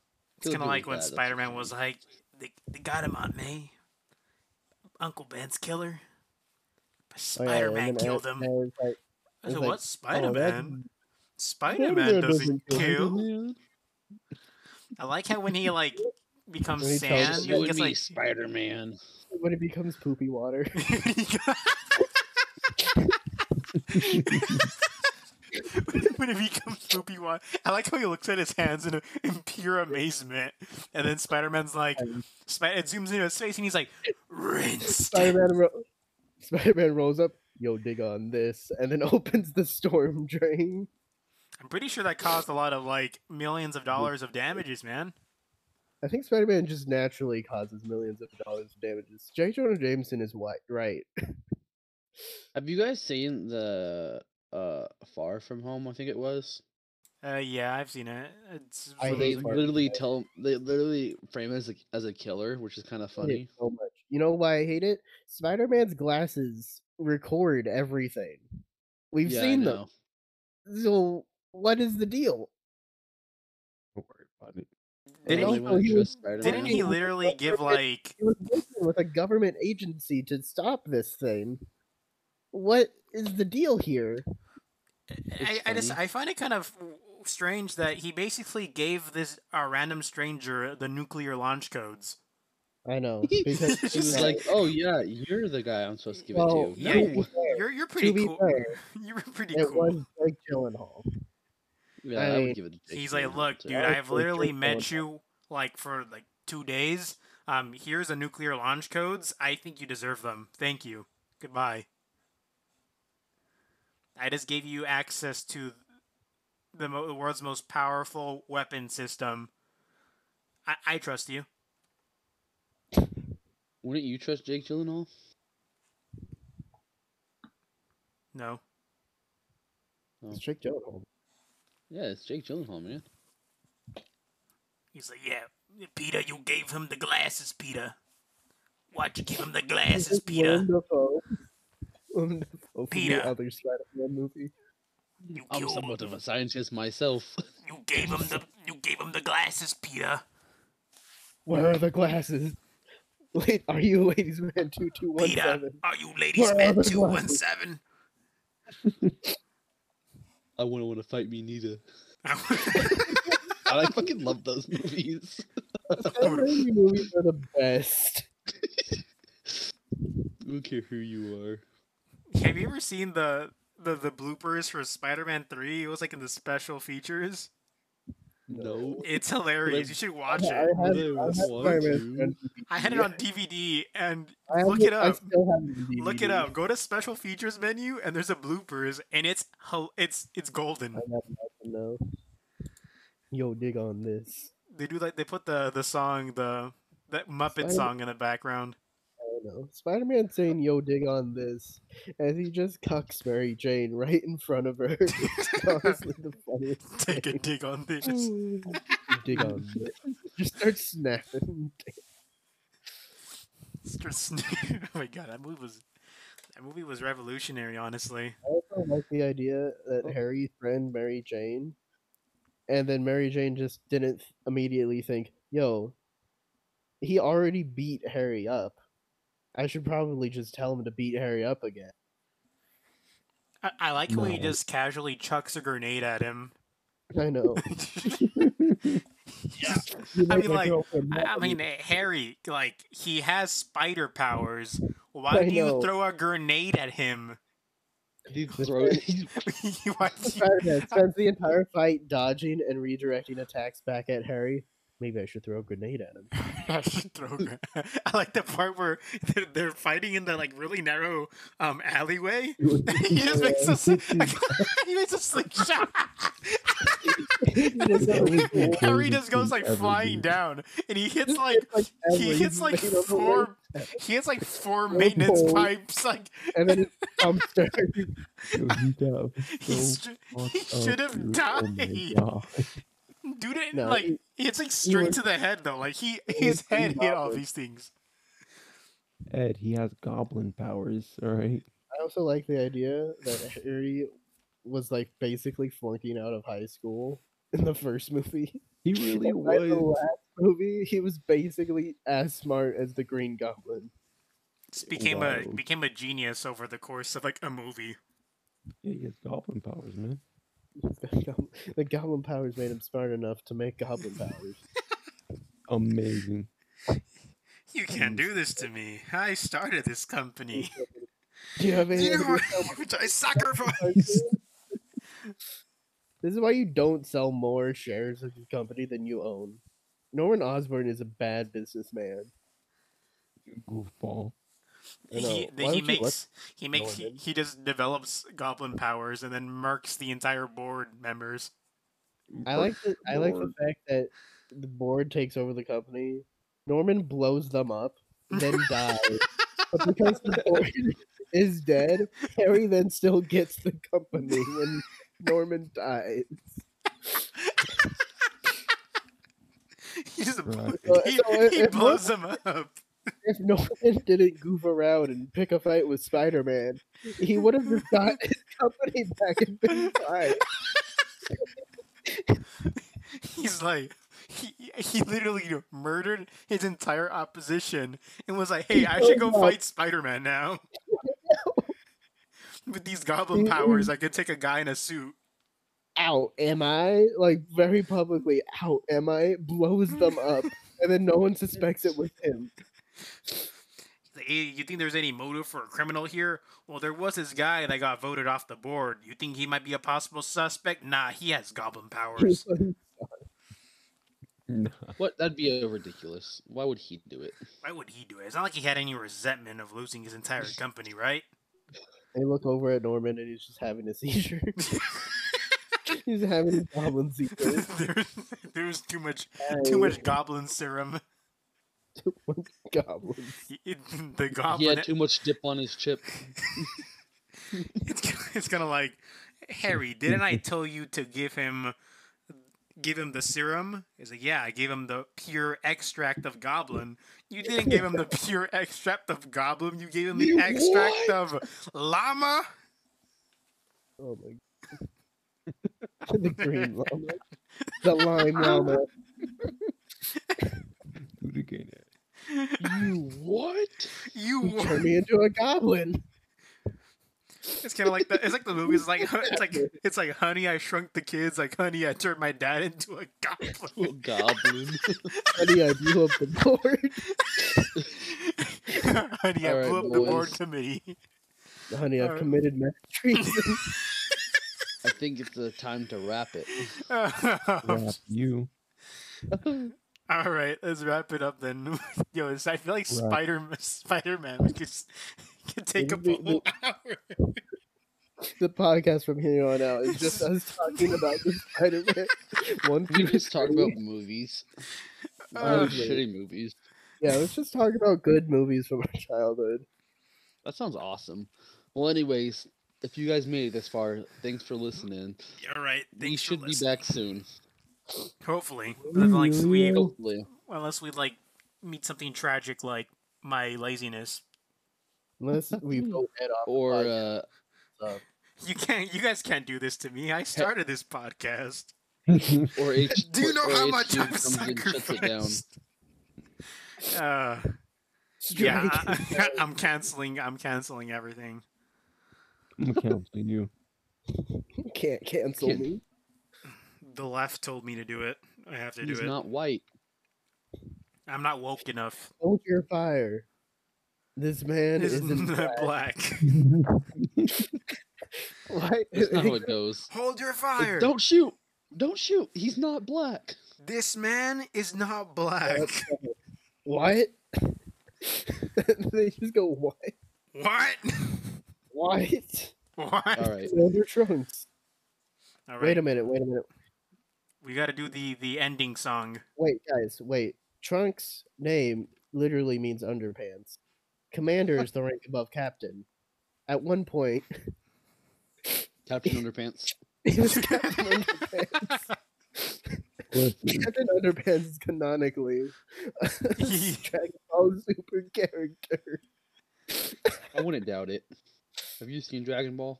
[SPEAKER 3] killing
[SPEAKER 1] kind of like
[SPEAKER 3] people's
[SPEAKER 1] when
[SPEAKER 3] bad, that's what
[SPEAKER 1] Spider Man
[SPEAKER 3] you
[SPEAKER 1] was
[SPEAKER 3] do.
[SPEAKER 1] like, they, they got him on me. Uncle Ben's killer. But
[SPEAKER 4] Oh, yeah, and
[SPEAKER 1] Spider Man
[SPEAKER 4] then
[SPEAKER 1] killed
[SPEAKER 4] Ant-
[SPEAKER 1] him.
[SPEAKER 4] Man was like,
[SPEAKER 1] I
[SPEAKER 4] was
[SPEAKER 1] said,
[SPEAKER 4] like,
[SPEAKER 1] what? Spider
[SPEAKER 4] "Oh, that's-
[SPEAKER 1] Man? Spider Man doesn't
[SPEAKER 4] doesn't
[SPEAKER 1] kill.
[SPEAKER 3] Yeah.
[SPEAKER 1] I like how when he like becomes
[SPEAKER 4] When he tells
[SPEAKER 1] sand,
[SPEAKER 4] us
[SPEAKER 1] he
[SPEAKER 3] You and
[SPEAKER 1] gets
[SPEAKER 3] me,
[SPEAKER 1] like.
[SPEAKER 3] Spider Man.
[SPEAKER 4] when it becomes poopy water.
[SPEAKER 1] when it becomes poopy water, I like how he looks at his hands in, in pure amazement, and then Spider Man's like, Spi- it zooms into his face, and he's like, rinsed.
[SPEAKER 4] Spider Man ro- Spider Man rolls up, yo, dig on this, and then opens the storm drain.
[SPEAKER 1] I'm pretty sure that caused a lot of like millions of dollars of damages, man.
[SPEAKER 4] I think Spider Man just naturally causes millions of dollars of damages. J. Jonah Jameson is white, right?
[SPEAKER 3] Have you guys seen the uh Far From Home? I think it was.
[SPEAKER 1] Uh, yeah, I've seen it. It's,
[SPEAKER 4] I
[SPEAKER 3] Where
[SPEAKER 1] it's
[SPEAKER 3] they
[SPEAKER 4] hate
[SPEAKER 1] like-
[SPEAKER 4] Far From
[SPEAKER 3] literally
[SPEAKER 4] Home.
[SPEAKER 3] tell they literally frame it as a, as a killer, which is kind of
[SPEAKER 4] I hate
[SPEAKER 3] funny.
[SPEAKER 4] it so much. You know why I hate it? Spider Man's glasses record everything. We've
[SPEAKER 3] Yeah, I
[SPEAKER 4] seen
[SPEAKER 3] know.
[SPEAKER 4] them. So what is the deal?
[SPEAKER 2] Don't worry about
[SPEAKER 4] Didn't
[SPEAKER 1] he-
[SPEAKER 4] he,
[SPEAKER 1] also
[SPEAKER 4] he was
[SPEAKER 1] Didn't he literally give like
[SPEAKER 4] working with a government agency to stop this thing. What is the deal here?
[SPEAKER 1] I,
[SPEAKER 3] It's
[SPEAKER 1] I just
[SPEAKER 3] funny.
[SPEAKER 1] I find it kind of strange that he basically gave this uh, random stranger the nuclear launch codes.
[SPEAKER 4] I know
[SPEAKER 3] Because
[SPEAKER 4] because
[SPEAKER 1] It's
[SPEAKER 3] he was
[SPEAKER 1] Right.
[SPEAKER 3] like, "Oh yeah, you're the guy I'm supposed to give
[SPEAKER 4] well,
[SPEAKER 3] it to."
[SPEAKER 1] Yeah,
[SPEAKER 4] to
[SPEAKER 1] you-
[SPEAKER 4] be fair-
[SPEAKER 1] You're you're pretty
[SPEAKER 4] be
[SPEAKER 1] cool.
[SPEAKER 4] fair,
[SPEAKER 1] You're pretty
[SPEAKER 4] it
[SPEAKER 1] cool.
[SPEAKER 4] was Jake Gyllenhaal.
[SPEAKER 3] Yeah, I,
[SPEAKER 4] I mean,
[SPEAKER 3] would give it. To Jake
[SPEAKER 1] He's
[SPEAKER 3] Gyllenhaal,
[SPEAKER 1] like, look,
[SPEAKER 3] too.
[SPEAKER 1] dude,
[SPEAKER 4] I
[SPEAKER 1] I've
[SPEAKER 4] would
[SPEAKER 1] literally
[SPEAKER 4] take
[SPEAKER 1] met
[SPEAKER 4] Gyllenhaal.
[SPEAKER 1] you like for like two days. Um, here's the nuclear launch codes. I think you deserve them. Thank you. Goodbye. I just gave you access to the, mo- the world's most powerful weapon system. I, I trust you.
[SPEAKER 3] Wouldn't you trust Jake Gyllenhaal?
[SPEAKER 1] No. Oh.
[SPEAKER 4] It's Jake Gyllenhaal.
[SPEAKER 3] Yeah, it's Jake Gyllenhaal, man.
[SPEAKER 1] He's like, yeah, Peter, you gave him the glasses, Peter. Why'd you give him the glasses, Peter?
[SPEAKER 4] Wonderful. Wonderful.
[SPEAKER 1] Peter.
[SPEAKER 4] The other Spider-Man movie.
[SPEAKER 1] You
[SPEAKER 3] I'm
[SPEAKER 1] killed
[SPEAKER 3] somewhat of
[SPEAKER 1] him.
[SPEAKER 3] a scientist myself.
[SPEAKER 1] You gave him the you gave him the glasses, Peter.
[SPEAKER 4] Where are the glasses? Wait, are you ladies man two two one
[SPEAKER 1] Peter,
[SPEAKER 4] seven?
[SPEAKER 1] are you ladies
[SPEAKER 4] Where are
[SPEAKER 1] man
[SPEAKER 4] the
[SPEAKER 1] two one seven?
[SPEAKER 3] I wouldn't want to fight me neither. God, I fucking love those movies.
[SPEAKER 4] Spider-Man movies are the best.
[SPEAKER 3] I don't care who you are.
[SPEAKER 1] Have you ever seen the the, the bloopers for Spider Man three? It was like in the special features.
[SPEAKER 3] No.
[SPEAKER 1] It's hilarious.
[SPEAKER 3] Like,
[SPEAKER 1] You should watch
[SPEAKER 4] I
[SPEAKER 1] it.
[SPEAKER 4] have,
[SPEAKER 3] They
[SPEAKER 4] I have
[SPEAKER 3] want
[SPEAKER 4] Spider-Man
[SPEAKER 3] to.
[SPEAKER 4] on DVD.
[SPEAKER 1] I had it on DVD and
[SPEAKER 4] I have
[SPEAKER 1] look it
[SPEAKER 4] I
[SPEAKER 1] up.
[SPEAKER 4] still have the DVD.
[SPEAKER 1] Look it up. Go to special features menu and there's a bloopers and it's hel- it's it's golden.
[SPEAKER 4] I gotta let them know. Yo, dig on this.
[SPEAKER 1] They do like they put the the song the that Muppet
[SPEAKER 4] Spider-
[SPEAKER 1] song in the background.
[SPEAKER 4] I don't know. Spider-Man saying "Yo, dig on this," as he just cucks Mary Jane right in front of her. It's Honestly, the funniest.
[SPEAKER 1] Take a dig on this.
[SPEAKER 4] thing. dig on this. Just start snapping.
[SPEAKER 1] Mr. Sn- oh my god, that movie was that movie was revolutionary. Honestly,
[SPEAKER 4] I also like the idea that Harry threatened Mary Jane, and then Mary Jane just didn't th- immediately think, "Yo, he already beat Harry up. I should probably just tell him to beat Harry up again."
[SPEAKER 1] I, I like when he
[SPEAKER 5] No.
[SPEAKER 1] just casually chucks a grenade at him.
[SPEAKER 4] I know.
[SPEAKER 1] yeah,
[SPEAKER 4] You
[SPEAKER 1] I
[SPEAKER 4] made
[SPEAKER 1] mean,
[SPEAKER 4] my
[SPEAKER 1] like,
[SPEAKER 4] girlfriend
[SPEAKER 1] I,
[SPEAKER 4] mad
[SPEAKER 1] I
[SPEAKER 4] at me.
[SPEAKER 1] mean Harry, like he has spider powers.
[SPEAKER 4] I
[SPEAKER 1] Why do you
[SPEAKER 4] know.
[SPEAKER 1] throw a grenade at him?
[SPEAKER 3] Dude,
[SPEAKER 4] This
[SPEAKER 3] throw it.
[SPEAKER 1] Why do you-
[SPEAKER 4] Spider-Man spends the entire fight dodging and redirecting attacks back at Harry. Maybe I should throw a grenade at him.
[SPEAKER 1] I should throw gra- I like the part where they're, they're fighting in the like really narrow um alleyway. he just makes a sli- he makes a slingshot.
[SPEAKER 4] It's not really cool.
[SPEAKER 1] Harry just goes like flying down, and he hits like
[SPEAKER 4] It's
[SPEAKER 1] he
[SPEAKER 4] every
[SPEAKER 1] hits like
[SPEAKER 4] blade on the way,
[SPEAKER 1] four he hits like four maintenance
[SPEAKER 4] Roadhog.
[SPEAKER 1] pipes. Like
[SPEAKER 4] and then he pumps her.
[SPEAKER 5] Yo, he got
[SPEAKER 1] he,
[SPEAKER 5] So
[SPEAKER 1] sh- he
[SPEAKER 5] fucked up,
[SPEAKER 1] should have
[SPEAKER 5] dude.
[SPEAKER 1] died.
[SPEAKER 5] Oh my
[SPEAKER 1] Dude, it,
[SPEAKER 4] No,
[SPEAKER 1] like
[SPEAKER 4] he-
[SPEAKER 1] it's like straight
[SPEAKER 4] was-
[SPEAKER 1] to the head though. Like he
[SPEAKER 4] he
[SPEAKER 1] his
[SPEAKER 4] was pretty
[SPEAKER 1] head hit all
[SPEAKER 4] bothered.
[SPEAKER 1] these things.
[SPEAKER 5] god. Ed, he has goblin powers. All right.
[SPEAKER 4] I also like the idea that Harry was like basically flunking out of high school in the first movie.
[SPEAKER 5] He really
[SPEAKER 4] And by the
[SPEAKER 5] was.
[SPEAKER 4] last movie, he was basically as smart as the Green Goblin.
[SPEAKER 1] Just became a
[SPEAKER 5] Wild.
[SPEAKER 1] became a genius over the course of like a movie.
[SPEAKER 5] Yeah, he has goblin powers, man.
[SPEAKER 4] The goblin- the Goblin powers made him smart enough to make Goblin powers.
[SPEAKER 5] Amazing.
[SPEAKER 1] You can't do this to me. I started this company.
[SPEAKER 4] Do you have
[SPEAKER 1] Do
[SPEAKER 4] any
[SPEAKER 1] you know
[SPEAKER 4] other
[SPEAKER 1] what I sacrificed?
[SPEAKER 4] ideas? This is why you don't sell more shares of your company than you own. Norman Osborn is a bad businessman.
[SPEAKER 5] You goofball.
[SPEAKER 4] I know.
[SPEAKER 1] He,
[SPEAKER 4] Why
[SPEAKER 1] he
[SPEAKER 4] would you let
[SPEAKER 1] makes he makes he,
[SPEAKER 4] in?
[SPEAKER 1] he just develops goblin powers and then murks the entire board members.
[SPEAKER 4] I like the I like the
[SPEAKER 5] Lord.
[SPEAKER 4] fact that the board takes over the company. Norman blows them up, then dies. but because the board is dead, Harry then still gets the company when Norman dies.
[SPEAKER 1] He just
[SPEAKER 5] Right.
[SPEAKER 1] blo- he,
[SPEAKER 4] So it-
[SPEAKER 1] he
[SPEAKER 4] it
[SPEAKER 1] blows them up.
[SPEAKER 4] If Norman didn't goof around and pick a fight with Spider Man, he would have just got his company back and been fine.
[SPEAKER 1] He's like he, he literally murdered his entire opposition and was like, "Hey, I should go fight Spider-Man now." With these goblin powers, I could take a guy in a suit.
[SPEAKER 4] Out am I? Like very publicly, out am I? Blows them up, and then no one suspects it was him.
[SPEAKER 1] He's like, "Hey, you think there's any motive for a criminal here? Well, there was this guy that got voted off the board. You think he might be a possible suspect? Nah, he has goblin powers.
[SPEAKER 5] Nah.
[SPEAKER 3] What? That'd be uh, ridiculous. Why would he do it?
[SPEAKER 1] Why would he do it? It's not like he had any resentment of losing his entire company, right?
[SPEAKER 4] They look over at Norman, and he's just having a seizure. he's having a goblin seizure.
[SPEAKER 1] there's, there's too much, too much goblin serum.
[SPEAKER 4] goblin.
[SPEAKER 1] It- the
[SPEAKER 3] He
[SPEAKER 1] goblin.
[SPEAKER 3] had too much dip on his chip.
[SPEAKER 1] it's, kinda- it's kind of like Harry. Didn't I tell you to give him, give him the serum? He's like, yeah, I gave him the pure extract of goblin. You didn't give him the pure extract of goblin. You gave him the
[SPEAKER 3] You
[SPEAKER 1] extract
[SPEAKER 3] what?
[SPEAKER 1] of llama.
[SPEAKER 4] Oh my god. the green llama. The lime llama.
[SPEAKER 5] Do it again.
[SPEAKER 3] you what?
[SPEAKER 1] You
[SPEAKER 4] You
[SPEAKER 1] were.
[SPEAKER 4] turned me into a goblin.
[SPEAKER 1] It's kind of like the. It's like the movies. Like it's like it's like Honey, I Shrunk the Kids. Like Honey, I Turned My Dad into a
[SPEAKER 3] Little
[SPEAKER 1] goblin.
[SPEAKER 3] goblin.
[SPEAKER 4] Honey, I blew up the board.
[SPEAKER 1] honey, I
[SPEAKER 3] All right,
[SPEAKER 1] blew up the board
[SPEAKER 3] boys.
[SPEAKER 1] committee.
[SPEAKER 4] Honey, I've
[SPEAKER 1] Alright.
[SPEAKER 4] committed mass treason.
[SPEAKER 3] I think it's the time to wrap it.
[SPEAKER 5] Rap you.
[SPEAKER 1] All right, let's wrap it up then. Yo, it's- I feel like
[SPEAKER 5] Right.
[SPEAKER 1] Spider Spider Man could s- could take up a whole hour.
[SPEAKER 4] the podcast from here on out is just us talking about the Spider Man. One
[SPEAKER 3] We
[SPEAKER 4] through
[SPEAKER 3] just talk
[SPEAKER 4] three.
[SPEAKER 3] about movies.
[SPEAKER 1] Uh,
[SPEAKER 3] Really shitty movies.
[SPEAKER 4] Yeah, let's just talk about good movies from our childhood.
[SPEAKER 3] That sounds awesome. Well, anyways, if you guys made it this far, thanks for listening.
[SPEAKER 1] All right,
[SPEAKER 3] we
[SPEAKER 1] thanks for
[SPEAKER 3] should be
[SPEAKER 1] listening.
[SPEAKER 3] back soon.
[SPEAKER 1] Hopefully, unless we
[SPEAKER 3] Hopefully.
[SPEAKER 1] unless we like meet something tragic like my laziness.
[SPEAKER 4] Unless we go head off. the
[SPEAKER 3] Or
[SPEAKER 4] podcast,
[SPEAKER 3] uh,
[SPEAKER 4] so.
[SPEAKER 1] You can't. You guys can't do this to me. I started this podcast.
[SPEAKER 3] or H.
[SPEAKER 1] Do you know
[SPEAKER 3] or
[SPEAKER 1] how
[SPEAKER 3] HQ
[SPEAKER 1] much I've
[SPEAKER 3] comes and shuts it down.
[SPEAKER 1] sacrificed? Uh, yeah,
[SPEAKER 4] Strike.
[SPEAKER 1] I, I'm canceling. I'm canceling everything.
[SPEAKER 5] I'm canceling you.
[SPEAKER 4] Can't cancel
[SPEAKER 3] Can't-
[SPEAKER 4] me.
[SPEAKER 1] The left told me to do it. I have to
[SPEAKER 3] He's
[SPEAKER 1] do it.
[SPEAKER 3] not white.
[SPEAKER 1] I'm not woke enough.
[SPEAKER 4] Hold your fire. This man
[SPEAKER 1] This
[SPEAKER 4] is
[SPEAKER 1] is
[SPEAKER 4] in
[SPEAKER 1] not
[SPEAKER 4] black.
[SPEAKER 1] black.
[SPEAKER 4] Why-
[SPEAKER 3] That's not how it goes.
[SPEAKER 1] Hold your
[SPEAKER 3] Like,
[SPEAKER 1] fire.
[SPEAKER 3] Don't shoot! Don't shoot! He's not black.
[SPEAKER 1] This man is not black.
[SPEAKER 4] What? they just go, what?
[SPEAKER 1] What?
[SPEAKER 4] What?
[SPEAKER 1] What?
[SPEAKER 3] All right.
[SPEAKER 4] Under trunks.
[SPEAKER 1] All
[SPEAKER 4] Wait
[SPEAKER 1] right.
[SPEAKER 4] a minute, wait a minute.
[SPEAKER 1] We got to do the the ending song.
[SPEAKER 4] Wait, guys, wait. Trunks' name literally means underpants. Commander is the rank above captain. At one point,
[SPEAKER 3] Captain Underpants.
[SPEAKER 4] he was Captain Underpants.
[SPEAKER 5] Listen,
[SPEAKER 4] captain Underpants is canonically a Dragon Ball Super character.
[SPEAKER 3] I wouldn't doubt it. Have you seen Dragon Ball?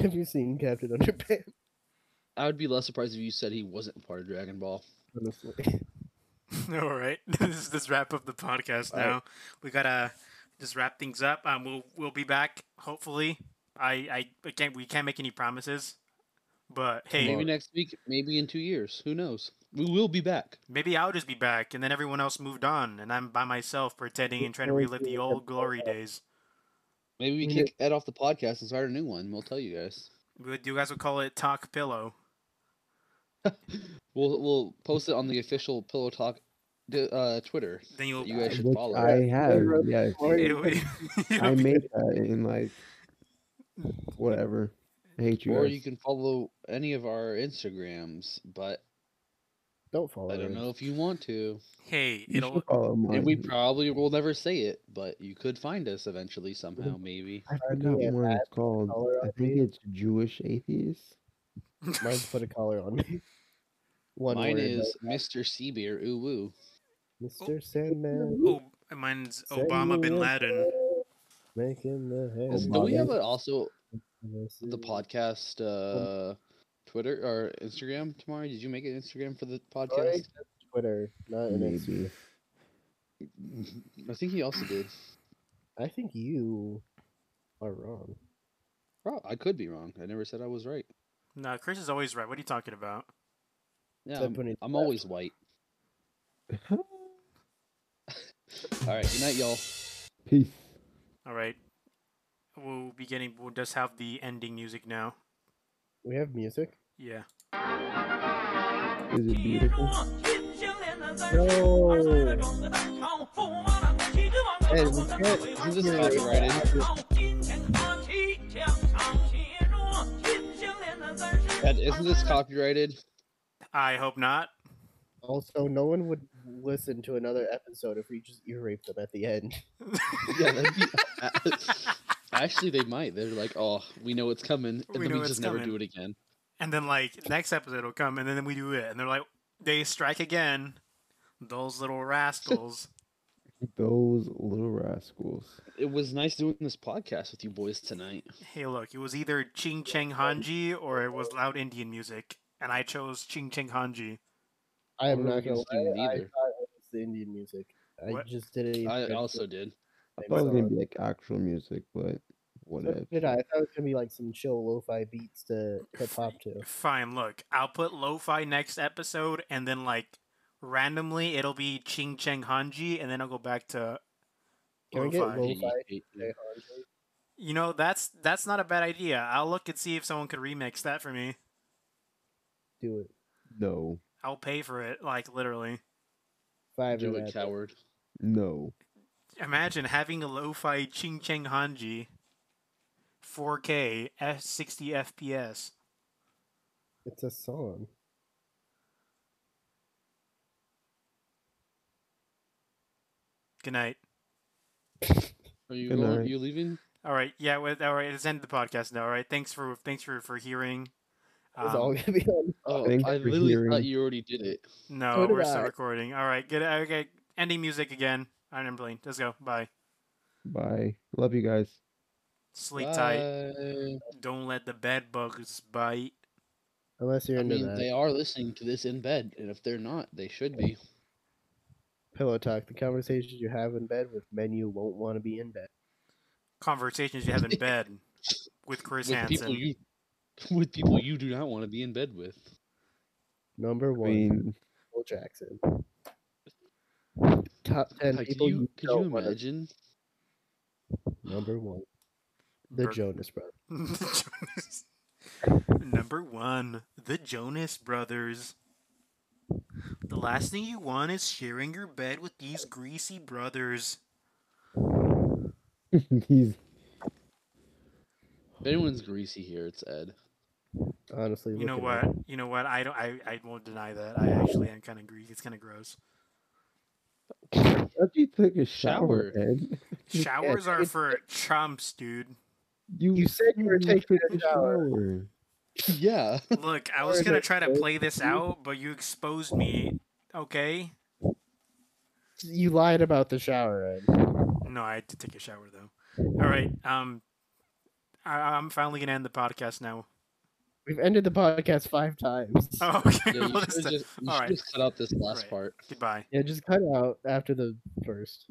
[SPEAKER 4] Have you seen Captain Underpants?
[SPEAKER 3] I would be less surprised if you said he wasn't part of Dragon Ball.
[SPEAKER 4] Honestly.
[SPEAKER 1] All right, this is this wrap up the podcast.
[SPEAKER 4] All right.
[SPEAKER 1] Now we gotta just wrap things up. Um, we'll we'll be back hopefully. I I, I can't we can't make any promises, but hey,
[SPEAKER 3] Maybe
[SPEAKER 1] maybe,
[SPEAKER 3] next week. Maybe in two years. Who knows? We will be back.
[SPEAKER 1] I'll just be back, and then everyone else moved on, and I'm by myself pretending and trying to
[SPEAKER 4] Going
[SPEAKER 1] relive
[SPEAKER 4] through
[SPEAKER 1] the
[SPEAKER 4] the
[SPEAKER 1] old glory days.
[SPEAKER 3] Maybe we
[SPEAKER 4] We
[SPEAKER 3] kick Ed off the podcast and start a new one. We'll tell you guys.
[SPEAKER 1] We would, you guys would call it talk pillow.
[SPEAKER 3] We'll we'll post it on the official Pillow Talk d- uh, Twitter.
[SPEAKER 1] Then you'll
[SPEAKER 3] You guys should
[SPEAKER 5] which
[SPEAKER 3] follow.
[SPEAKER 5] I have,
[SPEAKER 4] wrote
[SPEAKER 5] yes.
[SPEAKER 1] It'll be- it'll
[SPEAKER 5] I
[SPEAKER 1] be-
[SPEAKER 5] made that in like whatever. I hate you.
[SPEAKER 3] or
[SPEAKER 5] guys.
[SPEAKER 3] you can follow any of our Instagrams, but
[SPEAKER 4] Don't follow
[SPEAKER 3] I don't
[SPEAKER 4] her.
[SPEAKER 3] know if you want to.
[SPEAKER 1] hey,
[SPEAKER 5] You
[SPEAKER 1] it'll
[SPEAKER 5] should follow mine.
[SPEAKER 3] And we probably will never say it, but you could find us eventually somehow, maybe.
[SPEAKER 5] I
[SPEAKER 4] I'd
[SPEAKER 5] forgot
[SPEAKER 4] be
[SPEAKER 5] what
[SPEAKER 4] at
[SPEAKER 5] it's called.
[SPEAKER 4] color
[SPEAKER 5] I
[SPEAKER 4] on
[SPEAKER 5] think
[SPEAKER 4] me.
[SPEAKER 5] it's Jewish atheists.
[SPEAKER 4] Mine's put a collar on me. One
[SPEAKER 3] Mine
[SPEAKER 4] word,
[SPEAKER 3] is Mr. Seabeer. Ooh woo.
[SPEAKER 4] like, Mr. Sandman.
[SPEAKER 1] oh, mine's Obama bin Laden.
[SPEAKER 4] Making the hair.
[SPEAKER 3] Is-
[SPEAKER 5] Oh,
[SPEAKER 3] Do we
[SPEAKER 5] Obama.
[SPEAKER 3] have a, also the
[SPEAKER 4] the
[SPEAKER 3] podcast uh, Twitter or Instagram tomorrow? Did you make an Instagram for the
[SPEAKER 4] Sorry,
[SPEAKER 3] podcast?
[SPEAKER 4] just Twitter, not NXT.
[SPEAKER 2] Maybe.
[SPEAKER 3] I think he also did.
[SPEAKER 4] I think you are wrong.
[SPEAKER 3] Rob, I could be wrong. I never said I was right.
[SPEAKER 1] No, Chris is always right. What are you talking about?
[SPEAKER 3] Yeah,
[SPEAKER 4] Except
[SPEAKER 3] I'm,
[SPEAKER 4] when he's
[SPEAKER 3] I'm
[SPEAKER 4] left.
[SPEAKER 3] always white. All right, good night, y'all.
[SPEAKER 2] Peace.
[SPEAKER 1] All right. We'll be getting. We'll just have the ending music now.
[SPEAKER 4] We have music.
[SPEAKER 1] Yeah.
[SPEAKER 2] Is it beautiful?
[SPEAKER 4] No.
[SPEAKER 6] Hey, we can't-
[SPEAKER 3] This is copyrighted. Dad, isn't this copyrighted?
[SPEAKER 1] I hope not.
[SPEAKER 4] Also, no one would listen to another episode if we just ear raped them at the end.
[SPEAKER 3] Yeah, that'd be. Actually, they might. They're like, oh, we know it's coming, and
[SPEAKER 1] We
[SPEAKER 3] then
[SPEAKER 1] know
[SPEAKER 3] we
[SPEAKER 1] it's
[SPEAKER 3] just never do
[SPEAKER 1] coming.
[SPEAKER 3] it again.
[SPEAKER 1] And then like next episode will come, and then we do it, and they're like, they strike again. Those little rascals.
[SPEAKER 2] Those little rascals.
[SPEAKER 3] It was nice doing this podcast with you boys tonight.
[SPEAKER 1] hey, look, it was either Ching Chang Hanji or it was loud Indian music, and I chose Ching Chang Hanji.
[SPEAKER 4] I am
[SPEAKER 3] Or we
[SPEAKER 4] not
[SPEAKER 3] can
[SPEAKER 4] gonna
[SPEAKER 3] just do
[SPEAKER 4] lie.
[SPEAKER 3] it
[SPEAKER 4] I thought
[SPEAKER 3] either.
[SPEAKER 4] it was the Indian music. I
[SPEAKER 1] What?
[SPEAKER 4] just didn't.
[SPEAKER 3] I also did.
[SPEAKER 2] I
[SPEAKER 4] Same
[SPEAKER 2] thought it was gonna
[SPEAKER 4] song.
[SPEAKER 2] be like actual music, but whatever.
[SPEAKER 4] What um did I? I thought it was gonna be like some chill lo-fi beats to hip hop to.
[SPEAKER 1] Fine, look, I'll put lo-fi next episode, and then like randomly it'll be Ching Chang Hanji, and then I'll go back to
[SPEAKER 4] Can we get
[SPEAKER 1] lo-fi.
[SPEAKER 4] lo-
[SPEAKER 3] Hey,
[SPEAKER 4] Lo-fi.
[SPEAKER 3] hey,
[SPEAKER 4] Okay,
[SPEAKER 3] hey.
[SPEAKER 4] Andre.
[SPEAKER 1] You know, that's that's not a bad idea. I'll look and see if someone could remix that for me.
[SPEAKER 4] Do it.
[SPEAKER 2] No,
[SPEAKER 1] I'll pay for it, like literally.
[SPEAKER 4] Five
[SPEAKER 3] Do
[SPEAKER 4] minutes.
[SPEAKER 3] it, coward.
[SPEAKER 2] no.
[SPEAKER 1] Imagine having a lo-fi Ching Chang Hanji 4K F 60 FPS.
[SPEAKER 4] It's a song.
[SPEAKER 1] Good night.
[SPEAKER 3] Are you
[SPEAKER 2] Good
[SPEAKER 3] going?
[SPEAKER 2] night.
[SPEAKER 3] you leaving?
[SPEAKER 1] All right, yeah, well, all right, let's end the podcast now. All right, thanks for thanks for for hearing.
[SPEAKER 4] It's
[SPEAKER 1] Um,
[SPEAKER 4] all gonna be on.
[SPEAKER 3] Oh,
[SPEAKER 2] Thanks
[SPEAKER 3] I
[SPEAKER 2] for
[SPEAKER 3] literally thought
[SPEAKER 2] hearing.
[SPEAKER 3] you already did it.
[SPEAKER 1] No,
[SPEAKER 4] So did
[SPEAKER 1] we're still
[SPEAKER 4] I.
[SPEAKER 1] recording. All right, good. Okay, ending music again. I'm Blaine. Let's go. Bye.
[SPEAKER 2] Bye. Love you guys.
[SPEAKER 1] Sleep tight.
[SPEAKER 3] Bye.
[SPEAKER 1] Don't let the bed bugs bite.
[SPEAKER 4] Unless you're
[SPEAKER 3] I
[SPEAKER 4] into
[SPEAKER 3] mean,
[SPEAKER 4] that.
[SPEAKER 3] they are listening to this in bed, and if they're not, they should be.
[SPEAKER 4] Pillow talk. The conversations you have in bed with men you won't want to be in bed.
[SPEAKER 1] Conversations you have in bed with Chris
[SPEAKER 3] with
[SPEAKER 1] Hansen.
[SPEAKER 3] people you, with people you do not want to be in bed with.
[SPEAKER 4] Number
[SPEAKER 2] I
[SPEAKER 4] one,
[SPEAKER 2] mean,
[SPEAKER 4] Michael Jackson. Top ten
[SPEAKER 3] Like,
[SPEAKER 4] people
[SPEAKER 3] can you,
[SPEAKER 4] you,
[SPEAKER 3] could
[SPEAKER 4] don't
[SPEAKER 3] you
[SPEAKER 4] wanna-
[SPEAKER 3] imagine?
[SPEAKER 4] Number one, the
[SPEAKER 1] Bur-
[SPEAKER 4] Jonas Brothers.
[SPEAKER 1] The Jonas- Number one, the Jonas Brothers. The last thing you want is sharing your bed with these greasy brothers.
[SPEAKER 2] he's
[SPEAKER 3] If anyone's greasy here, it's Ed.
[SPEAKER 4] Honestly,
[SPEAKER 1] You
[SPEAKER 4] look
[SPEAKER 1] know
[SPEAKER 4] at me.
[SPEAKER 1] what? You know what? I don't. I, I won't deny that. I actually am kind of greasy. It's kind of gross.
[SPEAKER 2] after you took a shower,
[SPEAKER 3] Shower.
[SPEAKER 2] Ed.
[SPEAKER 1] Showers are
[SPEAKER 4] it's-
[SPEAKER 1] for chumps, dude.
[SPEAKER 4] You said you were taking
[SPEAKER 2] took
[SPEAKER 4] a shower.
[SPEAKER 3] yeah.
[SPEAKER 1] Look, I was
[SPEAKER 4] Sorry
[SPEAKER 1] gonna
[SPEAKER 4] to
[SPEAKER 1] try to
[SPEAKER 4] expose
[SPEAKER 1] play this out, but you exposed me. Okay.
[SPEAKER 4] You lied about the shower. Ed.
[SPEAKER 1] No, I had to take a shower though. All right. Um, I, I'm finally gonna end the podcast now.
[SPEAKER 4] We've ended the podcast five times.
[SPEAKER 1] Oh, okay.
[SPEAKER 3] yeah you
[SPEAKER 1] well, that's
[SPEAKER 3] should
[SPEAKER 1] the-
[SPEAKER 3] just, you
[SPEAKER 1] all
[SPEAKER 3] should
[SPEAKER 1] right.
[SPEAKER 3] just cut out this last
[SPEAKER 1] Right.
[SPEAKER 3] part.
[SPEAKER 1] Goodbye.
[SPEAKER 4] Yeah, just cut out after the first.